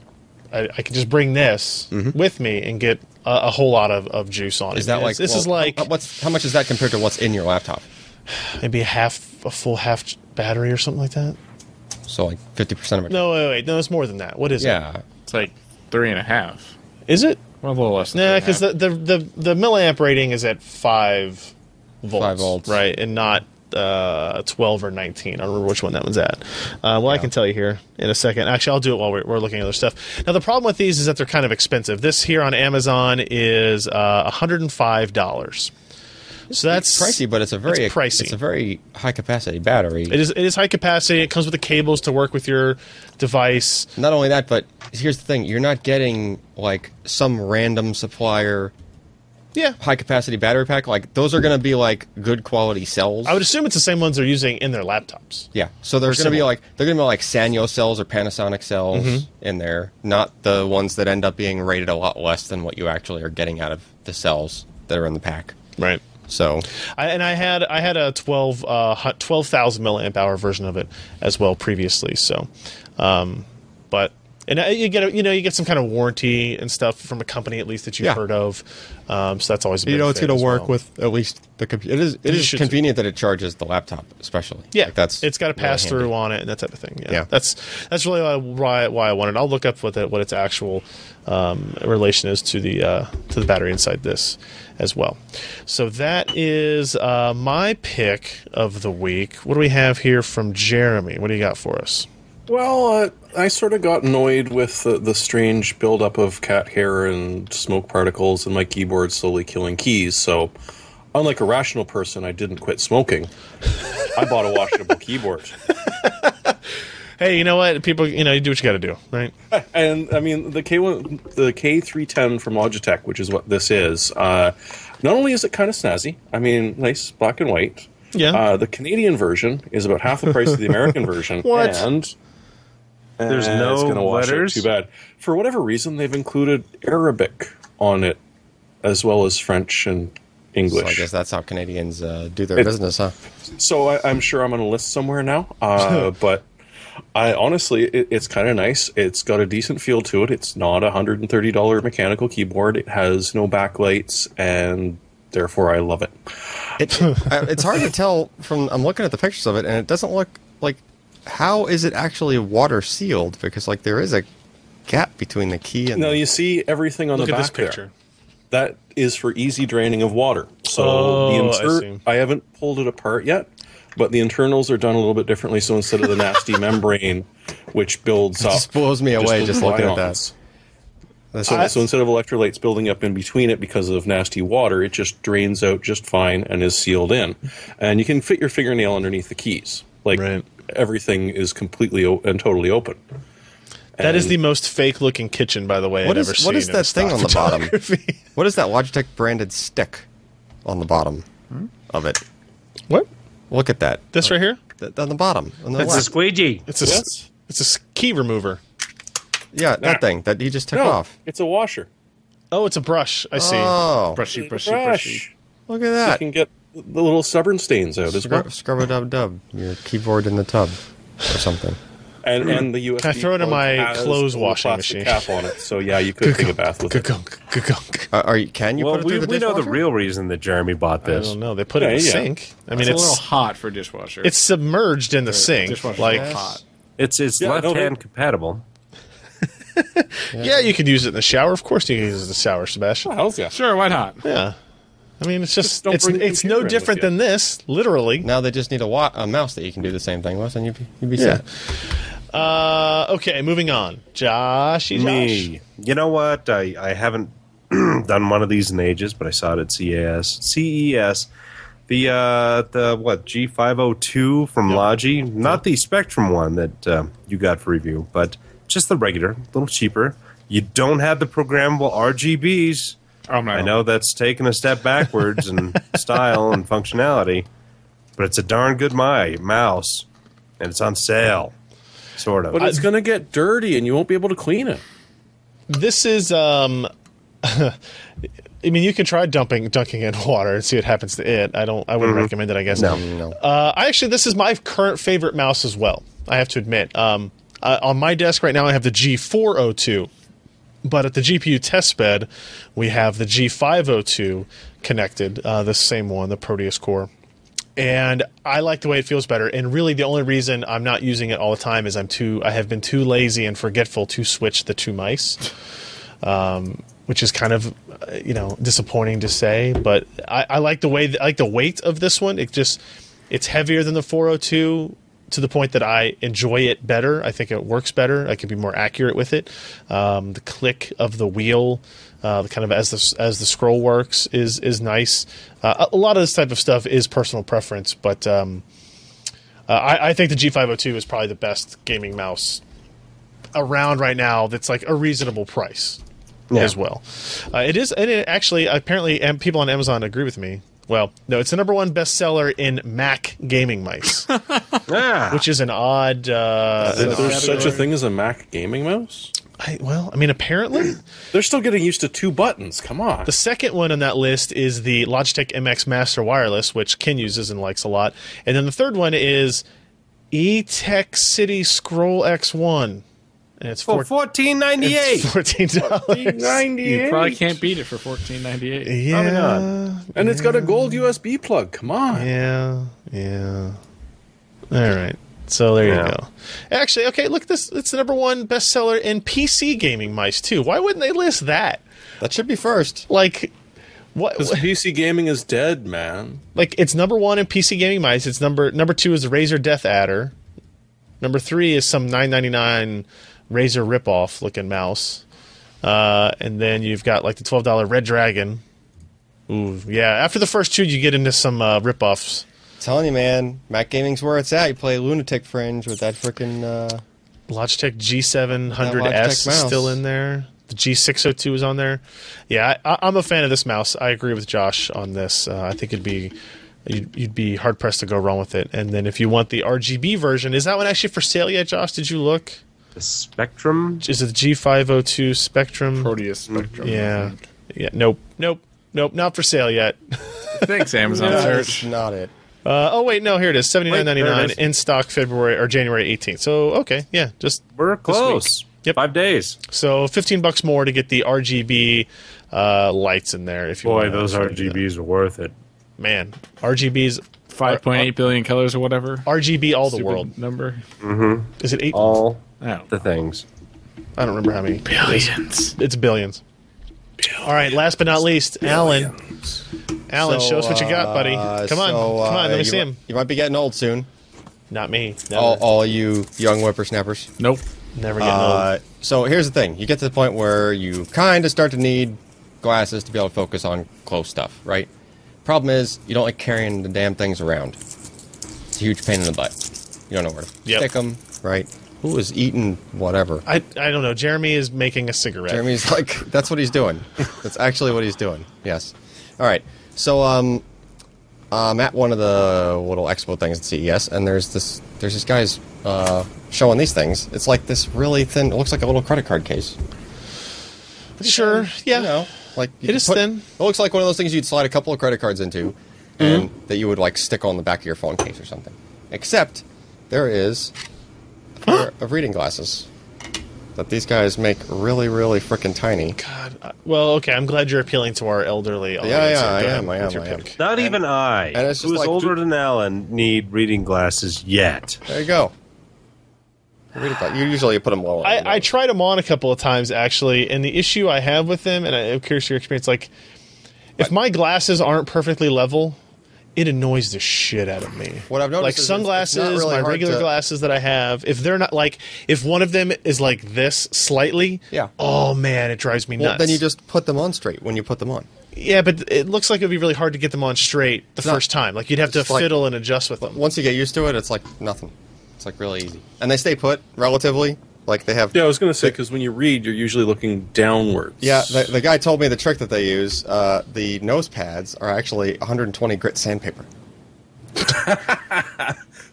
Speaker 1: I, I can just bring this with me and get a, a whole lot of, of juice on it.
Speaker 2: Is that
Speaker 1: It's-
Speaker 2: like
Speaker 1: this Mm-hmm.
Speaker 2: well,
Speaker 1: is like uh,
Speaker 2: how- what's how much is that compared to what's in your laptop?
Speaker 1: maybe a half a full half battery or something like that?
Speaker 2: So like fifty percent of it.
Speaker 1: No, wait, wait, no, it's more than that. What is
Speaker 2: Yeah.
Speaker 5: It's like three and a half.
Speaker 1: it? Is it?
Speaker 5: Well, a little less. Than
Speaker 1: Nah,
Speaker 5: three
Speaker 1: because
Speaker 5: and a half.
Speaker 1: the, the the the milliamp rating is at five volts,
Speaker 2: Five volts.
Speaker 1: right, and not uh, twelve or nineteen. I don't remember which one that one's at. Uh, well, I can tell you here in a second. Actually, I'll do it while we're, we're looking at other stuff. Now, the problem with these is that they're kind of expensive. This here on Amazon is uh, one hundred and five dollars. So that's
Speaker 2: pricey, but it's a very
Speaker 1: it's pricey.
Speaker 2: It's a very high capacity battery.
Speaker 1: It is it is high capacity. It comes with the cables to work with your device.
Speaker 2: Not only that, but here's the thing: you're not getting like some random supplier
Speaker 1: Yeah.
Speaker 2: high capacity battery pack. Like those are going to be like good quality cells.
Speaker 1: I would assume it's the same ones they're using in their laptops.
Speaker 2: yeah. So there's going to be
Speaker 1: similar.
Speaker 2: like they're going to be like Sanyo cells or Panasonic cells in there, not the ones that end up being rated a lot less than what you actually are getting out of the cells that are in the pack.
Speaker 1: Right.
Speaker 2: So
Speaker 1: I, and I had I had a 12 uh, hu- 12,000 milliamp hour version of it as well previously. So, um, but and uh, you get a, you know you get some kind of warranty and stuff from a company at least that you've
Speaker 2: Yeah.
Speaker 1: heard of. Um, so that's always a
Speaker 2: you know it's
Speaker 1: going to
Speaker 2: work with at least the computer. It is it is
Speaker 1: should-
Speaker 2: convenient that it charges the laptop, especially.
Speaker 1: yeah.
Speaker 2: Like, that's
Speaker 1: it's got a
Speaker 2: really
Speaker 1: pass
Speaker 2: handy.
Speaker 1: through on it and that type of thing. Yeah,
Speaker 2: Yeah.
Speaker 1: that's that's really why- why why I wanted. I'll look up what it, what its actual um, relation is to the uh, to the battery inside this as well. So that is uh, my pick of the week. What do we have here from Jeremy? What do you got for us?
Speaker 3: Well, uh, I sort of got annoyed with the, the strange buildup of cat hair and smoke particles and my keyboard slowly killing keys. So, unlike a rational person, I didn't quit smoking. I bought a [LAUGHS] washable keyboard.
Speaker 1: hey, you know what? People, you know, you do what you got to do, right?
Speaker 3: And I mean the K one, the K three ten from Logitech, which is what this is. Uh, not only is it kind of snazzy, I mean, nice black and white.
Speaker 1: Yeah.
Speaker 3: Uh, the Canadian version is about half the price of the
Speaker 1: [LAUGHS]
Speaker 3: American version.
Speaker 1: What?
Speaker 3: And
Speaker 4: There's
Speaker 3: Eh,
Speaker 4: no
Speaker 3: it's gonna wash out
Speaker 4: letters?
Speaker 3: Too bad. For whatever reason, they've included Arabic on it, as well as French and
Speaker 2: So I
Speaker 3: English.
Speaker 2: guess
Speaker 3: So,
Speaker 2: that's how Canadians uh, do their business, huh?
Speaker 3: I, I'm sure I'm on a list somewhere now.
Speaker 1: [LAUGHS]
Speaker 3: Uh, but I honestly, it, it's kind of nice. It's got a decent feel to it. It's not a hundred and thirty dollar mechanical keyboard. It has no backlights, and therefore I love it.
Speaker 2: It, I- it's hard to tell from I'm looking at the pictures of it, and it doesn't look like how is it actually water sealed? Because like there is a gap between the key and
Speaker 3: Now
Speaker 2: the,
Speaker 3: you see everything on
Speaker 1: Look
Speaker 3: the
Speaker 1: at
Speaker 3: back
Speaker 1: this picture.
Speaker 3: there. That is for easy draining of water. So
Speaker 1: Oh,
Speaker 3: the
Speaker 1: I see.
Speaker 3: insert, I, haven't pulled it apart yet, but the internals are done a little bit differently. So instead
Speaker 1: [LAUGHS]
Speaker 3: of the nasty membrane, which builds up,
Speaker 2: just blows me away
Speaker 3: the
Speaker 2: just looking at
Speaker 3: ions.
Speaker 2: That's
Speaker 3: So, so instead of electrolytes building up in between it because of nasty water, it just drains out just fine and is sealed in. And you can fit your fingernail underneath the keys. Like
Speaker 1: Right.
Speaker 3: everything is completely o- and totally open.
Speaker 1: That is
Speaker 3: And-
Speaker 1: the most fake looking kitchen, by the way,
Speaker 2: What
Speaker 1: I've
Speaker 2: is-
Speaker 1: ever seen.
Speaker 2: what is
Speaker 1: in
Speaker 2: that
Speaker 1: stock
Speaker 2: thing on the bottom? [LAUGHS]
Speaker 1: photography.
Speaker 2: what is that Logitech branded stick on the bottom of it?
Speaker 1: what?
Speaker 2: Look at that.
Speaker 1: This right here?
Speaker 2: Th- on the bottom. On the
Speaker 7: That's a
Speaker 2: left.
Speaker 7: squeegee.
Speaker 1: It's a s-
Speaker 3: Yes.
Speaker 1: it's a s- key remover.
Speaker 2: yeah, that thing that he just took
Speaker 3: No,
Speaker 2: off.
Speaker 3: it's a washer.
Speaker 1: Oh, it's a brush. I see.
Speaker 2: Oh,
Speaker 5: Brushy, brushy, brushy.
Speaker 3: Brush.
Speaker 2: look at
Speaker 3: You
Speaker 2: that.
Speaker 3: can get the little stubborn stains out as well.
Speaker 2: Scrub, a dub dub. Your keyboard in the tub or something.
Speaker 3: And, and the USB.
Speaker 1: Hmm. I throw it in
Speaker 3: plug
Speaker 1: my
Speaker 3: has a
Speaker 1: clothes
Speaker 3: little
Speaker 1: washing
Speaker 3: plastic
Speaker 1: machine.
Speaker 3: cap on it. So yeah, you could take a bath with it.
Speaker 1: Gunk, gunk.
Speaker 2: Uh, are you, can you
Speaker 4: well,
Speaker 2: put it through
Speaker 4: we,
Speaker 2: the
Speaker 4: we know the
Speaker 2: dishwasher?
Speaker 4: real reason that Jeremy bought
Speaker 1: I
Speaker 4: this.
Speaker 1: don't know. They put it in
Speaker 3: Yeah,
Speaker 1: the
Speaker 3: yeah.
Speaker 1: sink. I mean,
Speaker 5: It's a little
Speaker 1: it's
Speaker 5: hot for dishwasher.
Speaker 1: it's submerged in the sink.
Speaker 5: Dishwasher's
Speaker 1: Like,
Speaker 5: a little hot.
Speaker 4: It's it's
Speaker 3: Yeah, no,
Speaker 4: left
Speaker 3: they-
Speaker 4: hand compatible.
Speaker 1: yeah, you could use it in the shower. Of course, you can use it in the shower, Sebastian.
Speaker 3: Hell's yeah.
Speaker 5: Sure, why not?
Speaker 1: Yeah. I mean, it's just,
Speaker 3: don't
Speaker 1: it's
Speaker 3: bring the
Speaker 1: it's
Speaker 3: computer in
Speaker 1: no
Speaker 3: with
Speaker 1: different
Speaker 3: you.
Speaker 1: than this, literally.
Speaker 2: Now they just need a, wa- a mouse that you can do the same thing with, and you'd be, you'd be set.
Speaker 1: Uh, okay, moving on. Joshy Josh.
Speaker 4: Me. You know what? I, I haven't [CLEARS THROAT] done one of these in ages, but I saw it at E CES. CES. The uh, the what G five hundred two from Logi, not the Spectrum one that uh, you got for review, but just the regular, a little cheaper. You don't have the programmable RGBs.
Speaker 5: Oh my!
Speaker 4: I know that's taken a step backwards [LAUGHS] in style and functionality, but it's a darn good my mouse, and it's on sale, sort of. Uh,
Speaker 3: But it's going to get dirty and you won't be able to clean it.
Speaker 1: This is um [LAUGHS] I mean you can try dumping dunking it in water and see what happens to it. I don't I wouldn't
Speaker 3: Mm-hmm.
Speaker 1: recommend it, I guess.
Speaker 4: No.
Speaker 2: No.
Speaker 1: Uh I actually this is my current favorite mouse as well. I have to admit. Um uh, on my desk right now I have the G402. But at the GPU test bed, we have the G502 connected, uh, the same one, the Proteus core and I like the way it feels better. And really, the only reason I'm not using it all the time is I'm too I have been too lazy and forgetful to switch the two mice, um, which is kind of uh, you know disappointing to say. But I, I like the way I like the weight of this one. It just it's heavier than the 402 to the point that I enjoy it better. I think it works better. I can be more accurate with it. Um, the click of the wheel, uh, the kind of as the as the scroll works, is is nice. Uh, a a lot of this type of stuff is personal preference, but um, uh, I, I think the G502 is probably the best gaming mouse around right now. That's like a reasonable price as well. Uh, it is, and it actually apparently um, people on Amazon agree with me. Well, no, it's the number one bestseller in Mac gaming mice,
Speaker 4: Ah.
Speaker 1: which is an odd. Uh,
Speaker 3: There's such a
Speaker 5: category.
Speaker 3: thing as a Mac gaming mouse?
Speaker 1: I, well, I mean, apparently
Speaker 3: They're still getting used to two buttons. Come on.
Speaker 1: the second one on that list is the Logitech MX Master Wireless, which Ken uses and likes a lot, and then the third one is eTech City Scroll X1, and it's
Speaker 4: for
Speaker 1: four,
Speaker 4: fourteen ninety
Speaker 1: [LAUGHS]
Speaker 4: eight.
Speaker 1: fourteen dollars.
Speaker 5: You probably can't beat it for fourteen ninety eight.
Speaker 4: Probably
Speaker 1: Yeah,
Speaker 4: not.
Speaker 3: And it's got a gold USB plug. Come on.
Speaker 1: Yeah, yeah. All right. So there you
Speaker 4: Yeah.
Speaker 1: go. Actually, okay, look this it's the number one bestseller in PC gaming mice too. Why wouldn't they list that?
Speaker 2: That should be first.
Speaker 1: Like what
Speaker 3: Because PC gaming is dead, man.
Speaker 1: like it's number 1 in PC gaming mice. It's number number 2 is the Razer Death Adder. Number 3 is some 999 Razer ripoff looking mouse. Uh, and then you've got like the $12 Red Dragon. Ooh, yeah. After the first two, you get into some uh, ripoffs.
Speaker 2: telling you, man, Mac Gaming's where it's at. You play Lunatic Fringe with that freaking. Uh,
Speaker 1: Logitech
Speaker 2: That
Speaker 1: G700S
Speaker 2: Logitech
Speaker 1: is
Speaker 2: mouse.
Speaker 1: still in there. The G602 is on there. Yeah, I, I'm a fan of this mouse. I agree with Josh on this. Uh, I think it'd be you'd, you'd be hard pressed to go wrong with it. And then if you want the RGB version, is that one actually for sale yet, Josh? Did you look?
Speaker 4: The Spectrum.
Speaker 1: Is it the G502 Spectrum?
Speaker 5: Proteus Spectrum.
Speaker 1: yeah, yeah. Nope, nope, nope. Not for sale yet.
Speaker 5: Thanks, Amazon
Speaker 2: that's
Speaker 5: search.
Speaker 2: not it.
Speaker 1: Uh, oh wait, no. Here it is.
Speaker 4: Wait, there it
Speaker 1: 79.99
Speaker 4: is.
Speaker 1: in stock February or January 18th. So okay, yeah, just
Speaker 4: We're close.
Speaker 1: Yep.
Speaker 4: Five days.
Speaker 1: So fifteen bucks more to get the RGB uh, lights in there. If you
Speaker 4: Boy,
Speaker 1: wanna
Speaker 4: those
Speaker 1: actually do
Speaker 4: RGBs are worth it.
Speaker 1: that. man, RGBs,
Speaker 5: Five point eight billion colors or whatever.
Speaker 1: RGB all the
Speaker 5: Stupid
Speaker 1: world.
Speaker 5: number.
Speaker 1: Is it eight?
Speaker 4: All
Speaker 5: Oh,
Speaker 4: the things.
Speaker 1: I don't remember how many.
Speaker 5: billions.
Speaker 1: It's billions. All right. Last but not least, Alan. Alan,
Speaker 2: So,
Speaker 1: show us what you got, buddy.
Speaker 2: uh,
Speaker 1: Come on,
Speaker 2: so,
Speaker 1: come
Speaker 2: uh,
Speaker 1: on. Let me
Speaker 2: you Oh,
Speaker 1: see
Speaker 2: mi-
Speaker 1: him.
Speaker 2: You might be getting old soon.
Speaker 1: Not me.
Speaker 2: All,
Speaker 1: Never.
Speaker 2: all you young whippersnappers.
Speaker 5: Nope.
Speaker 1: Never getting
Speaker 2: Uh,
Speaker 1: old.
Speaker 2: so here's the thing: you get to the point where you kind of start to need glasses to be able to focus on close stuff, right? Problem is, you don't like carrying the damn things around. It's a huge pain in the butt. You don't know where to stick 'em,
Speaker 1: Yep.
Speaker 2: stick them, right? Who is eating whatever?
Speaker 1: I, I don't know. Jeremy is making a cigarette.
Speaker 2: Jeremy's like, that's what he's doing. That's actually what he's doing. Yes. All right. So um, I'm at one of the little expo things at CES, and there's this there's this guy's uh, showing these things. It's like this really thin. It looks like a little credit card case.
Speaker 1: Sure. Yeah.
Speaker 2: You know, like you
Speaker 1: It
Speaker 2: could
Speaker 1: is thin. Mm-hmm.
Speaker 2: It looks like one of those things you'd slide a couple of credit cards into, and that you would like stick on the back of your phone case or something. Except there is a
Speaker 1: [GASPS]
Speaker 2: pair of reading glasses that these guys make really, really freaking tiny.
Speaker 1: God. uh, Well, okay. I'm glad you're appealing to our elderly audience.
Speaker 2: yeah,
Speaker 1: here. Go
Speaker 2: I
Speaker 1: ahead
Speaker 2: am, I
Speaker 1: with
Speaker 2: am,
Speaker 1: your
Speaker 2: I am.
Speaker 1: pick.
Speaker 4: Not even I,
Speaker 2: and it's just
Speaker 4: who's
Speaker 2: like,
Speaker 4: older
Speaker 2: dude-
Speaker 4: than Alan, need reading glasses yet.
Speaker 2: There you go. You read it that- you usually put them lower.
Speaker 1: I, I tried them on a couple of times actually, and the issue I have with them, and I- I'm curious your experience. Like, if my glasses aren't perfectly level, it annoys the shit out of me.
Speaker 2: What I've noticed
Speaker 1: like
Speaker 2: is it's-
Speaker 1: sunglasses,
Speaker 2: it's not really
Speaker 1: my
Speaker 2: hard
Speaker 1: regular
Speaker 2: to-
Speaker 1: glasses that I have, if they're not like, if one of them is like this slightly,
Speaker 2: Yeah.
Speaker 1: oh man, it drives me
Speaker 2: well,
Speaker 1: nuts.
Speaker 2: then you just put them on straight when you put them on.
Speaker 1: yeah, but it looks like it'd be really hard to get them on straight the
Speaker 2: not-
Speaker 1: first time. Like you'd have to
Speaker 2: it's like-
Speaker 1: fiddle and adjust with them.
Speaker 2: Once you get used to it, it's like nothing. It's like really easy, and they stay put relatively. Like they have
Speaker 3: Yeah, I was going to say because when you read, you're usually looking downwards.
Speaker 2: Yeah, the, the guy told me the trick that they use. Uh, the nose pads are actually 120 grit sandpaper.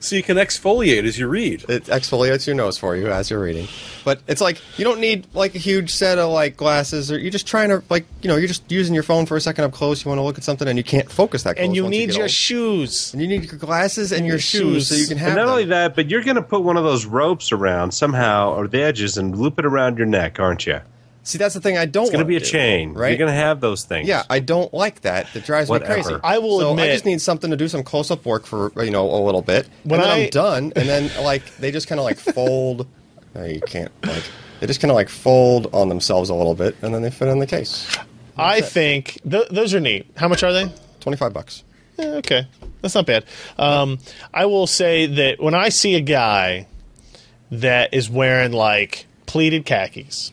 Speaker 3: so you can exfoliate as you read.
Speaker 2: It exfoliates your nose for you as you're reading. But it's like you don't need like a huge set of like glasses, or you're just trying to like you know you're just using your phone for a second up close. You want to look at something and you can't focus that. Close
Speaker 1: And you
Speaker 2: once
Speaker 1: need
Speaker 2: get
Speaker 1: your
Speaker 2: old.
Speaker 1: shoes.
Speaker 2: and you need your glasses and your shoes so you can have.
Speaker 4: And not
Speaker 2: them.
Speaker 4: only that, but you're going to put one of those ropes around somehow, or the edges, and loop it around your neck, aren't you?
Speaker 2: see that's the thing I don't.
Speaker 4: It's going
Speaker 2: wanna
Speaker 4: to be a
Speaker 2: do,
Speaker 4: chain.
Speaker 2: right?
Speaker 4: You're going to have those things.
Speaker 2: Yeah, I don't like that. That drives
Speaker 4: Whatever.
Speaker 2: me crazy.
Speaker 1: I will
Speaker 2: so I
Speaker 1: admit-
Speaker 2: just need something to do some close-up work for you know a little bit,
Speaker 1: When
Speaker 2: and then I,
Speaker 1: I-
Speaker 2: am done. And then like they just kind of like fold. [LAUGHS] No, you can't like they just kind of like fold on themselves a little bit, and then they fit in the case.
Speaker 1: I think th- those are neat. How much are they?
Speaker 2: Twenty-five bucks.
Speaker 1: Eh, okay, that's not bad. Um, I will say that when I see a guy that is wearing like pleated
Speaker 2: [LAUGHS]
Speaker 1: khakis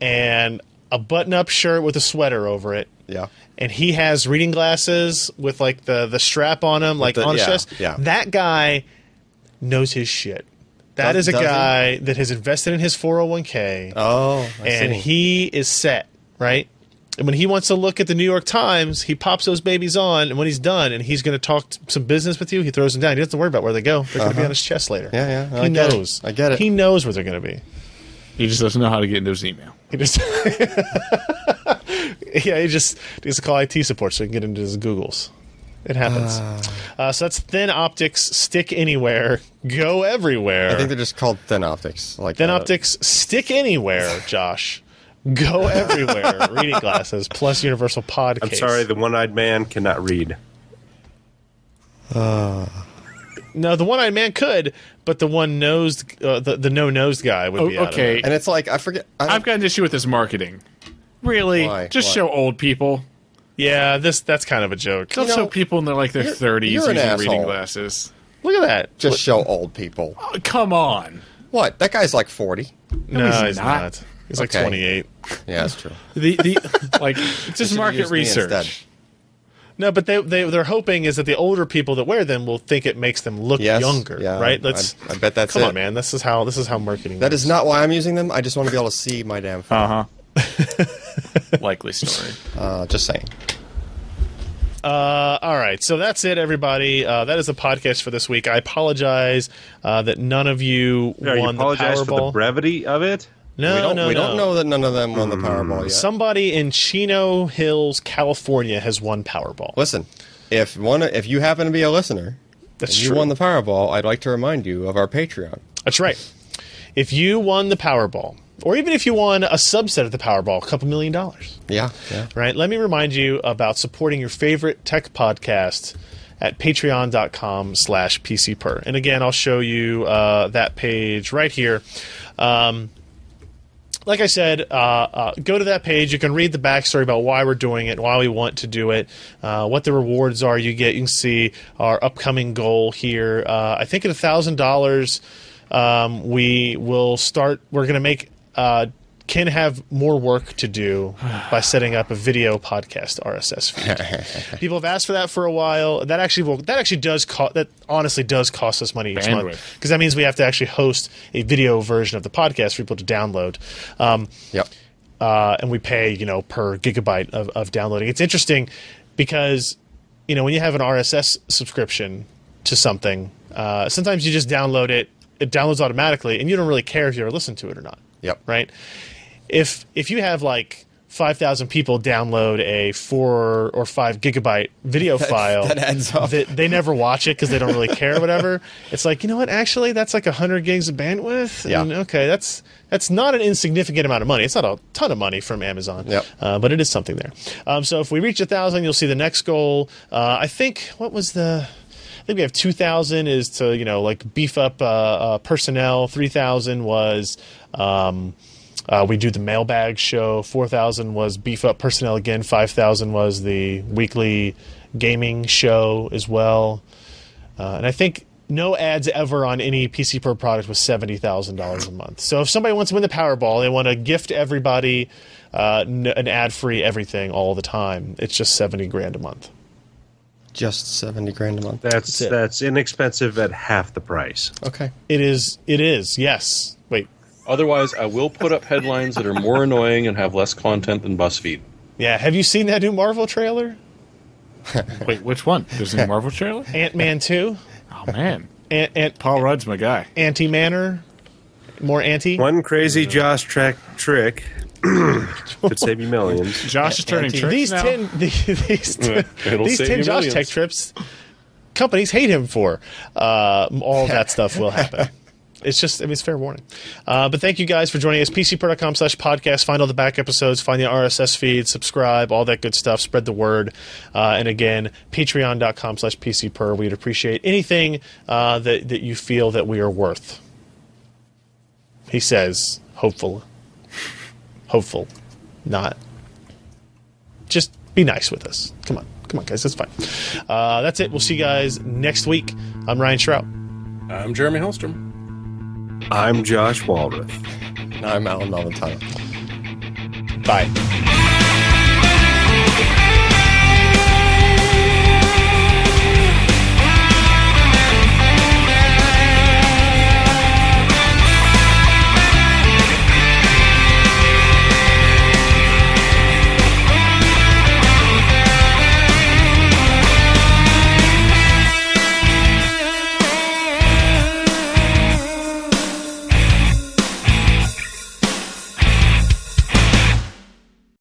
Speaker 1: and a button-up shirt with a sweater over it,
Speaker 2: Yeah.
Speaker 1: and he has reading glasses with like the the strap on him, like
Speaker 2: the-
Speaker 1: on his
Speaker 2: yeah,
Speaker 1: chest,
Speaker 2: yeah.
Speaker 1: that guy knows his shit. That
Speaker 2: Does-
Speaker 1: is a
Speaker 2: does he?
Speaker 1: guy that has invested in his 401k
Speaker 2: Oh, I
Speaker 1: and
Speaker 2: see.
Speaker 1: he is set, right? And when he wants to look at the New York Times, he pops those babies on, and when he's done, and he's going to talk t- some business with you, he throws them down. He doesn't worry about where they go; they're going to be on his chest later.
Speaker 2: Uh-huh. Yeah, yeah,
Speaker 1: he
Speaker 2: I get it.
Speaker 1: knows.
Speaker 2: I get it.
Speaker 1: He knows where they're going to be.
Speaker 5: He just doesn't know how to get into his email.
Speaker 1: He just, [LAUGHS] yeah, he just needs to call IT support so he can get into his Googles. It happens.
Speaker 2: Ah.
Speaker 1: Uh, so that's thin optics. Stick anywhere. Go everywhere.
Speaker 2: I think they're just called thin optics. Like
Speaker 1: Then
Speaker 2: uh,
Speaker 1: optics stick
Speaker 2: [LAUGHS]
Speaker 1: anywhere, Josh. Go everywhere. Reading glasses plus universal pod.
Speaker 4: I'm
Speaker 1: case.
Speaker 4: sorry, the one-eyed man cannot read.
Speaker 1: no, the one-eyed man could, but the one-nosed, uh, the the no-nosed guy would
Speaker 5: Oh,
Speaker 1: be out of
Speaker 5: okay.
Speaker 1: it.
Speaker 2: And it's like I forget. I don't-
Speaker 5: I've got an issue with this marketing. Really?
Speaker 2: Why?
Speaker 5: Just
Speaker 2: Why?
Speaker 5: show old people.
Speaker 1: Yeah, this that's kind of a joke.
Speaker 5: Don't
Speaker 2: know,
Speaker 5: show people in their like their
Speaker 2: you're-
Speaker 5: 30s
Speaker 2: you're an
Speaker 5: using reading
Speaker 2: asshole.
Speaker 5: glasses.
Speaker 1: Look at that.
Speaker 2: just show old people.
Speaker 5: Oh, come on.
Speaker 2: What? That guy's like forty.
Speaker 1: no,
Speaker 5: he's
Speaker 1: he's,
Speaker 5: not.
Speaker 1: not. He's like
Speaker 2: Okay.
Speaker 1: 28.
Speaker 2: Yeah, that's true.
Speaker 5: The the like it's just
Speaker 2: Should've
Speaker 5: market
Speaker 2: used me instead.
Speaker 5: research.
Speaker 1: No, but they they they're hoping is that the older people that wear them will think it makes them look
Speaker 2: Yes,
Speaker 1: younger,
Speaker 2: yeah,
Speaker 1: right?
Speaker 2: I-
Speaker 1: That's
Speaker 2: I bet that's
Speaker 1: come
Speaker 2: it.
Speaker 1: on, man. This is how this is how marketing.
Speaker 2: That is
Speaker 1: works.
Speaker 2: not why I'm using them. I just want to be able to see my damn phone.
Speaker 5: Uh
Speaker 2: [LAUGHS]
Speaker 5: huh. Likely story.
Speaker 2: Uh, just saying.
Speaker 1: Uh, all right, so that's it, everybody. Uh, that is the podcast for this week. I apologize uh, that none of you
Speaker 4: Are you
Speaker 1: won the
Speaker 4: apologize for the
Speaker 1: Powerball.
Speaker 4: brevity of it?
Speaker 1: no,
Speaker 2: we don't,
Speaker 1: no,
Speaker 2: we
Speaker 1: no.
Speaker 2: don't know that none of them won the Powerball yet.
Speaker 1: Somebody in Chino Hills, California, has won Powerball.
Speaker 2: Listen, if one, if you happen to be a listener
Speaker 1: That's
Speaker 2: and you
Speaker 1: true.
Speaker 2: won the Powerball, I'd like to remind you of our Patreon.
Speaker 1: That's right. If you won the Powerball, or even if you won a subset of the Powerball, a couple million dollars,
Speaker 2: Yeah, yeah.
Speaker 1: right? Let me remind you about supporting your favorite tech podcast at patreon.com slash pcper. And again, I'll show you uh, that page right here. Um, like I said, uh, uh, go to that page. You can read the backstory about why we're doing it, why we want to do it, uh, what the rewards are you get. You can see our upcoming goal here. Uh, I think at $1,000. Um, we will start. We're going to make uh, Ken have more work to do by setting up a video podcast RSS feed. People have asked for that for a while. That actually will. That actually does cost. That honestly does cost us money each
Speaker 5: Bandwidth.
Speaker 1: month because that means we have to actually host a video version of the podcast for people to download. Um,
Speaker 2: Yep.
Speaker 1: uh, and we pay you know per gigabyte of, of downloading. It's interesting because you know when you have an RSS subscription to something, uh, sometimes you just download it. It downloads automatically, and you don't really care if you ever listen to it or not.
Speaker 2: Yep.
Speaker 1: Right. If if you have like five thousand people download a four or five gigabyte video file,
Speaker 2: [LAUGHS] that adds up.
Speaker 1: They, they never watch it because they don't really care. Whatever.
Speaker 2: [LAUGHS]
Speaker 1: It's like you know what? Actually, that's like hundred gigs of bandwidth.
Speaker 2: Yeah.
Speaker 1: And, okay, that's that's not an insignificant amount of money. It's not a ton of money from Amazon.
Speaker 2: Yep.
Speaker 1: Uh, but it is something there. Um, so if we reach a thousand, you'll see the next goal. Uh, I think what was the. I think we have two thousand is to you know like beef up uh, uh, personnel. Three thousand was um, uh, we do the mailbag show. Four thousand was beef up personnel again. Five thousand was the weekly gaming show as well. Uh, and I think no ads ever on any PC Pro product was seventy thousand dollars a month. So if somebody wants to win the Powerball, they want to gift everybody uh, n- an ad-free everything all the time. It's just seventy grand a month.
Speaker 2: Just seventy grand a month.
Speaker 4: That's
Speaker 1: it.
Speaker 4: that's inexpensive at half the price.
Speaker 2: Okay.
Speaker 1: It is. It is. Yes. Wait.
Speaker 3: Otherwise, I will put up headlines that are more annoying and have less content than BuzzFeed.
Speaker 1: Yeah. Have you seen that new Marvel trailer?
Speaker 5: Wait, which one? There's a new Marvel trailer?
Speaker 1: Ant Man Two.
Speaker 5: Oh man,
Speaker 1: Ant Ant
Speaker 5: Paul Rudd's my guy.
Speaker 1: Anti Manor. More anti.
Speaker 4: One crazy Josh track [CLEARS THROAT] trick could save you millions.
Speaker 5: Josh is turning tricks
Speaker 1: These
Speaker 5: now.
Speaker 1: ten. [LAUGHS] These ten.
Speaker 3: It'll
Speaker 1: these
Speaker 3: save
Speaker 1: ten
Speaker 3: you
Speaker 1: Josh
Speaker 3: millions.
Speaker 1: Tech trips. Companies hate him for. Uh, all that
Speaker 3: [LAUGHS]
Speaker 1: stuff will happen. It's just, I mean, it's fair warning. Uh, but thank you guys for joining us. PCPro.com slash podcast. Find all the back episodes, find the RSS feed, subscribe, all that good stuff. Spread the word. Uh, and again, patreon.com slash PCPro. We'd appreciate anything uh, that, that you feel that we are worth. He says, hopeful. Hopeful. Not. Just be nice with us. Come on. Come on, guys. That's fine. Uh, that's it. We'll see you guys next week. I'm Ryan Shrout.
Speaker 3: I'm Jeremy Hellstrom.
Speaker 4: I'm Josh Walrath.
Speaker 2: I'm Alan Valentine.
Speaker 1: Bye.